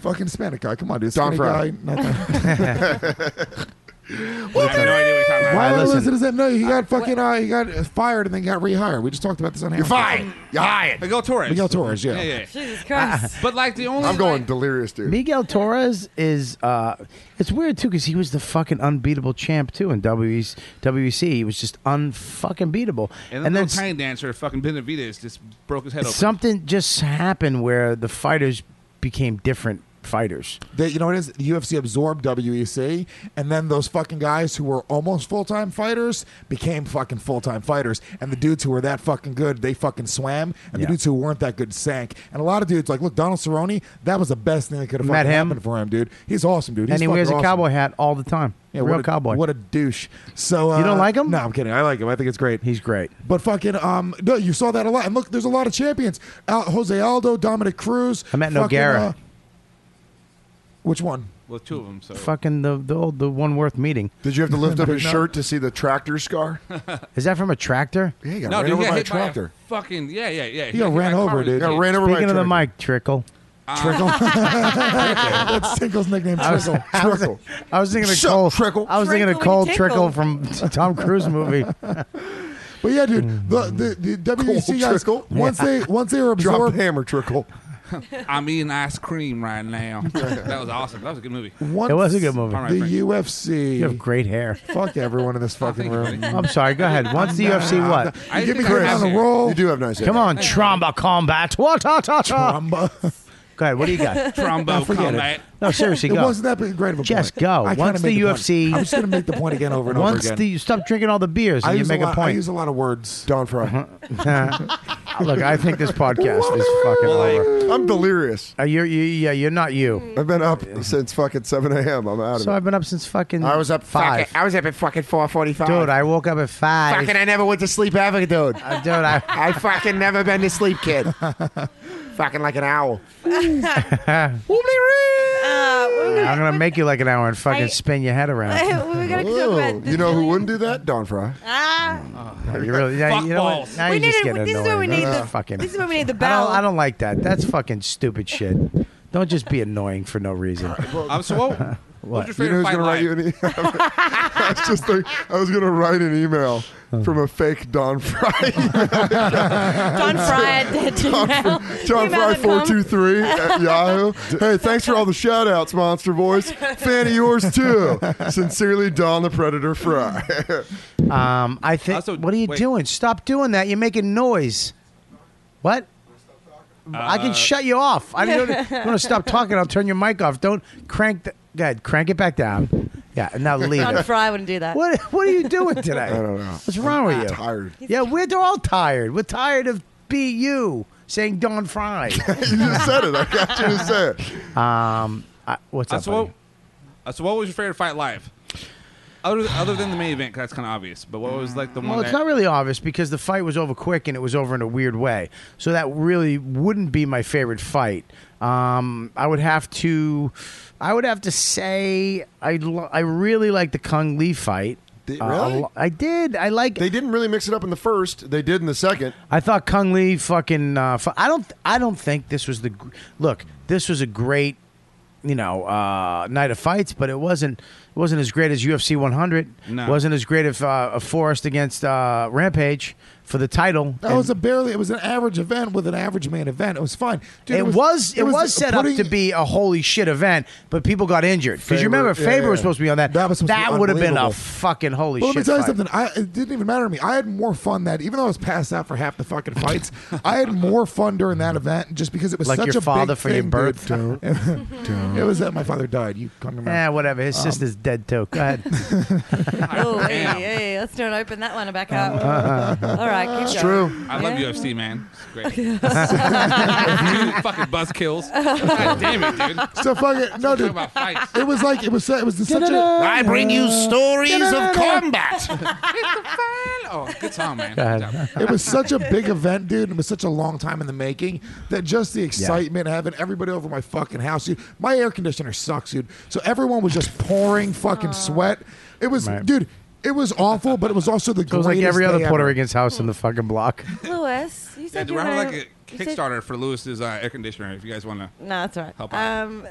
Speaker 9: fucking Hispanic guy. Come on, dude.
Speaker 5: Don
Speaker 9: Skinny
Speaker 5: Fry.
Speaker 9: guy. Not that-
Speaker 7: I have no idea what you're talking about.
Speaker 9: Why
Speaker 7: All right,
Speaker 9: listen.
Speaker 7: listen.
Speaker 9: is that? No, he got fucking uh, he got fired and then got rehired. We just talked about this on.
Speaker 7: You're
Speaker 9: Hamilton.
Speaker 7: fired. You're hired. Miguel Torres.
Speaker 9: Miguel Torres. Yeah.
Speaker 7: Yeah, yeah.
Speaker 8: Jesus
Speaker 2: Christ.
Speaker 7: but like the only.
Speaker 5: I'm going delirious, dude.
Speaker 2: Miguel Torres is uh, it's weird too because he was the fucking unbeatable champ too in E WEC. WEC. He was just unfucking beatable.
Speaker 7: And, then the tiny dancer, fucking Benavides, just broke his head open.
Speaker 2: something just happened where the fighters became different fighters.
Speaker 9: They, you know what it is? The UFC absorbed WEC, and then those fucking guys who were almost full time fighters became fucking full time fighters. And the dudes who were that fucking good, they fucking swam, and
Speaker 2: Yeah.
Speaker 9: the dudes who weren't that good sank. And a lot of dudes, like, look, Donald Cerrone, that was the best thing that could have
Speaker 2: Met
Speaker 9: fucking
Speaker 2: him.
Speaker 9: happened for him, dude. He's awesome, dude. He's
Speaker 2: and he
Speaker 9: fucking
Speaker 2: wears a
Speaker 9: awesome.
Speaker 2: cowboy hat all the time.
Speaker 9: Yeah,
Speaker 2: Real
Speaker 9: what a,
Speaker 2: cowboy.
Speaker 9: What a douche. So uh,
Speaker 2: You don't like him?
Speaker 9: No, I'm kidding. I like him. I think it's great.
Speaker 2: He's great.
Speaker 9: But fucking um, no, you saw that a lot. And look, there's a lot of champions: Al- Jose Aldo, Dominic Cruz.
Speaker 2: I met
Speaker 9: fucking,
Speaker 2: Nogueira.
Speaker 9: uh, which one?
Speaker 7: Well, two of them. So
Speaker 2: Fucking the the old, the one worth meeting.
Speaker 5: Did you have to lift up his shirt to see the tractor scar?
Speaker 2: Is that from a tractor?
Speaker 5: Yeah, he got
Speaker 7: no,
Speaker 5: ran
Speaker 7: dude,
Speaker 5: over
Speaker 7: he got
Speaker 5: by a
Speaker 7: hit by
Speaker 5: tractor.
Speaker 7: fucking yeah, yeah, yeah.
Speaker 5: He got
Speaker 7: hit
Speaker 5: ran
Speaker 7: by a
Speaker 5: over,
Speaker 7: car.
Speaker 5: dude. Got ran over by a
Speaker 2: Speaking of the
Speaker 5: tractor.
Speaker 2: mic, trickle.
Speaker 7: Ah.
Speaker 9: Trickle. That's Tinkle's nickname.
Speaker 2: I was-
Speaker 9: Trickle.
Speaker 2: I was-
Speaker 9: Trickle.
Speaker 2: I was thinking of Cole. Trickle. I was thinking of
Speaker 9: Trickle
Speaker 2: Cole
Speaker 9: and
Speaker 2: Trickle from Tom Cruise movie.
Speaker 9: But yeah, dude, the the, the WEC guys
Speaker 5: Trickle.
Speaker 9: once
Speaker 7: Yeah.
Speaker 9: they once they were
Speaker 7: Drop
Speaker 9: absorbed,
Speaker 7: the
Speaker 5: hammer trickle.
Speaker 7: I'm eating ice cream right now. that was awesome. That was a good movie.
Speaker 9: Once
Speaker 7: All right,
Speaker 9: The
Speaker 7: Frank.
Speaker 9: UFC.
Speaker 2: You have great hair.
Speaker 9: Fuck everyone in this fucking room.
Speaker 2: I'm sorry. Go ahead. Once the
Speaker 9: Nah,
Speaker 2: UFC, what?
Speaker 9: nah. You give me Chris. on the roll.
Speaker 5: You do have nice hair.
Speaker 2: Come on, Tromba combat. What? ta, ta, ta. Go ahead. What do you got?
Speaker 9: Trombo Nah, forget it. combat.
Speaker 2: No, seriously,
Speaker 9: It
Speaker 2: go.
Speaker 9: wasn't that big- great of a
Speaker 2: Just
Speaker 9: point. I
Speaker 2: go.
Speaker 9: kinda
Speaker 2: Once
Speaker 9: made
Speaker 2: the
Speaker 9: the point.
Speaker 2: UFC.
Speaker 9: I'm just gonna make the point again over and over
Speaker 2: Once
Speaker 9: again.
Speaker 2: the you stop drinking all the beers and
Speaker 9: I
Speaker 2: you
Speaker 9: use a
Speaker 2: make a
Speaker 9: lot- I
Speaker 2: point.
Speaker 9: use a lot of words. Uh-huh.
Speaker 5: Don Fry.
Speaker 2: Look, I think this podcast is fucking over. Uh,
Speaker 5: I'm delirious.
Speaker 2: you're, you, yeah, you're not you.
Speaker 5: I've been up since fucking 7 a.m. I'm out of
Speaker 2: So
Speaker 5: it.
Speaker 2: I've been up since fucking.
Speaker 5: I was up
Speaker 2: five.
Speaker 5: fucking-
Speaker 4: I was up at fucking 4:45.
Speaker 2: Dude, I woke up at five.
Speaker 4: Fucking, I never went to sleep ever, dude.
Speaker 2: dude, I,
Speaker 4: I fucking never been to sleep, kid. fucking like an owl.
Speaker 8: Uh,
Speaker 2: I'm gonna make you like an hour and fucking spin your head
Speaker 8: Ah.
Speaker 2: around.
Speaker 10: we were gonna
Speaker 5: Ooh,
Speaker 10: talk about
Speaker 5: you know who wouldn't do that? Don Fry.
Speaker 2: you really, yeah, you know what? Now
Speaker 10: We
Speaker 2: you're
Speaker 10: needed-
Speaker 2: just getting
Speaker 10: this is
Speaker 2: annoying.
Speaker 10: where we need
Speaker 2: That's
Speaker 10: the-
Speaker 2: fucking,
Speaker 10: this is where we need the
Speaker 2: I
Speaker 10: bell.
Speaker 2: don't, I don't like that. That's fucking stupid shit. Don't just be annoying for no reason.
Speaker 7: I'm so what?
Speaker 2: What?
Speaker 7: What's your
Speaker 5: You know
Speaker 7: favorite
Speaker 5: who's
Speaker 7: fight line?
Speaker 5: gonna write you an e- I was just like, I was gonna write an email
Speaker 2: Uh-huh.
Speaker 5: from a fake Don Fry.
Speaker 10: Don Fry at
Speaker 5: John, John Fry four two three at Yahoo. Hey, thanks for all the shout outs, Monster Boys. Fan of yours too. Sincerely, Don the Predator Fry.
Speaker 2: Um, I think. what are you
Speaker 5: wait.
Speaker 2: doing? Stop doing that. You're making noise. What? I can shut you off. I don't want to stop talking. I'll turn your mic off. Don't crank. The, go ahead, crank it back down. Yeah, and now leave.
Speaker 8: John
Speaker 2: it.
Speaker 8: Fry wouldn't do that.
Speaker 2: What What are you doing today?
Speaker 8: I don't know.
Speaker 2: What's wrong with
Speaker 8: I'm
Speaker 2: you?
Speaker 8: tired.
Speaker 2: Yeah, we're all tired. We're tired of BU saying Don Fry. you
Speaker 5: just said it. I got you to say
Speaker 2: it. Um, I, what's
Speaker 7: Uh,
Speaker 2: up?
Speaker 7: so, what, uh, so what was your favorite fight live? Other, other than the main event, 'cause that's kind of obvious. But what was like the one?
Speaker 2: Well, it's
Speaker 7: that-
Speaker 2: not really obvious because the fight was over quick and it was over in a weird way. So that really wouldn't be my favorite fight. Um, I would have to, I would have to say I lo- I really like the Kung Lee fight.
Speaker 5: Did,
Speaker 2: Uh, a
Speaker 5: really?
Speaker 2: lo- I did. I like.
Speaker 5: They didn't really mix it up in the first. They did in the second.
Speaker 2: I thought Kung Lee fucking. Uh, fu- I don't. I don't think this was the. gr- Look, this was a great, you know, uh, night of fights, but it wasn't. It wasn't as great as UFC 100.
Speaker 9: No.
Speaker 2: Wasn't as great as uh, a Forrest against uh, Rampage for the title.
Speaker 9: That
Speaker 2: And
Speaker 9: was a barely. It was an average event with an average main event. It was fine. Dude,
Speaker 2: it, was, it was, set
Speaker 9: putting-
Speaker 2: up to be a holy shit event, but people got injured because you
Speaker 9: Faber-
Speaker 2: remember
Speaker 9: yeah,
Speaker 2: Faber was
Speaker 9: yeah.
Speaker 2: supposed to be on that. That,
Speaker 9: was supposed to be
Speaker 2: would have been a
Speaker 9: unbelievable.
Speaker 2: fucking holy
Speaker 9: well,
Speaker 2: shit.
Speaker 9: Let me tell you
Speaker 2: fight.
Speaker 9: something. I, it didn't even matter to me. I had more fun that, even though I was passed out for half the fucking fights, I had more fun during that event just because it was
Speaker 2: Like
Speaker 9: such
Speaker 2: your
Speaker 9: a
Speaker 2: father
Speaker 9: big
Speaker 2: for your
Speaker 9: thing,
Speaker 2: birth.
Speaker 9: dude. it was that my father died. You come to
Speaker 2: Yeah, Eh, whatever. His
Speaker 9: Um,
Speaker 2: sister's dead too. Go ahead.
Speaker 8: Oh, hey, hey, let's not open that one back up. All right, keep
Speaker 7: It's
Speaker 8: going.
Speaker 7: I love
Speaker 8: Yeah.
Speaker 7: UFC, man. It's great.
Speaker 8: Okay.
Speaker 7: fucking buzzkills. God damn it, dude.
Speaker 9: So fuck it. No, dude. It was like it was. so- It was such a.
Speaker 6: I bring you stories of combat.
Speaker 7: Oh, good song, man.
Speaker 9: Go it was such a big event, dude. and It was such a long time in the making that just the excitement, having everybody over my fucking house, dude. My air conditioner sucks, dude. So everyone was just pouring fucking sweat. It was,
Speaker 2: Right.
Speaker 9: dude. It was awful, but it was also the
Speaker 2: It was
Speaker 9: greatest.
Speaker 2: like every
Speaker 9: day
Speaker 2: other Puerto
Speaker 9: ever.
Speaker 2: Rican's house in the fucking block.
Speaker 8: Lewis, you
Speaker 7: Yeah,
Speaker 8: said
Speaker 7: do we
Speaker 8: you
Speaker 7: have
Speaker 8: were-
Speaker 7: like a
Speaker 8: you said-
Speaker 7: Kickstarter for Lewis's uh, air conditioner? If you guys want to.
Speaker 8: No, that's all right.
Speaker 7: Help
Speaker 8: um,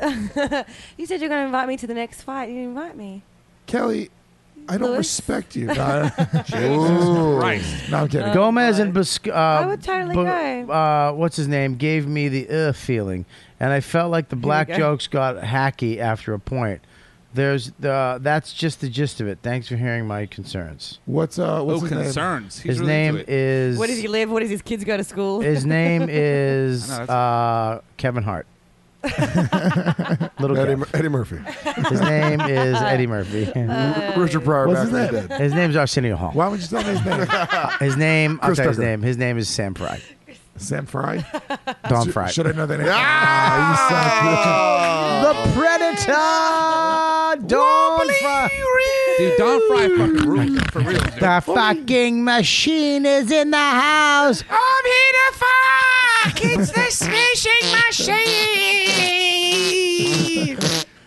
Speaker 8: you said you're going to invite me to the next fight. You didn't invite me.
Speaker 9: Kelly, I don't
Speaker 8: Louis?
Speaker 9: respect you. No,
Speaker 2: Ooh.
Speaker 9: No, I'm kidding.
Speaker 2: Gomez and Busc- uh, I
Speaker 8: would totally go.
Speaker 2: Uh, what's his name? Gave me the uh feeling, and I felt like the black
Speaker 8: go.
Speaker 2: jokes got hacky after a point. There's uh, that's just the gist of it. Thanks for hearing my concerns.
Speaker 9: What's uh?
Speaker 7: Oh,
Speaker 9: What's his name?
Speaker 7: concerns. He's
Speaker 2: his
Speaker 7: really
Speaker 2: name
Speaker 7: into it.
Speaker 2: is
Speaker 8: Where does he live? Where does his kids go to school?
Speaker 2: his name is
Speaker 8: I know,
Speaker 2: uh, Kevin Hart. Little
Speaker 5: Eddie,
Speaker 2: Kev.
Speaker 5: Mur- Eddie Murphy.
Speaker 2: His name is Eddie Murphy.
Speaker 8: Uh,
Speaker 5: Richard Pryor.
Speaker 2: What's his
Speaker 5: back in the
Speaker 2: name?
Speaker 5: day.
Speaker 2: His name's Arsenio Hall.
Speaker 9: Why would you tell me his name?
Speaker 2: His name, I'll
Speaker 9: Chris
Speaker 2: tell you his
Speaker 9: Tucker.
Speaker 2: name. His name is Sam Fry.
Speaker 9: Sam Fry.
Speaker 2: Don
Speaker 9: Should-
Speaker 2: Fry.
Speaker 9: Should I know that name?
Speaker 5: Ah!
Speaker 9: Ah,
Speaker 2: The Predator! Don Fry!
Speaker 7: Dude, Don Fry fucking ruled for real. dude.
Speaker 2: The fucking machine is in the house!
Speaker 4: I'm here to fuck. It's the smashing machine.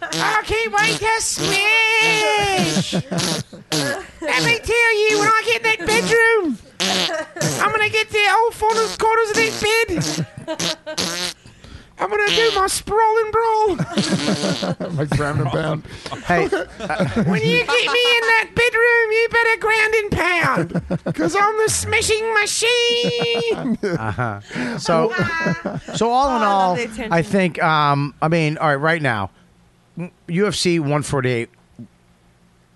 Speaker 4: I can't wait to smash. Let me tell you, when I get in that bedroom, I'm gonna get the old four quarters of that bed. I'm gonna do my sprawling brawl.
Speaker 9: like ground and pound.
Speaker 2: Hey,
Speaker 4: When you get me in that bedroom, you better ground and pound. Cause I'm the smashing
Speaker 7: Oh,
Speaker 4: machine.
Speaker 2: Uh-huh. So, so all in
Speaker 4: Oh, I love
Speaker 2: all,
Speaker 4: the attention.
Speaker 2: I think. Um, I mean, all right, right now, m- UFC 148.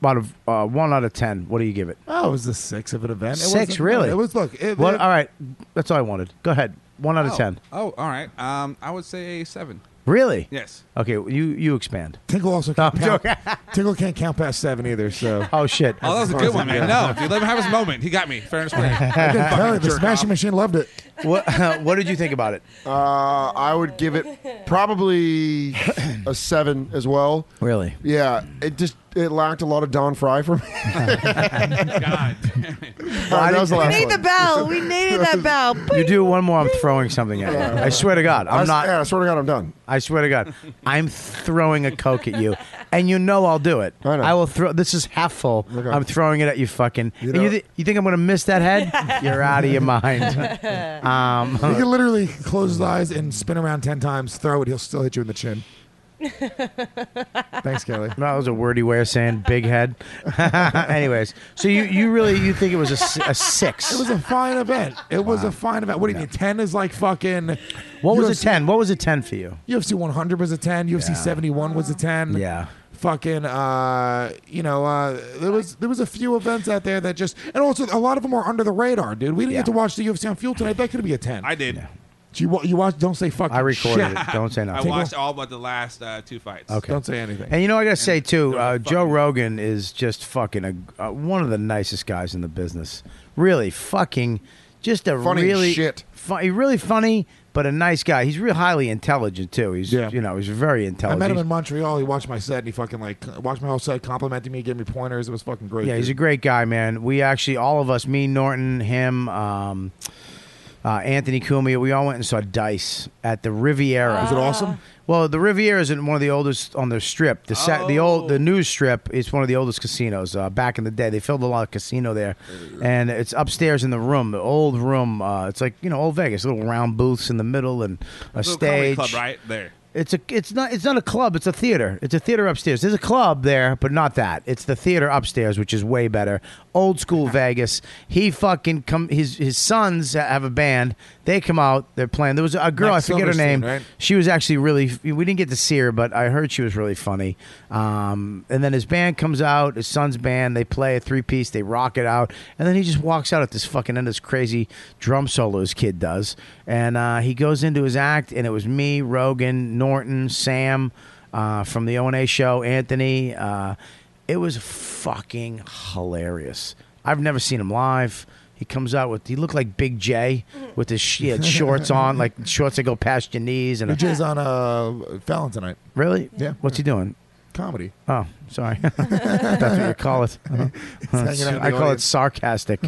Speaker 2: Out of uh, one out of ten, what do you give it?
Speaker 9: Oh, it was the six of an event. It
Speaker 2: Six,
Speaker 9: wasn't-
Speaker 2: really?
Speaker 9: It was look. It,
Speaker 2: What-
Speaker 9: it-
Speaker 2: all right, that's all I wanted. Go ahead. One out of
Speaker 7: Oh.
Speaker 2: ten.
Speaker 7: Oh, all right. Um, I would say a seven.
Speaker 2: Really?
Speaker 7: Yes.
Speaker 2: Okay, you you expand.
Speaker 9: Tinkle also can't count. Tinkle can't count past seven either. So
Speaker 2: oh shit.
Speaker 7: Oh, that was a good one, man. No, dude, let him have his moment. He got me fair and square.
Speaker 9: I didn't tell you,
Speaker 7: Fucking
Speaker 9: the
Speaker 7: jerk
Speaker 9: Smashing Machine loved it.
Speaker 2: What What did you think about it?
Speaker 5: Uh, I would give it probably a seven as well.
Speaker 2: Really?
Speaker 5: Yeah. It just it lacked a lot of Don Fry for me.
Speaker 2: Why
Speaker 5: that was the
Speaker 2: did-
Speaker 5: last
Speaker 2: We need
Speaker 5: one.
Speaker 2: the
Speaker 8: bell. We needed that bell.
Speaker 2: You do one more, I'm throwing something at you. I swear to God,
Speaker 5: I
Speaker 2: I'm
Speaker 5: s-
Speaker 2: not.
Speaker 5: yeah, I swear to God, I'm done.
Speaker 2: I swear to God, I'm throwing a coke at you, and you know I'll do it. I, will throw. This is half full. I'm throwing it at you, fucking. and You,
Speaker 9: know-
Speaker 2: thi- you think I'm gonna miss that head? You're out of your mind. Um,
Speaker 9: He can literally close his eyes and spin around ten times, throw it. He'll still hit you in the chin. Thanks, Kelly.
Speaker 2: that was a wordy way of saying big head. Anyways, so you you really you think it was a, s- a six?
Speaker 9: It was a fine event. It was a fine event. What do you mean? Ten is like fucking.
Speaker 2: What was a
Speaker 9: UFC
Speaker 2: ten? What was a ten for you?
Speaker 9: UFC 100 was a 10. UFC
Speaker 2: Yeah.
Speaker 9: 71 was a 10.
Speaker 2: Yeah.
Speaker 9: Fucking, uh, you know, uh, there was there was a few events out there that just, and also a lot of them were under the radar, dude. We didn't
Speaker 7: Yeah.
Speaker 9: get to watch the UFC on Fuel tonight. That could be a 10.
Speaker 7: I did.
Speaker 9: Do you wa- you watch? Don't say fucking.
Speaker 2: I recorded
Speaker 9: shit.
Speaker 2: it. Don't say
Speaker 7: I
Speaker 2: nothing.
Speaker 7: watched all but the last uh, two fights.
Speaker 2: Okay.
Speaker 9: anything.
Speaker 2: And you know, I gotta say too, uh, Joe Rogan is just fucking a, uh, one of the nicest guys in the business. Really, fucking, just a
Speaker 5: Funny as
Speaker 2: really
Speaker 5: shit.
Speaker 2: fu- he's really funny, but a nice guy. He's real highly intelligent too. He's you know he's very
Speaker 9: I
Speaker 2: intelligent.
Speaker 9: met him in Montreal. He watched my set and he fucking like watched my whole set, complimented me, gave me pointers. It was fucking great.
Speaker 2: yeah, he's a
Speaker 9: dude.
Speaker 2: great guy, man. We actually, all of us, me, Norton, him, um, uh, Anthony Cumia, we all went and saw Dice at the Riviera.
Speaker 9: Was it awesome?
Speaker 2: Well, the Riviera is in one of the oldest on the strip. The sa- the old the news strip is one of the oldest casinos. Uh, back in the day, they filled a lot of casino there, and it's upstairs in the room, the old room. Uh, it's like you know old Vegas, little round booths in the middle and a
Speaker 7: Little comedy
Speaker 2: stage.
Speaker 7: club right there.
Speaker 2: It's a it's not it's not a club. It's a theater. It's a theater upstairs. There's a club there, but not that. It's the theater upstairs, which is way better. Old school Vegas. He fucking come. His his sons have a band. They come out. They're playing. There was a girl.
Speaker 9: Max
Speaker 2: I forget her
Speaker 9: Silverstein,
Speaker 2: name.
Speaker 9: right?
Speaker 2: She was actually really. We didn't get to see her, but I heard she was really funny. Um, and then his band comes out. His son's band. They play a three piece. They rock it out. And then he just walks out at this fucking end. This crazy drum solo his kid does. And uh, he goes into his act. And it was me, Rogan, Norton, Sam uh, from the O and A show, Anthony. Uh, it was fucking hilarious. I've never seen him live. He comes out with he looked like Big J with his sh- he had shorts on, like shorts that go past your knees. And
Speaker 9: Big J's on uh, Fallon tonight.
Speaker 2: Really? Yeah. What's he doing?
Speaker 9: Comedy.
Speaker 2: Oh, sorry. That's what you call it. Uh-huh.
Speaker 9: hanging out in the
Speaker 2: I call it
Speaker 9: audience.
Speaker 2: sarcastic.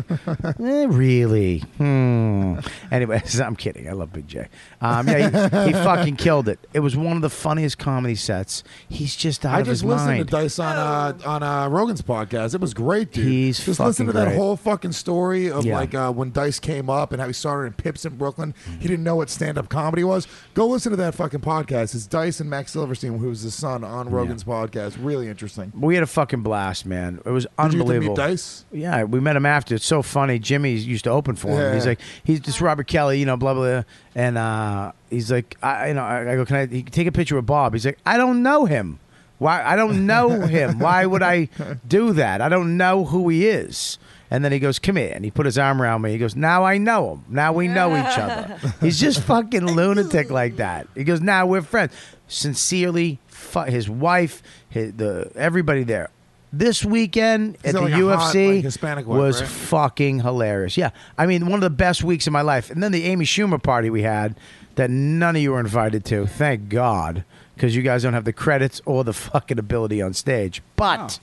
Speaker 2: Eh, really? Hmm. Anyways, I'm kidding. I love Big J. Um, yeah, he, he fucking killed it. It was one of the funniest comedy sets. He's just out
Speaker 9: I
Speaker 2: of
Speaker 9: just
Speaker 2: his
Speaker 9: listened
Speaker 2: mind. Oh.
Speaker 9: to Dice on uh, on uh, Rogan's podcast. It was great, dude.
Speaker 2: He's
Speaker 9: just listen to
Speaker 2: fucking
Speaker 9: that
Speaker 2: great.
Speaker 9: whole fucking story of
Speaker 2: Yeah.
Speaker 9: like uh, when Dice came up and how he started in Pips in Brooklyn. He didn't know what stand up comedy was. Go listen to that fucking podcast. It's Dice and Max Silverstein, who was his son, on Rogan's podcast. Really interesting.
Speaker 2: We had a fucking blast, man. It was
Speaker 9: Did you get to meet
Speaker 2: unbelievable.
Speaker 9: Dice?
Speaker 2: Yeah, we met him after. It's so funny. Jimmy used to open for him.
Speaker 9: Yeah.
Speaker 2: He's like, he's just Robert Kelly, you know, blah blah, blah. and uh, he's like, I, you know, I, I go, can I he, take a picture with Bob? He's like, I don't know him. Why? I don't know him. Why would I do that? I don't know who he is. And then he goes, come here, and he put his arm around me. He goes, now I know him. Now we know each other. He's just fucking lunatic like that. He goes, now we're friends. Sincerely, fu- his wife, his, the everybody there. This weekend
Speaker 9: Is
Speaker 2: at the
Speaker 9: that like a hot,
Speaker 2: UFC
Speaker 9: like, Hispanic wife,
Speaker 2: was
Speaker 9: right?
Speaker 2: fucking hilarious. Yeah, I mean, one of the best weeks of my life. And then the Amy Schumer party we had that none of you were invited to. Thank God, because you guys don't have the credits or the fucking ability on stage. But.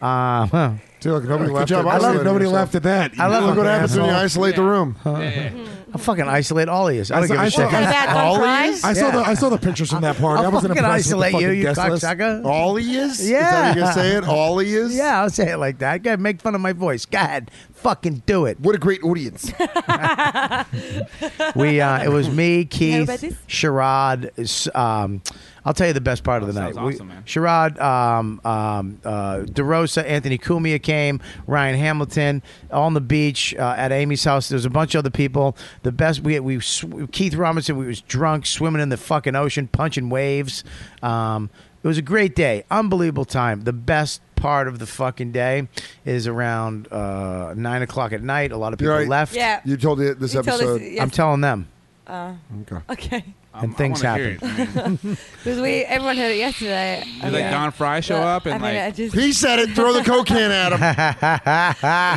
Speaker 2: Uh, huh.
Speaker 9: look, nobody
Speaker 5: Good left job it.
Speaker 2: I love
Speaker 5: isolating
Speaker 2: nobody left
Speaker 5: yourself.
Speaker 2: at that.
Speaker 5: I love Look what happens when you isolate the room.
Speaker 2: I fucking isolate all of you. I don't give a shit.
Speaker 9: I saw the I saw the pictures from that party.
Speaker 2: I'll
Speaker 9: I wasn't
Speaker 2: fucking
Speaker 9: impressed with the
Speaker 2: isolate you,
Speaker 9: fucking
Speaker 2: you
Speaker 9: guest list.
Speaker 2: cocksucker.
Speaker 5: All he is?
Speaker 2: Yeah.
Speaker 5: Is that how you gonna say it? All he is?
Speaker 2: Yeah, I'll say it like that. Go ahead, make fun of my voice. Go ahead, fucking do it.
Speaker 5: What a great audience.
Speaker 2: we uh, it was me, Keith,
Speaker 5: about this?
Speaker 2: Sherrod. s- Um, I'll tell you the best part of the night.
Speaker 7: sounds
Speaker 2: We-
Speaker 7: awesome, man.
Speaker 2: Sherrod, um, um, uh, DeRosa, Anthony Cumia came, Ryan Hamilton on the beach uh, at Amy's house. There's a bunch of other people. The best we we sw- Keith Robinson. We was drunk, swimming in the fucking ocean, punching waves. Um, it was a great day, unbelievable time. The best part of the fucking day is around uh, nine o'clock at night. A lot of people
Speaker 5: You're right.
Speaker 2: left.
Speaker 5: Yeah. You told it this You told us, episode. yes.
Speaker 2: I'm telling them
Speaker 8: Uh,
Speaker 5: okay.
Speaker 8: okay.
Speaker 2: and things
Speaker 7: wanna hear
Speaker 2: happen.
Speaker 8: Because we everyone heard it yesterday.
Speaker 7: Did like Don Fry show
Speaker 8: Well,
Speaker 7: up
Speaker 8: I
Speaker 7: and
Speaker 8: mean, I
Speaker 7: like
Speaker 8: just-
Speaker 5: He said it. Throw the coke can at him.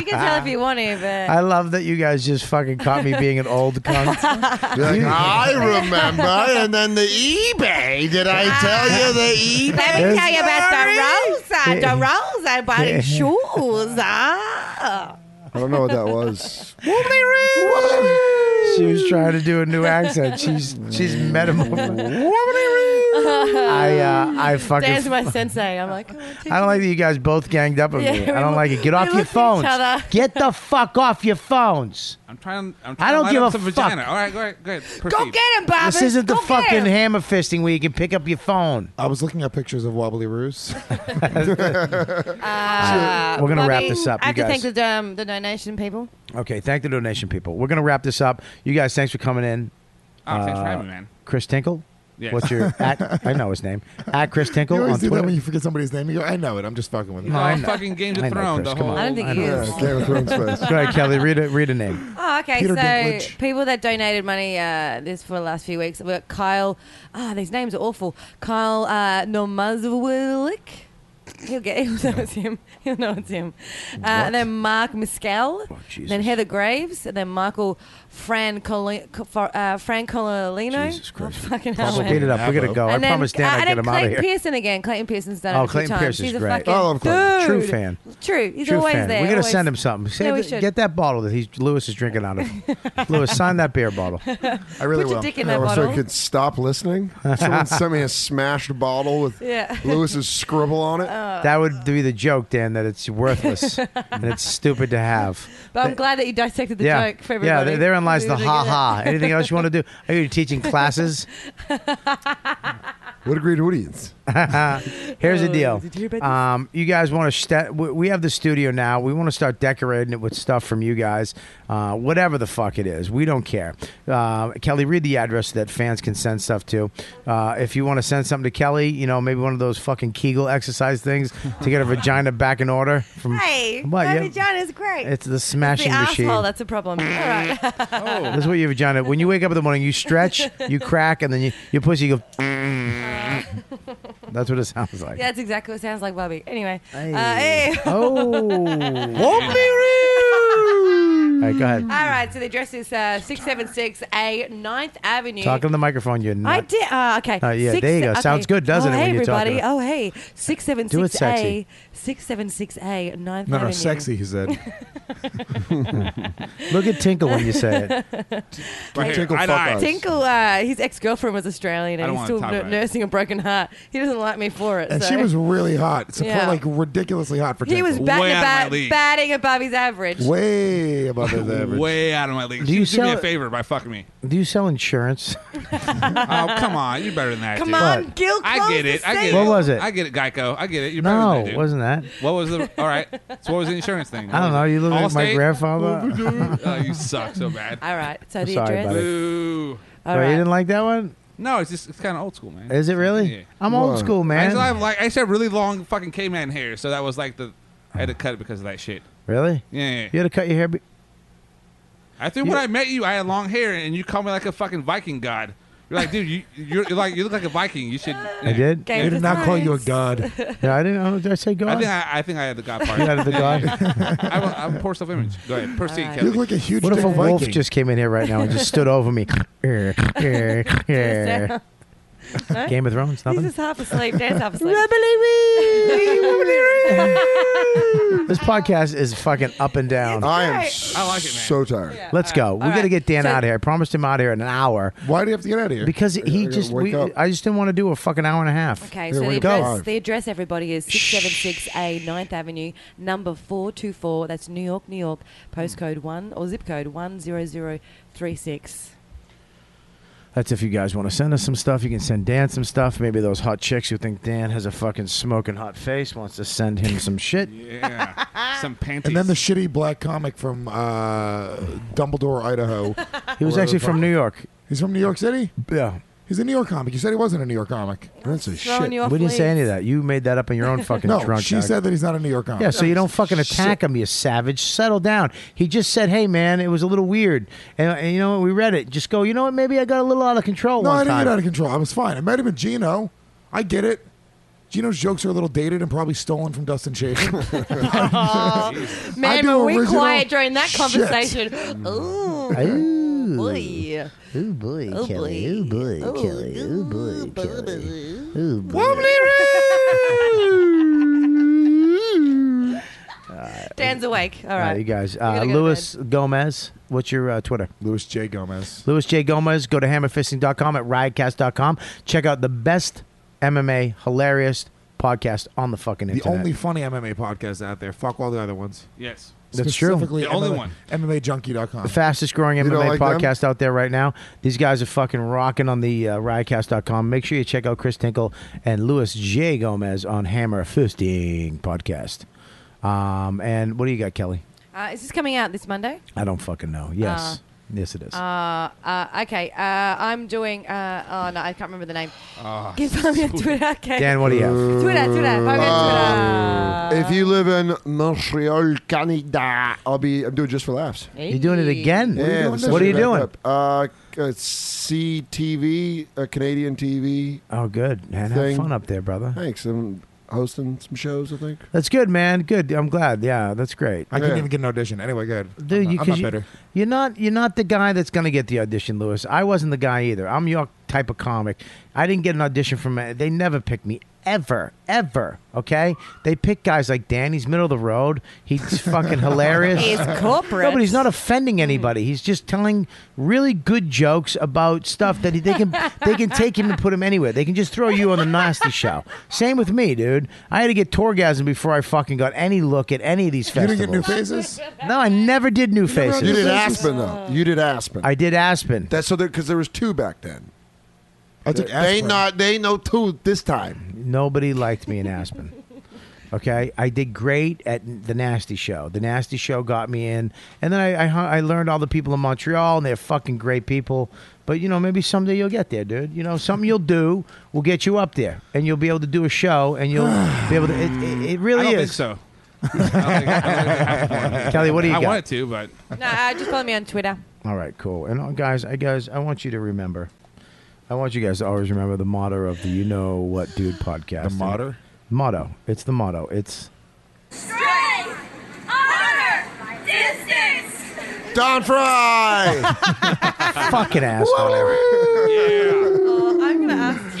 Speaker 8: You can tell if you want to, but
Speaker 2: I love that you guys just fucking caught me being an old cunt.
Speaker 5: You're like,
Speaker 2: You-
Speaker 5: I remember. And then the eBay. Did I tell you the eBay?
Speaker 10: Let me tell you
Speaker 8: uh,
Speaker 2: Sorry.
Speaker 10: about the Rosa. The Rosa buying shoes. Ah.
Speaker 5: I don't know what that was.
Speaker 2: she was trying to do a new accent. She's she's metamorphosed. I uh, I fucking
Speaker 8: Dan's my sensei. I'm like, oh,
Speaker 2: I don't like that you guys both ganged up on
Speaker 8: Yeah,
Speaker 2: me.
Speaker 8: we
Speaker 2: I don't like it. Get
Speaker 8: we
Speaker 2: off your
Speaker 8: looked at each
Speaker 2: phones.
Speaker 8: other.
Speaker 2: Get the fuck off your phones.
Speaker 7: I'm trying. I'm
Speaker 2: I
Speaker 7: trying
Speaker 2: don't
Speaker 7: to light
Speaker 2: give
Speaker 7: up
Speaker 2: a
Speaker 7: some
Speaker 2: fuck.
Speaker 7: vagina. All right, go ahead. Go ahead. Proceed.
Speaker 2: This isn't the fucking hammer fisting where you can pick up your phone.
Speaker 9: I was looking at pictures of Wobbly Roos.
Speaker 8: Uh,
Speaker 2: We're gonna wrap
Speaker 8: Bobby,
Speaker 2: this up,
Speaker 8: I have
Speaker 2: you
Speaker 8: to
Speaker 2: guys.
Speaker 8: thank the um, the donation people.
Speaker 2: Okay, thank the donation people. We're gonna wrap this up. You guys, thanks for coming in.
Speaker 7: Oh, thanks for having me, man.
Speaker 2: Chris Tinkle,
Speaker 7: Yes.
Speaker 2: What's your at? I know his name. At Chris Tinkle
Speaker 9: You always
Speaker 2: on
Speaker 9: do that
Speaker 2: Twitter.
Speaker 9: when you forget somebody's name. You go, I know it. I'm just fucking with you.
Speaker 2: No, I know. I know, Chris, come
Speaker 7: Oh,
Speaker 2: on. know. Go ahead, Kelly. Read a read a name.
Speaker 8: Oh, okay.
Speaker 2: Peter
Speaker 8: so
Speaker 2: Dinklage.
Speaker 8: people that donated money uh, this for the last few weeks were Kyle. Ah, these names are awful. Kyle uh, Nomazwilik. He'll get. He'll know it's him. He'll know it's him. Uh, and then Mark Miscal.
Speaker 2: Oh,
Speaker 8: then Heather Graves. And then Michael Fran Coli- Co- for- uh, Fran Cololino. Jesus Christ! Oh, fucking hell,
Speaker 2: Well,
Speaker 8: man.
Speaker 2: speed it up. We gotta go. I
Speaker 8: And then,
Speaker 2: promised Dan
Speaker 8: uh,
Speaker 2: I'd
Speaker 8: and
Speaker 2: get
Speaker 8: then
Speaker 2: him outta
Speaker 8: Clayton
Speaker 2: here.
Speaker 8: Pearson again. Clayton Pearson's done it
Speaker 2: Oh,
Speaker 8: a few
Speaker 2: Clayton
Speaker 8: times.
Speaker 2: Pearson's
Speaker 8: He's a
Speaker 2: great.
Speaker 8: fucking
Speaker 2: I love Clayton.
Speaker 8: dude.
Speaker 2: True fan.
Speaker 8: True. He's
Speaker 2: True
Speaker 8: always
Speaker 2: fan.
Speaker 8: there.
Speaker 2: We're gonna
Speaker 8: always-
Speaker 2: send him something. Say
Speaker 8: Yeah, we
Speaker 2: that-
Speaker 8: should.
Speaker 2: Get that bottle that he's Lewis is drinking out of. Lewis, sign that beer bottle.
Speaker 5: I really
Speaker 8: Put your
Speaker 5: will.
Speaker 8: dick in
Speaker 5: I
Speaker 8: that
Speaker 5: wish
Speaker 8: bottle.
Speaker 5: I could stop listening. Someone sent me a smashed bottle with
Speaker 8: Yeah.
Speaker 5: Lewis's scribble on it.
Speaker 8: Oh.
Speaker 2: That would be the joke, Dan. That it's worthless and it's stupid to have.
Speaker 8: But I'm glad that you dissected the
Speaker 2: yeah,
Speaker 8: joke for
Speaker 2: yeah.
Speaker 8: everybody.
Speaker 2: there- Therein lies
Speaker 8: We
Speaker 2: the
Speaker 8: didn't
Speaker 2: ha
Speaker 8: get it.
Speaker 2: ha. Anything else you want to do? Are you teaching classes?
Speaker 5: What a great audience.
Speaker 2: Here's the
Speaker 5: Oh,
Speaker 2: deal.
Speaker 5: did you hear about this?
Speaker 2: Um, you guys want to st- we we have the studio now. We want to start decorating it with stuff from you guys, uh, whatever the fuck it is. We don't care. Uh, Kelly, read the address that fans can send stuff to. Uh, if you want to send something to Kelly, you know maybe one of those fucking Kegel exercise things to get her vagina back in order. From
Speaker 8: Hey,
Speaker 2: What,
Speaker 8: my
Speaker 2: yeah?
Speaker 8: vagina's great.
Speaker 2: It's the smashing
Speaker 8: the
Speaker 2: machine.
Speaker 8: Asshole, that's a problem. All right.
Speaker 2: That's what your vagina. When you wake up in the morning, you stretch, you crack, and then you, your pussy goes. That's what it sounds like.
Speaker 8: Yeah, that's exactly what it sounds like, Bobby. Anyway.
Speaker 2: Hey.
Speaker 8: Uh, hey.
Speaker 2: Oh. All right, go ahead.
Speaker 8: All right, so the address is uh, 676A 9th Avenue.
Speaker 2: Talking to the microphone, you
Speaker 8: I
Speaker 2: nut.
Speaker 8: did. Uh, okay.
Speaker 2: Oh, yeah, there you go. Sounds good, doesn't
Speaker 8: oh,
Speaker 2: it,
Speaker 8: Hey,
Speaker 2: when you're talking
Speaker 8: everybody.
Speaker 2: to-
Speaker 8: Oh, hey.
Speaker 2: Do it
Speaker 8: 676A.
Speaker 2: sexy.
Speaker 8: 676A 9th Avenue.
Speaker 9: No, no, sexy, he said.
Speaker 2: Look at Tinkle when you say it.
Speaker 7: Right here,
Speaker 2: Tinkle
Speaker 7: I'd
Speaker 2: fuck
Speaker 7: eye.
Speaker 2: eyes.
Speaker 8: Tinkle, uh, his ex girlfriend was Australian
Speaker 9: I
Speaker 8: and
Speaker 9: don't
Speaker 8: he's
Speaker 9: wanna
Speaker 8: still
Speaker 9: talk
Speaker 8: n-
Speaker 9: about it.
Speaker 8: nursing a broken heart. He doesn't like me for it.
Speaker 9: And
Speaker 8: so.
Speaker 9: she was really hot. It's
Speaker 8: Yeah.
Speaker 9: like ridiculously hot for
Speaker 8: He was
Speaker 9: Tinkle.
Speaker 8: batting, about, batting above his average.
Speaker 9: Way above his average.
Speaker 7: Way out of my league.
Speaker 2: Do
Speaker 7: Do
Speaker 2: you
Speaker 7: you do me a
Speaker 2: sell-
Speaker 7: favor by fucking me?
Speaker 2: Do you sell insurance?
Speaker 7: oh come on, you're better than that.
Speaker 2: Come
Speaker 7: dude.
Speaker 2: on, What?
Speaker 8: Gil,
Speaker 7: I get it. I get it.
Speaker 2: What was it?
Speaker 7: I get it, Geico. I get it. You're better
Speaker 2: no,
Speaker 7: than that. Dude.
Speaker 2: wasn't that?
Speaker 7: What was the? All right. So what was the insurance thing?
Speaker 2: I don't know. You look like my
Speaker 7: Allstate?
Speaker 2: grandfather.
Speaker 7: oh, you suck so bad.
Speaker 8: All right. So
Speaker 2: I'm
Speaker 8: the
Speaker 2: sorry,
Speaker 8: address.
Speaker 2: buddy.
Speaker 7: Ooh.
Speaker 2: Wait, Oh, You didn't like that one?
Speaker 7: No, it's just it's kind of old school, man.
Speaker 2: Is it really?
Speaker 7: Yeah.
Speaker 2: I'm old school,
Speaker 7: I
Speaker 2: man.
Speaker 7: used to have, like I used to have really long fucking caveman hair, so that was like the I had to cut it because of that shit.
Speaker 2: really?
Speaker 7: Yeah, yeah, yeah.
Speaker 2: You had to cut your hair. Be-
Speaker 7: I think when I met you, I had long hair, and you called me like a fucking Viking god. You're like, dude, you you're, you're like you look like a Viking. You should.
Speaker 2: I did.
Speaker 7: Game They did of not call you a god.
Speaker 2: yeah, I didn't. know. Did I say
Speaker 7: I
Speaker 2: god?
Speaker 7: think I, I think I had the god part.
Speaker 2: You had the god?
Speaker 7: I, will- I'm poor self image. Go ahead, proceed,
Speaker 2: All right.
Speaker 7: Kelly.
Speaker 2: You look
Speaker 9: like a huge
Speaker 2: what if a
Speaker 9: damn
Speaker 2: wolf
Speaker 9: Viking.
Speaker 2: just came in here right now and just stood over me? Er, er, er.
Speaker 8: No?
Speaker 2: Game of Thrones, nothing?
Speaker 8: He's just half asleep. Dan's half asleep.
Speaker 2: This podcast is fucking up and down.
Speaker 5: I am I like it, man. so tired.
Speaker 2: Let's go. we got to get Dan
Speaker 5: So-
Speaker 2: out of here. I promised him out of here in an hour.
Speaker 5: Why do you have to get out of here?
Speaker 2: Because
Speaker 5: I
Speaker 2: he
Speaker 5: gotta
Speaker 2: just.
Speaker 5: wake
Speaker 2: We,
Speaker 5: up.
Speaker 2: I just didn't want to do a fucking hour and a half.
Speaker 8: Okay, so the address, the address, everybody, is 676A 9th Avenue, number 424. That's New York, New York, postcode 1 or zip code 10036.
Speaker 2: That's if you guys want to send us some stuff. You can send Dan some stuff. Maybe those hot chicks who think Dan has a fucking smoking hot face wants to send him some shit.
Speaker 7: Yeah, some panties.
Speaker 9: And then the shitty black comic from uh, Dumbledore, Idaho.
Speaker 2: He was actually from New York.
Speaker 9: He's from New York City?
Speaker 2: Yeah.
Speaker 9: He's a New York comic. You said he wasn't a New York comic.
Speaker 2: That's a
Speaker 9: Throwing shit. you off
Speaker 2: We didn't say
Speaker 9: leads.
Speaker 2: any of that. You made that up in your own fucking
Speaker 9: no,
Speaker 2: drunk.
Speaker 9: she
Speaker 2: act.
Speaker 9: said that he's not a New York comic.
Speaker 2: Yeah, so you don't fucking attack him, you savage. Settle down. He just said, "Hey, man, it was a little weird," and, and you know what? We read it. Just go. You know what? Maybe I got a little out of control.
Speaker 9: No,
Speaker 2: one
Speaker 9: I didn't
Speaker 2: time.
Speaker 9: get out of control. I was fine. I met him at Gino. I get it. Gino's jokes are a little dated and probably stolen from Dustin Schaefer. I
Speaker 8: Man,
Speaker 9: do
Speaker 8: were we
Speaker 9: original
Speaker 8: quiet during that
Speaker 9: shit.
Speaker 8: conversation? Ooh.
Speaker 2: Ooh.
Speaker 8: Boy.
Speaker 2: Ooh boy,
Speaker 8: Ooh,
Speaker 2: Kelly. Ooh boy,
Speaker 8: Oh,
Speaker 2: Kelly. Ooh boy, Kelly. Ooh boy.
Speaker 8: Dan's awake. All
Speaker 2: All
Speaker 8: right.
Speaker 2: right, you guys.
Speaker 8: We gotta
Speaker 2: Uh,
Speaker 8: go to
Speaker 2: Louis Gomez, what's your uh, Twitter?
Speaker 9: Louis J. Gomez.
Speaker 2: Louis J. Gomez. Go to hammerfisting.com at riotcast.com. Check out the best MMA hilarious podcast on the fucking
Speaker 9: the
Speaker 2: internet.
Speaker 9: only funny MMA podcast out there. Fuck all the other ones.
Speaker 7: Yes.
Speaker 2: That's true.
Speaker 9: Specifically
Speaker 2: The only
Speaker 9: MMA,
Speaker 2: one.
Speaker 9: MMAJunkie.com.
Speaker 2: the fastest growing
Speaker 9: You don't
Speaker 2: MMA
Speaker 9: like them?
Speaker 2: podcast out there right now. These guys are fucking rocking on the uh, riotcast.com. Make sure you check out Chris Tinkle and Louis J. Gomez on Hammer Fisting Podcast. Um, and what do you got, Kelly?
Speaker 8: Uh, is this coming out this Monday?
Speaker 2: I don't fucking know.
Speaker 8: Uh,
Speaker 2: Yes. Yes, it is.
Speaker 8: Uh, uh, okay, uh, I'm doing. Uh, oh no, I can't remember the name.
Speaker 2: Ah,
Speaker 8: Give me a Twitter. Okay.
Speaker 2: Dan, Oh. what do you have?
Speaker 8: Twitter, Twitter. Find me on
Speaker 5: Um, if you live in Montreal, Canada, I'll be. I'm doing just for laughs.
Speaker 2: You're doing it again?
Speaker 5: Yeah,
Speaker 2: What are you doing
Speaker 5: this
Speaker 2: this
Speaker 5: is
Speaker 2: What are you
Speaker 5: wrapped
Speaker 2: doing?
Speaker 5: up. Uh, c- uh, CTV, uh, Canadian TV.
Speaker 2: Oh, good man. Have fun up there, brother.
Speaker 5: Thanks. I'm hosting some shows. I think.
Speaker 2: That's good, man. Good. I'm glad. Yeah, that's great.
Speaker 9: I didn't even get an audition. Anyway, good.
Speaker 2: Dude, you,
Speaker 9: I'm not, I'm
Speaker 2: 'cause
Speaker 9: not
Speaker 2: you-
Speaker 9: bitter.
Speaker 2: You're not you're not the guy that's gonna get the audition, Lewis. I wasn't the guy either. I'm your type of comic. I didn't get an audition from they never picked me ever ever. Okay, they pick guys like Dan. He's middle of the road. He's fucking hilarious.
Speaker 8: He's corporate.
Speaker 2: No, but he's not offending anybody. He's just telling really good jokes about stuff that he, they can they can take him and put him anywhere. They can just throw you on the nasty show. Same with me, dude. I had to get torgasm before I fucking got any look at any of these
Speaker 9: You didn't
Speaker 2: festivals.
Speaker 9: get new faces.
Speaker 2: No, I never did New Faces.
Speaker 5: You did Aspen though. You did Aspen.
Speaker 2: I did Aspen.
Speaker 5: That's so there because there was two back then.
Speaker 9: I
Speaker 2: took
Speaker 5: They
Speaker 2: Aspen.
Speaker 5: not. They ain't no two this time.
Speaker 2: Nobody liked me in Aspen. Okay, I did great at the Nasty Show. The Nasty Show got me in, and then I I, hung- I learned all the people in Montreal, and they're fucking great people. But you know, maybe someday you'll get there, dude. You know, something you'll do will get you up there, and you'll be able to do a show, and you'll be able to. It, it, it really
Speaker 7: I don't
Speaker 2: is.
Speaker 7: think so. I don't think- I don't think I have one.
Speaker 2: Kelly, what do you
Speaker 7: I
Speaker 2: got?
Speaker 7: wanted to, but
Speaker 8: Twitter. No, uh, just follow me on Twitter.
Speaker 2: All right, cool. And uh, guys, I guys, I want you to remember. I want you guys to always remember the motto of the You Know What Dude podcast.
Speaker 9: The motto?
Speaker 2: Motto. It's the motto. It's
Speaker 3: Strength, honor, distance.
Speaker 5: Don Fry.
Speaker 2: fucking asshole.
Speaker 10: Oh, I'm gonna ask.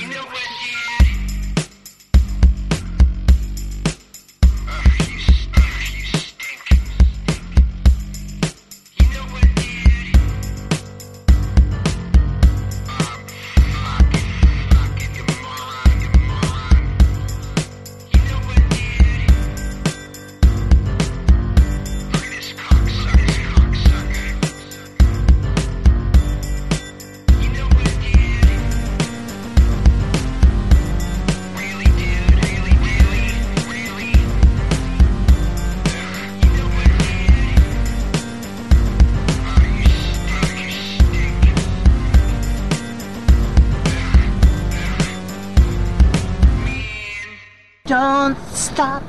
Speaker 15: Don't stop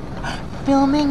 Speaker 15: filming